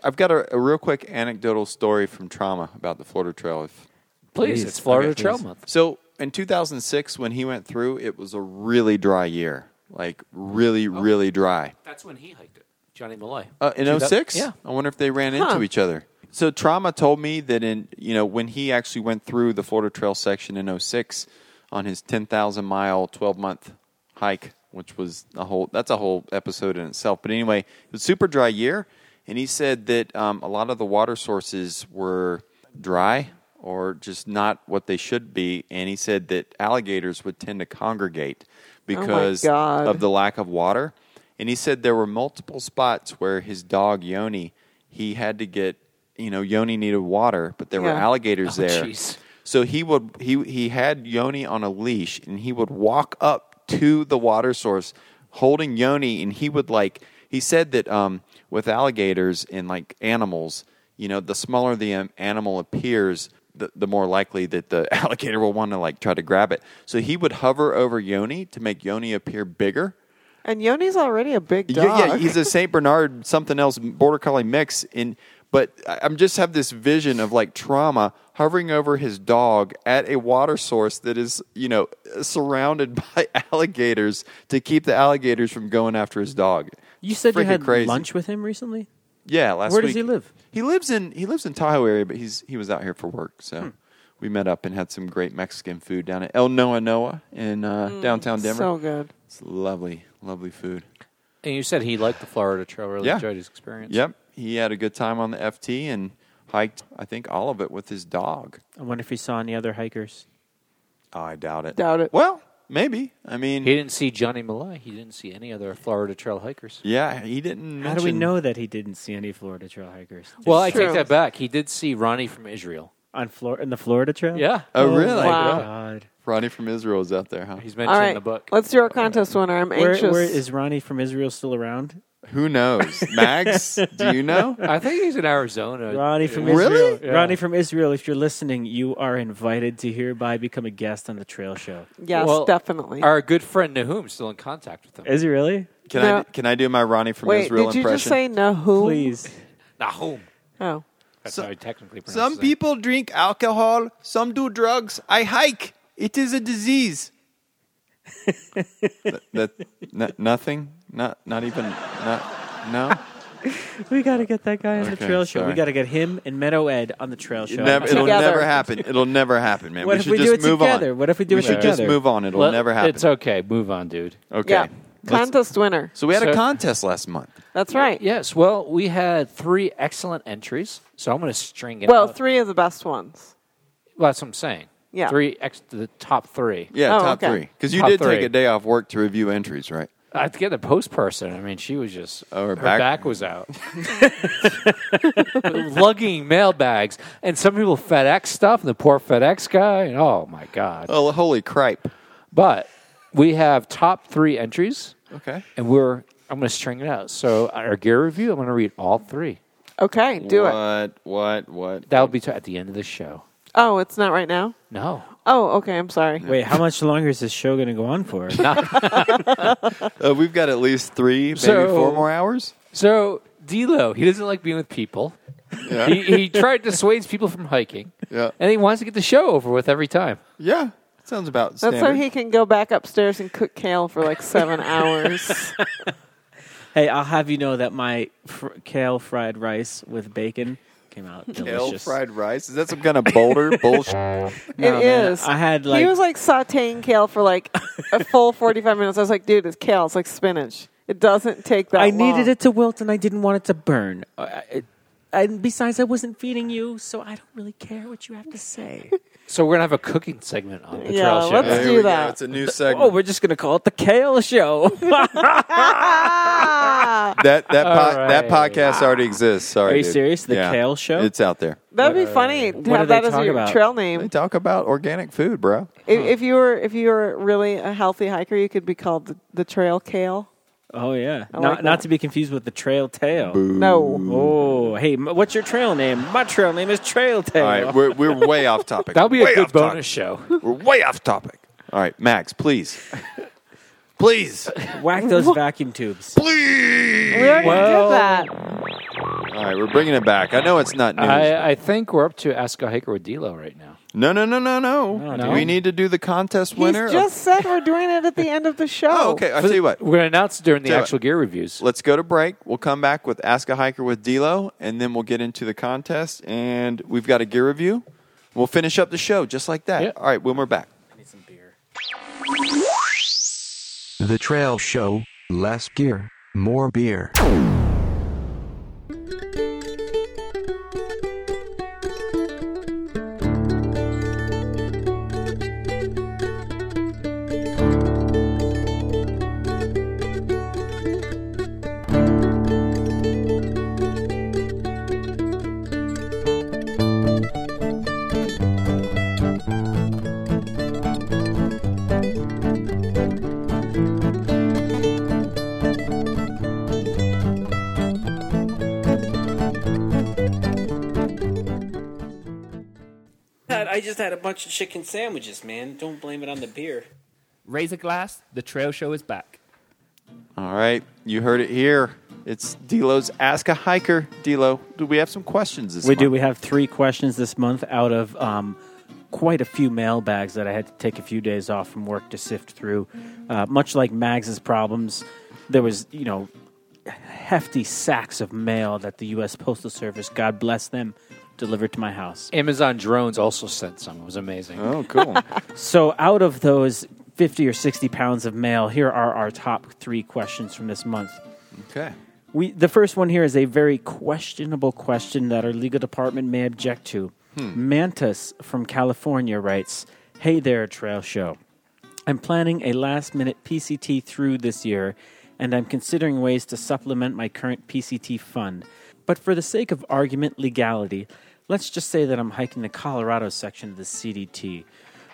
I've got a, a real quick anecdotal story from trauma about the Florida Trail. If,
please. It's Florida Trail Month.
So in 2006, when he went through, it was a really dry year. Like, really,
Oh.
really dry.
That's when he hiked it, Johnny Malloy.
Uh, in 06?
Yeah.
I wonder if they ran
Huh.
into each other. So Trauma told me that in you know when he actually went through the Florida Trail section in 06 on his 10,000 mile 12 month hike, which was a whole that's a whole episode in itself. But anyway, it was a super dry year, and he said that um, a lot of the water sources were dry or just not what they should be, and he said that alligators would tend to congregate because
Oh God.
of the the lack of water. And he said there were multiple spots where his dog Yoni, he had to get, you know, Yoni needed water, but there were
Yeah.
alligators there.
jeez.
So he would he he had Yoni on a leash and he would walk up to the water source holding Yoni and he would like He said that um, with alligators and like animals, you know, the smaller the um, animal appears, the, the more likely that the alligator will want to like try to grab it. So he would hover over Yoni to make Yoni appear bigger.
And Yoni's already a big
Yeah,
dog.
Yeah, he's a Saint Bernard, something else, border collie mix. In but I- I'm just have this vision of like trauma hovering over his dog at a water source that is you know surrounded by alligators to keep the alligators from going after his dog.
You said you
Freaking
had
crazy.
lunch with him recently.
Yeah, last
Where
week.
does he live?
He lives in he lives in Tahoe area, but he's he was out here for work. So
Hmm.
we met up and had some great Mexican food down at El Noa Noa in uh,
Hmm.
downtown Denver.
so good.
It's lovely, lovely food.
And you said he liked the Florida Trail. Really enjoyed his experience.
Yep, he had a good time on the FT and hiked. I think all of it with his dog. Oh,
I wonder if he saw any other hikers.
I doubt it.
Doubt it.
Well, maybe. I mean,
He didn't see Johnny Malai. He didn't see any other Florida Trail hikers.
yeah, he didn't.
How do we
mention-
know that he didn't see any Florida Trail hikers?
Well, I
It's true.
take that back. He did see Ronnie from Israel.
on Flor- in the Florida Trail?
Yeah.
Oh, really?
Wow.
God.
Ronnie from Israel is out there, huh?
He's
All
mentioned in
right,
the book.
let's do our contest winner. I'm
Where,
anxious.
where is Ronnie from Israel still around?
Who knows? Mags, do you know?
I think he's in Arizona.
Ronnie from
Really?
Israel.
Yeah.
Ronnie from Israel, if you're listening, you are invited to hereby become a guest on the trail show.
yes,
Well,
definitely.
Our good friend Nahum still in contact with him.
Is he really?
Can I
No.
can I do my Ronnie from
Wait,
Israel
did you
impression?
just say no? Who?
Please.
Nahum.
Oh,
That's
So-
how I technically pronounce
Some
it.
people drink alcohol, some do drugs. I hike. It is a disease. that, no- nothing? Not not even not no.
We got to get that guy on the
Okay,
trail show.
sorry.
We got to get him and Meadow Ed on the trail show.
It never, it'll
Together.
never happen. It'll never happen, man.
What
we
if
should
we do
just
it
move
together?
on.
What if we do
we
it
should just
together?
move on. It'll
Let-
never happen.
It's okay. Move on, dude.
Okay.
yeah.
Let's-
Contest winner.
so we had a
So-
contest last month.
That's right.
Yes. Well, we had three excellent entries, so I'm going to string it.
Well,
out.
three of the best ones.
Well, that's what I'm saying.
Yeah.
Three ex- the top three.
Yeah,
Oh,
top
okay.
three. Because you
Top
did take
three.
a day off work to review entries, right?
I had to get the post person. I mean, she was just
Oh, her
her,
back-
back. was out, lugging mail bags, and some people FedEx stuff, and the poor FedEx guy. And oh my god!
Oh, holy cripe.
But we have top three entries,
Okay.
and we're I'm going to string it out. So our gear review, I'm going to read all three.
Okay, do
what,
it.
What? What?
That will be to, at the end of the show.
Oh, it's not right now.
No,
Oh, okay. I'm sorry.
Wait, how much longer is this show going to go on for?
Uh, we've got at least three, maybe
So-
four more hours.
So D'Lo, he doesn't like being with people. He, he tried to dissuade people from hiking,
Yeah.
and he wants to get the show over with every time.
Yeah, sounds about
That's
standard.
so he can go back upstairs and cook kale for like seven hours.
hey, I'll have you know that my fr- kale fried rice with bacon came out
Kale
delicious.
fried rice? Is that some kind of boulder bullshit?
It is.
man, I had,
he
like-
was like sautéing kale for like a full forty-five minutes. I was like, dude, it's kale. It's like spinach. It doesn't take that.
I
long.
needed it to wilt and I didn't want it to burn. I- I- it- and besides, I wasn't feeding you, so I don't really care what you have to say.
So we're gonna have a cooking segment on the
Yeah,
trail show.
let's- do that.
It's a new
oh,
segment.
we're just going to call it the Kale Show.
Ah,
that that po-
All
that
right.
podcast already exists. Sorry,
Are you
dude.
serious? The Kale Show?
It's out there.
that'd be funny to
do
have
they
that as
talk
your
about?
trail
uh, They
name.
talk about organic food, bro.
If, if you were if you were really a healthy hiker, you could be called the, the trail kale.
oh, yeah.
I
not,
like
not
that.
to be confused with the Trail Tail.
No,
Oh, hey, m- what's your trail name? My trail name is Trail Tail.
All right, we're we're way off topic.
That'll be a
Way
good
off topic.
bonus show.
We're way off topic. All right, Max, please, please,
Whack those vacuum tubes.
please.
we already
Well-
did that.
All right, we're bringing it back. I know it's not news.
I, I think we're up to Ask a Hiker with D'Lo right now.
no, no, no, no, no.
No.
We need to do the contest winner.
He's
of-
just said we're doing it at the end of the show.
oh, okay. I tell you what.
We're gonna announce it during the
Tell you
actual
what.
gear reviews.
Let's go to break. We'll come back with Ask a Hiker with D'Lo, and then we'll get into the contest. And we've got a gear review. We'll finish up the show just like that.
Yeah.
All right, when we're back.
The Trail Show, less gear, more beer.
I just had a bunch of chicken sandwiches, man. Don't blame it on the beer.
Raise a glass. The trail show is back.
All right, you heard it here. It's Delo's Ask a Hiker. Delo, do we have some questions this
we do.
month?
We have three questions this month out of um, quite a few mailbags that I had to take a few days off from work to sift through. Uh, much like Mags's problems, there was, you know, hefty sacks of mail that the U.S. Postal Service, God bless them, delivered to my house.
Amazon drones also sent some. It was amazing.
Oh, cool.
so out of those 50 or 60 pounds of mail, here are our top three questions from this month.
Okay.
We, the first one here is a very questionable question that our legal department may object to.
Hmm.
Mantis from California writes Hey there, Trail Show. I'm planning a last minute PCT through this year, and I'm considering ways to supplement my current PCT fund. But for the sake of argument legality, let's just say that I'm hiking the Colorado section of the CDT.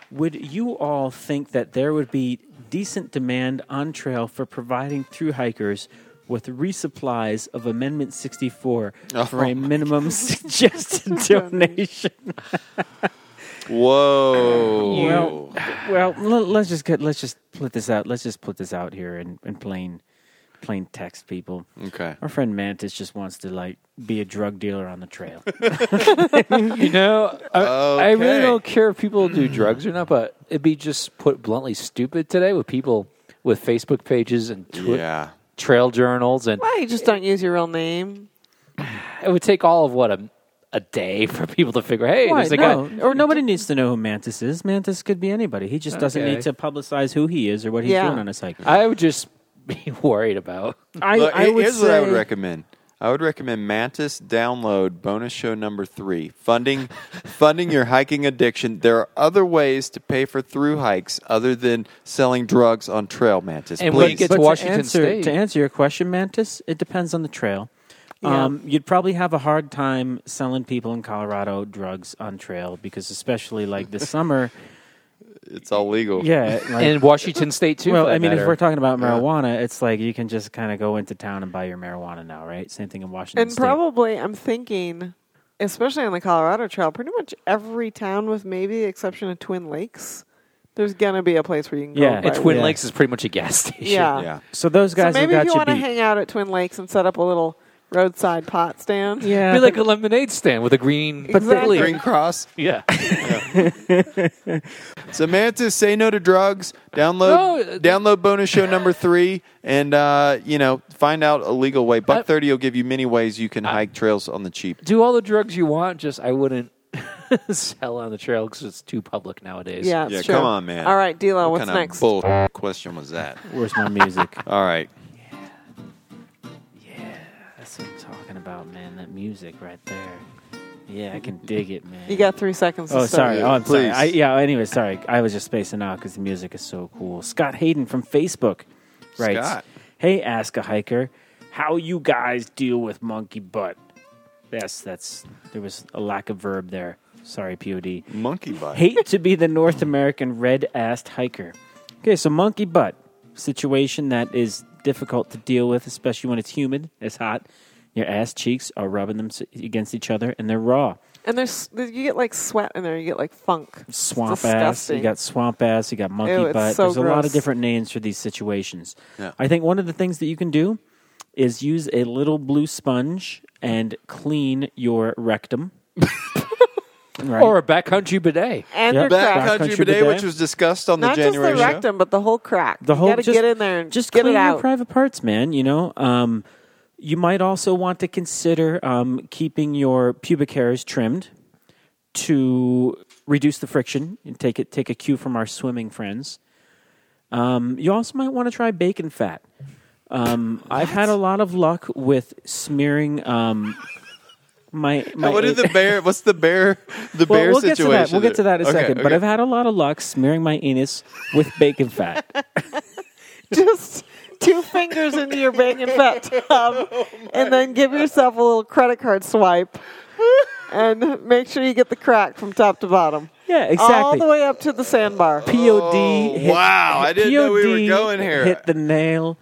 Would you all think that there would be decent demand on trail for providing through hikers with resupplies of Amendment 64
Oh.
for a minimum suggested donation?
Whoa.
Well, well, l- let's just get, let's just put this out. Let's just put this out here in, in plain plain text, people.
Okay.
Our friend Mantis just wants to like be a drug dealer on the trail.
you know, I, I really
Okay.
don't care if people do drugs or not, but it'd be just put bluntly stupid today with people with Facebook pages and twi-
Yeah.
trail journals, and
Why you just don't use your real name?
it would take all of what a a day for people to figure. Hey,
Why?
there's a
no.
guy.
or nobody needs to know who Mantis is. Mantis could be anybody. He just doesn't
Okay.
need to publicize who he is or what he's
Yeah.
doing on his hike.
I would just be worried about.
I-
Look,
I
here-
would
here's what I would
say-
recommend. I would recommend Mantis download bonus show number three. Funding funding your hiking addiction. There are other ways to pay for through hikes other than selling drugs on trail, Mantis. please.
But answer, To answer your question, Mantis, it depends on the trail.
Yeah.
Um, you'd probably have a hard time selling people in Colorado drugs on trail because, especially like this summer,
it's all legal.
Yeah, like-
in Washington State too.
Well,
for that
I mean, if
matter.
we're talking about
Yeah.
marijuana, it's like you can just kind of go into town and buy your marijuana now, right? Same thing in Washington.
And
State.
probably, I'm thinking, especially on the Colorado Trail, pretty much every town, with maybe the exception of Twin Lakes, there's going to be a place where you can go.
yeah,
buy
and Twin
weed.
Lakes is pretty much a gas station.
Yeah. Yeah.
So those guys
so
have
maybe
got
if you
you
want to
beat.
hang out at Twin Lakes and set up a little roadside pot stand.
Yeah.
be like a lemonade stand with a green,
But the- Exactly.
Green Cross.
Yeah.
so Mantis, say no to drugs. Download download bonus show number three, and uh, you know find out a legal way. Buck thirty will give you many ways you can hike trails on the cheap.
do all the drugs you want. Just I wouldn't sell on the trail because it's too public nowadays.
Yeah,
Yeah, come on, man.
All right, D'Lo,
What
Uh, what's
kind
next?
Of bull question was that?
Where's my music?
All right.
That's what I'm talking about, man. That music right there. Yeah, I can dig it, man.
You got three seconds.
Oh,
to start.
sorry. Oh, I'm sorry. I, yeah. Anyway, sorry. I was just spacing out because the music is so cool. Scott Hayden from Facebook writes,
Scott.
"Hey, ask a hiker, how you guys deal with monkey butt?" Yes, that's there was a lack of verb there. Sorry, POD.
Monkey butt.
Hate to be the North American red-assed hiker. Okay, so monkey butt situation that is difficult to deal with, especially when it's humid, it's hot. Your ass cheeks are rubbing them s- against each other, and they're raw
And there's you get like sweat in there. You get like funk. It's
swamp ass.
disgusting.
You got swamp ass. You got monkey
Ew, it's
butt.
so
There's a lot
gross.
of different names for these situations.
Yeah.
I think one of the things that you can do is use a little blue sponge and clean your rectum. Right.
Or a backcountry bidet.
And your crack.
Backcountry bidet, which was discussed on the
Not just
January
the
show.
rectum, but the whole crack.
The whole
you got to
just-
get in there and
just
get
clean
it
your
out.
private parts, man. You know, um, you might also want to consider um, keeping your pubic hairs trimmed to reduce the friction and take it take a cue from our swimming friends. Um, you also might want to try bacon fat. Um, I've had a lot of luck with smearing um, my, my.
what did the bear? What's the bear? The
Well,
bear
we'll
situation.
Get to that. We'll get to that in a
Okay,
second. But
okay.
I've had a lot of luck smearing my anus with bacon fat.
just two fingers into your bacon fat
Oh,
tub, and then give yourself a little credit card swipe, and make sure you get the crack from top to bottom.
Yeah,
All
exactly.
the way up to the sandbar.
POD. hit-
Oh, wow, I didn't know we were going here.
Hit the nail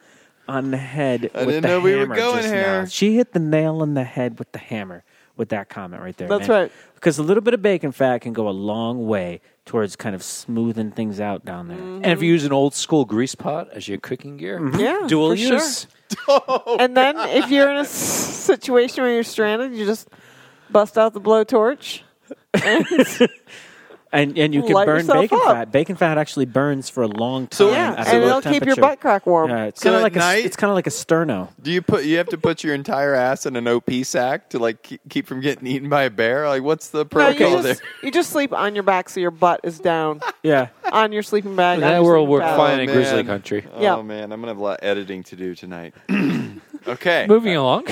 on the head.
I
with
didn't
the
know we were
hammer
going
just
here.
now. She hit the nail on the head with the hammer. with that comment right there.
That's
man.
right.
Because a little bit of bacon fat can go a long way towards kind of smoothing things out down there.
Mm-hmm.
And if you use an old school grease pot as your cooking gear,
Yeah,
dual
for sure.
use.
and then if you're in a s- situation where you're stranded, you just bust out the blowtorch.
And and you can
Light
burn
yourself
bacon
up.
fat. Bacon fat actually burns for a long time.
So- Yeah,
at a
and
low
it'll keep your
temperature.
butt crack warm.
Yeah, it's
So
kind of
at
like
night-
a, it's kind of like a sterno.
Do you put you have to put your entire ass in an OP sack to like ke- keep from getting eaten by a bear? Like, what's the
No, you,
protocol there?
just, you just sleep on your back so your butt is down
Yeah.
on your sleeping bag. on
That
your
will
sleeping
work
pad.
fine in grizzly country.
Oh
Yeah.
man, I'm gonna have a lot of editing to do tonight. okay,
Moving along.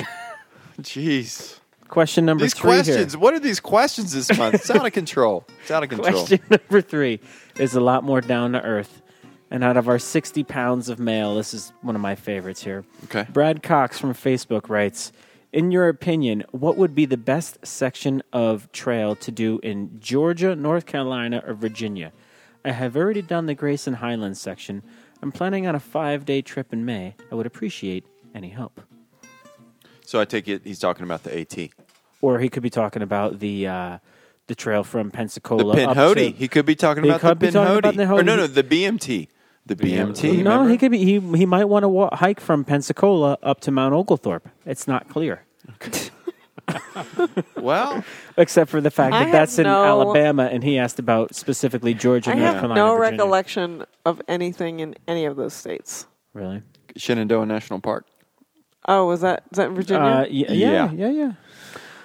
Jeez,
Question number
these
three
questions. What are these questions this month? It's out of control. It's out of
here.
control.
Question number three is a lot more down to earth. And out of our 60 pounds of mail, this is one of my favorites here.
Okay.
Brad Cox from Facebook writes In your opinion, what would be the best section of trail to do in Georgia, North Carolina, or Virginia? I have already done the Grayson Highlands section. I'm planning on a five day trip in May. I would appreciate any help.
So I take it he's talking about the AT.
Or he could be talking about the. Uh, the trail from
The
Pensacola. up
Pinhoti.
to-
He could be talking
He
about
could
the
be talking about
Pinhoti.
the
Or no,
Pinhoti.
no, the BMT. The BMT.
no,
remember?
he could be. He he might want to wa- hike from Pensacola up to Mount Oglethorpe. It's not clear,
Well,
except for the fact
I
that that's
have
in
no-
Alabama, and he asked about specifically Georgia,
I
North
have
Carolina,
no
Virginia.
recollection of anything in any of those states.
Really?
Shenandoah National Park.
Oh, was that is that in Virginia?
Uh, y- yeah, yeah,
Yeah.
yeah,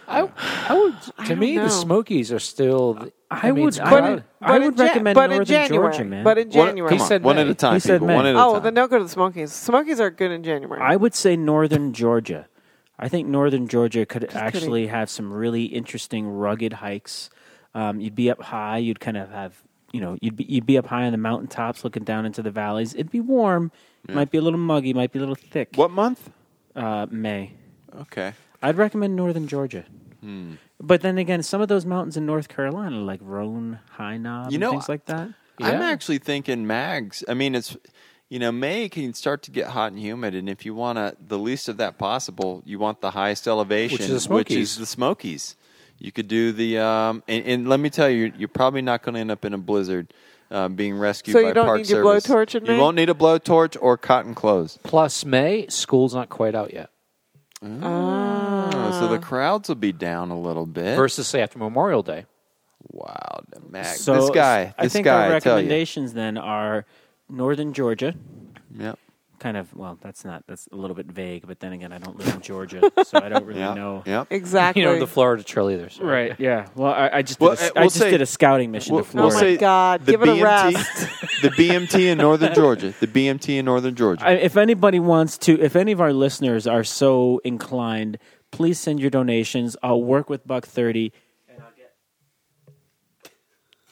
I, I would. To
don't
me,
know.
the Smokies are still. the-
I,
mean,
would.
it's
I
crowded.
would, I would
Jan-
recommend
but in
Northern
January.
Georgia, man.
But in
What-
January,
He said
one
May.
at a time,
He said
people.
May.
One at a
oh,
time.
then don't go to the Smokies. Smokies are good in January.
I would say Northern Georgia. I think Northern Georgia could actually have some really interesting rugged hikes. Um, you'd be up high. You'd kind of have you know you'd be you'd be up high on the mountaintops, looking down into the valleys. It'd be warm. Might be a little muggy. Might be a little thick.
What month?
Uh, May.
Okay.
I'd recommend Northern Georgia.
Hmm.
But then again, some of those mountains in North Carolina, like Roan, High Knob,
You
and
know,
things like that.
I'm
Yeah.
actually thinking mags. I mean, it's you know May can start to get hot and humid, and if you want to the least of that possible, you want the highest elevation,
Which is the Smokies.
the Smokies. You could do the um, and, and let me tell you, you're probably not going to end up in a blizzard. Uh, being rescued
So you
by
don't
Park
need your
Service.
blowtorch in
You
May?
won't need a blowtorch or cotton clothes.
Plus May, school's not quite out yet.
Oh, so the crowds will be down a little bit.
Versus say after Memorial Day.
wow, the mag.
So
this guy,
I
this
think
guy,
our
I tell you.
recommendations then are Northern Georgia,
Yep.
kind of well that's not that's a little bit vague but then again i don't live in georgia so i don't really
Yep.
know
Yep.
exactly.
You know, the Florida Trail either. so-
right yeah well i, I just
Well,
did a,
uh,
I
we'll
just
say-
did a scouting mission
We'll-
to
we'll
florida
say
Oh God,
the
give it a
BMT,
rest.
the BMT in northern Georgia. The BMT in northern Georgia.
I, if anybody wants to if any of our listeners are so inclined please send your donations i'll work with buck 30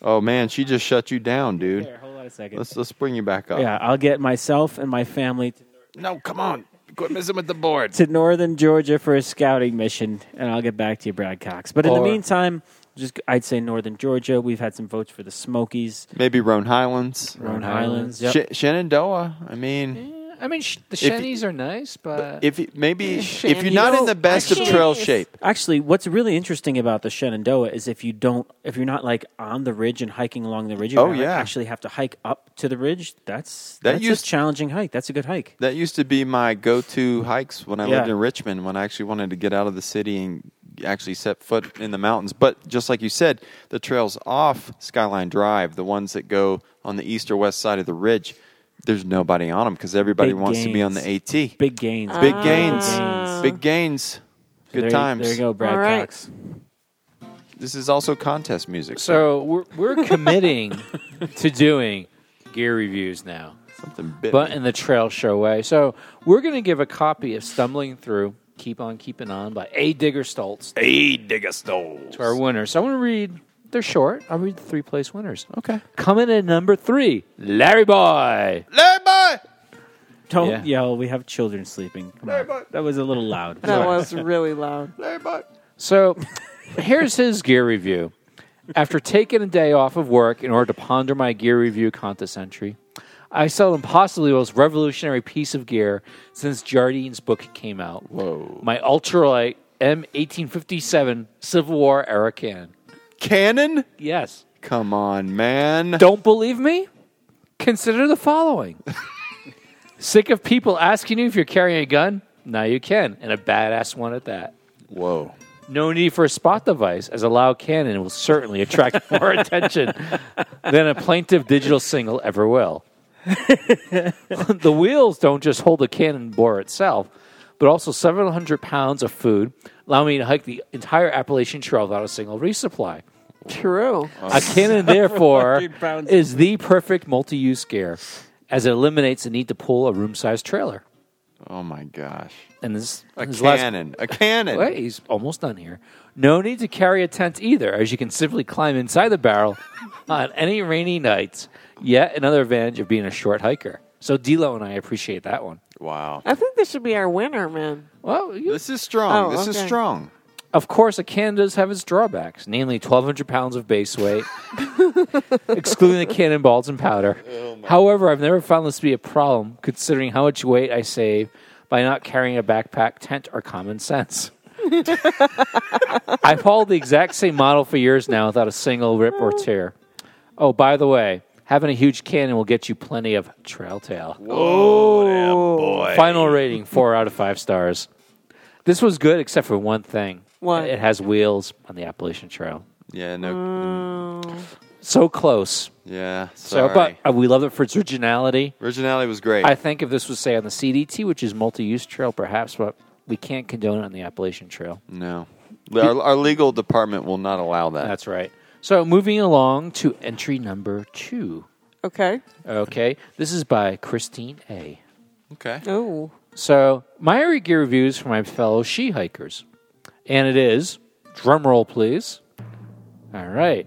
oh man, she just shut you down, dude.
here hold on a 2nd
Let's let's bring you back up.
yeah i'll get myself and my family to,
No, come on. Quit messing with the board.
to northern georgia for a scouting mission and i'll get back to you brad cox but in
Or-
the meantime just i'd say northern georgia we've had some votes for the smokies
Maybe Roan Highlands.
Roan
Rhode Islands.
Islands. Yep.
Sh- Shenandoah. I mean,
Yeah, I mean, sh- the
you-
shanties are nice, but
if you, maybe if you're not in the best of
Shanties.
trail shape,
Actually, what's really interesting about the Shenandoah is if you don't, if you're not like on the ridge and hiking along the ridge, you
Oh,
kinda, like,
yeah.
actually have to hike up to the ridge. That's
That
that's
used-
a challenging hike. That's a good hike.
that used to be my go-to hikes when I lived
Yeah.
in Richmond. When I actually wanted to get out of the city and actually set foot in the mountains. But just like you said, the trails off Skyline Drive, the ones that go on the east or west side of the ridge, there's nobody on them because everybody
Big
wants to be on the
gains.
AT.
Big gains.
Big gains.
gains.
Big gains.
So
Good
there you-
times.
There you go, Brad
All right.
Cox.
This is also contest music.
so we're we're committing to doing gear reviews now,
something bit.
but
me.
in the trail show way. So we're going to give a copy of "Stumbling Through." Keep on keeping on by A. Digger Stoltz
hey, digger stones.
to our winner. So I want to read. They're short. I'll read the three place winners.
Okay.
Coming in at number three, Larry Boy.
Larry boy.
Don't
Yeah.
yell. We have children sleeping. Come on.
but-
That was a little loud.
that was really loud.
Larry boy.
So here's his gear review. After taking a day off of work in order to ponder my gear review contest entry, I sell impossibly the most revolutionary piece of gear since Jardine's book came out. Whoa. My ultralight M1857 Civil War era cannon.
Cannon?
Yes.
Come on, man.
Don't believe me? Consider the following. Sick of people asking you if you're carrying a gun? Now you can, and a badass one at that.
Whoa.
No need for a spot device, as a loud cannon will certainly attract more attention than a plaintive digital single ever will. the wheels don't just hold the cannon bore itself, but also 700 pounds of food, allowing me to hike the entire Appalachian Trail without a single resupply.
True.
Uh.
A cannon, therefore, is the perfect multi use gear as it eliminates the need to pull a room sized trailer.
Oh my gosh.
And this,
A
his last-
cannon. A cannon.
Wait, he's almost done here. No need to carry a tent either, as you can simply climb inside the barrel on any rainy nights. Yet another advantage of being a short hiker. So D'Lo and I appreciate that one.
Wow.
I think this should be our winner, man.
Well,
this is strong.
Oh,
this is
okay.
strong.
Of course, a cannon does have its drawbacks, namely 1,200 pounds of base weight, excluding the cannonballs and powder.
Oh,
However, I've never found this to be a problem, considering how much weight I save by not carrying a backpack, tent, or common sense. I've hauled the exact same model for years now without a single rip or tear. Oh, by the way, having a huge cannon will get you plenty of trail tail.
Whoa, boy.
Final rating four out of five stars. This was good except for one thing.
What?
It has wheels on the Appalachian Trail.
Yeah, no.
Uh.
So close.
Yeah.
So,
Sorry.
but uh, we love it for its originality.
Originality was great.
I think if this was say on the CDT, which is multi-use trail, perhaps, but we can't condone it on the Appalachian Trail.
no. Our, our legal department will not allow that.
That's right. So moving along to entry number two.
Okay.
Okay, this is by Christine A.
Okay.
Oh.
So my area gear reviews for my fellow she hikers, and it is drum roll, please. All right,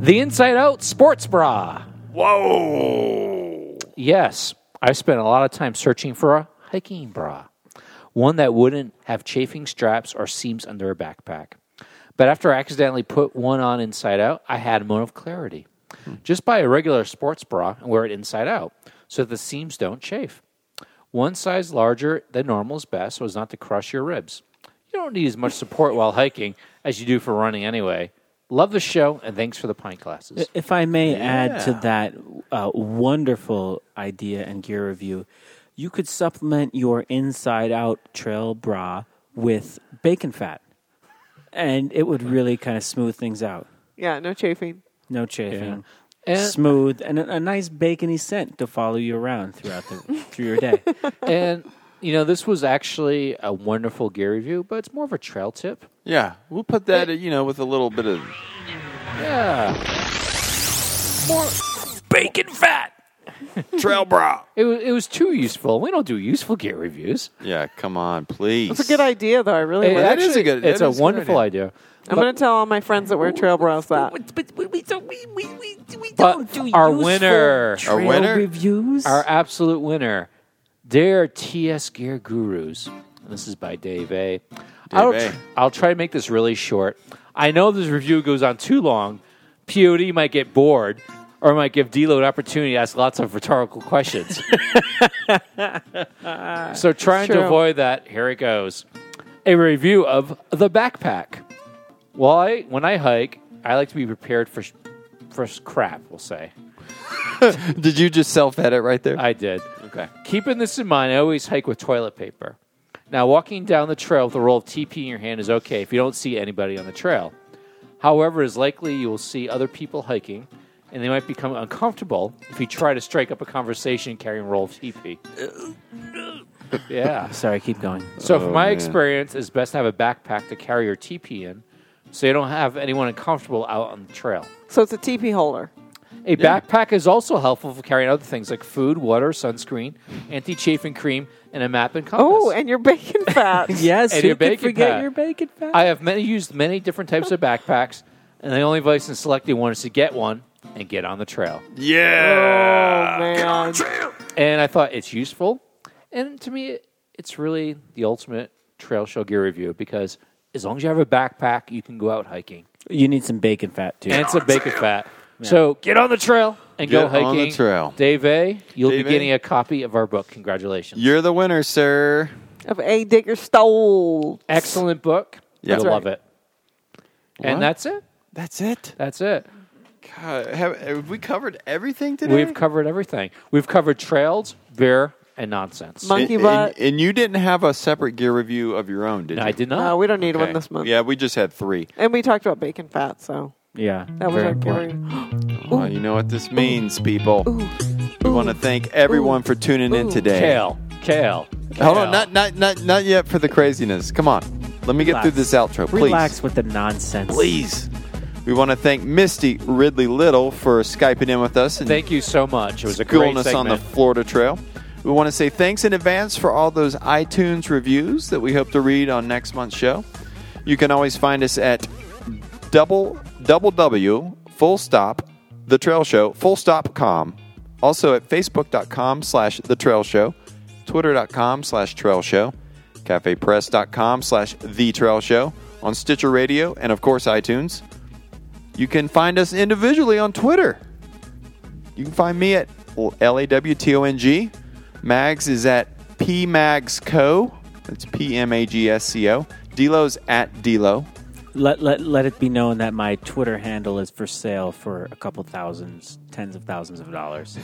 the Inside Out sports bra.
Whoa.
Yes, I spent a lot of time searching for a hiking bra, one that wouldn't have chafing straps or seams under a backpack. But after I accidentally put one on inside out, I had a moment of clarity. Just buy a regular sports bra and wear it inside out so that the seams don't chafe. One size larger than normal is best so as not to crush your ribs. You don't need as much support while hiking as you do for running anyway. Love the show and thanks for the pint glasses.
If I may add to
Yeah.
that uh, wonderful idea and gear review, you could supplement your inside out trail bra with bacon fat, and it would really kind of smooth things out.
Yeah, no chafing.
No chafing.
Yeah. And-
Smooth and a, a nice bacony scent to follow you around throughout the through your day.
and you know this was actually a wonderful gear review but it's more of a trail tip
Yeah. We'll put that, uh, you know, with a little bit of.
yeah more bacon fat
Trail bra.
it was, it was too useful we don't do useful gear reviews
Yeah, come on, please.
It's a good idea, though. I really
It
like
that
it.
is a good-
it's
that
a
is a good
wonderful idea,
I'm going to tell all my friends that wear trail bras that.
but our winner
Our
Trail
winner?
reviews.
our absolute winner they're ts gear gurus this is by dave a I'll,
A.
I'll try to make this really short i know this review goes on too long pod might get bored or might give D'Lo an opportunity to ask lots of rhetorical questions. so trying
True.
to avoid that, here it goes. A review of the backpack. Well, I, when I hike, I like to be prepared for, sh- for s- crap, we'll say.
Did you just self edit right there?
I did.
okay.
Keeping this in mind, I always hike with toilet paper. Now, walking down the trail with a roll of TP in your hand is okay if you don't see anybody on the trail. However, it is likely you will see other people hiking, and they might become uncomfortable if you try to strike up a conversation carrying a roll of TP. yeah.
Sorry, keep going.
So, from
Oh,
my
man.
experience, it's best to have a backpack to carry your TP in so you don't have anyone uncomfortable out on the trail.
So it's a teepee holder.
A backpack is also helpful for carrying other things like food, water, sunscreen, anti chafing cream, and a map and compass.
Oh, and your bacon fat.
Yes,
And
who
your
could
bacon
forget
fat.
your bacon fat?
I have many used many different types of backpacks, and the only advice in selecting one is to get one and get on the trail.
Yeah.
Oh, Man.
And I thought it's useful, and to me, it's really the ultimate trail show gear review because as long as you have a backpack, you can go out hiking,
you need some bacon fat too.
and it's a bacon fat. So get on the trail and go
Get on
hiking.
the trail.
Dave A. You'll
Dave A.
be getting a copy of our book. Congratulations.
You're the winner, sir.
of A Digger Stole.
Excellent book.
Yeah. That's
I love
right.
it. And
What?
that's it.
That's it.
That's it.
God, Uh, have, have we covered everything today?
We've covered everything. We've covered trails, beer, and nonsense.
and, And, and you didn't have a separate gear review of your own, did you?
I did not. No,
Uh, we don't need one this
month. Yeah, we just had three.
And we talked about bacon fat, so
Yeah.
that was our carry.
Well, you know what this means, people. We want to thank everyone for tuning in today.
Kale, kale.
Hold on, not, not not not yet for the craziness. Come on, let me get through this outro, please.
Relax with the nonsense.
Please. We want to thank Misty Ridley Little for skyping in with us. And
Thank you so much. It was a
schooling
great
us on the
segment.
Florida Trail. We want to say thanks in advance for all those iTunes reviews that we hope to read on next month's show. You can always find us at double double w full stop the trail show full stop com. Also at facebook.com slash the trail show, twitter.com slash trail show, cafepress.com slash the trail show, on Stitcher Radio, and of course iTunes. You can find us individually on Twitter. You can find me at L A W T O N G. Mags is at P Mags Co. That's P M A G S C O. Delo's at Delo.
Let, let let it be known that my Twitter handle is for sale for a couple thousands, tens of thousands of dollars.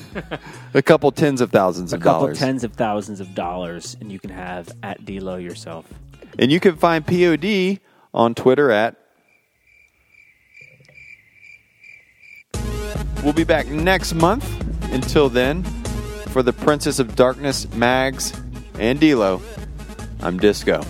A couple tens of thousands
a
of
couple
dollars.
tens of thousands of dollars, and you can have at D'Lo yourself.
and you can find POD on Twitter at. We'll be back next month. Until then, for the Princess of Darkness, Mags, and Delo, I'm Disco.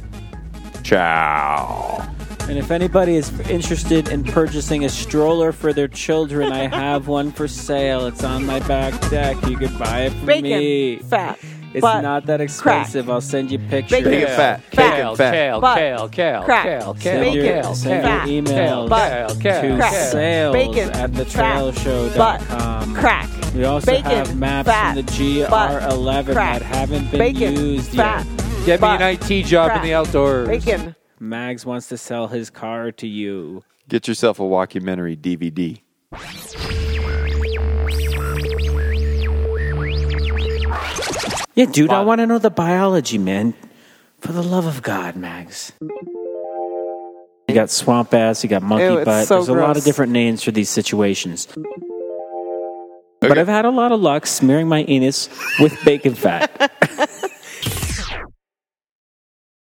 Ciao.
And if anybody is interested in purchasing a stroller for their children, I have one for sale. It's on my back deck. You could buy it from
Bacon,
me.
fat.
It's
butt,
not that expensive. I'll send you pictures.
Bacon, Bacon,
fat.
fat,
Kale, kale,
butt,
kale, kale,
crack,
kale,
Send your,
kale,
send your
kale,
emails
kale, kale,
to
kale.
sales
Bacon,
at
butt,
thetrailshow.com.
crack,
We also
bacon,
have maps
fat,
in the GR11
crack,
that haven't been
bacon,
used
fat,
yet.
Get me an IT job in the outdoors.
Bacon.
Mags wants to sell his car to you.
Get yourself a Walkumentary DVD.
Yeah, dude, I want to know the biology, man. For the love of God, Mags. You got swamp ass, you got monkey
Ew, it's
butt.
so
There's a lot
gross.
of different names for these situations. But I've had a lot of luck smearing my anus with bacon fat.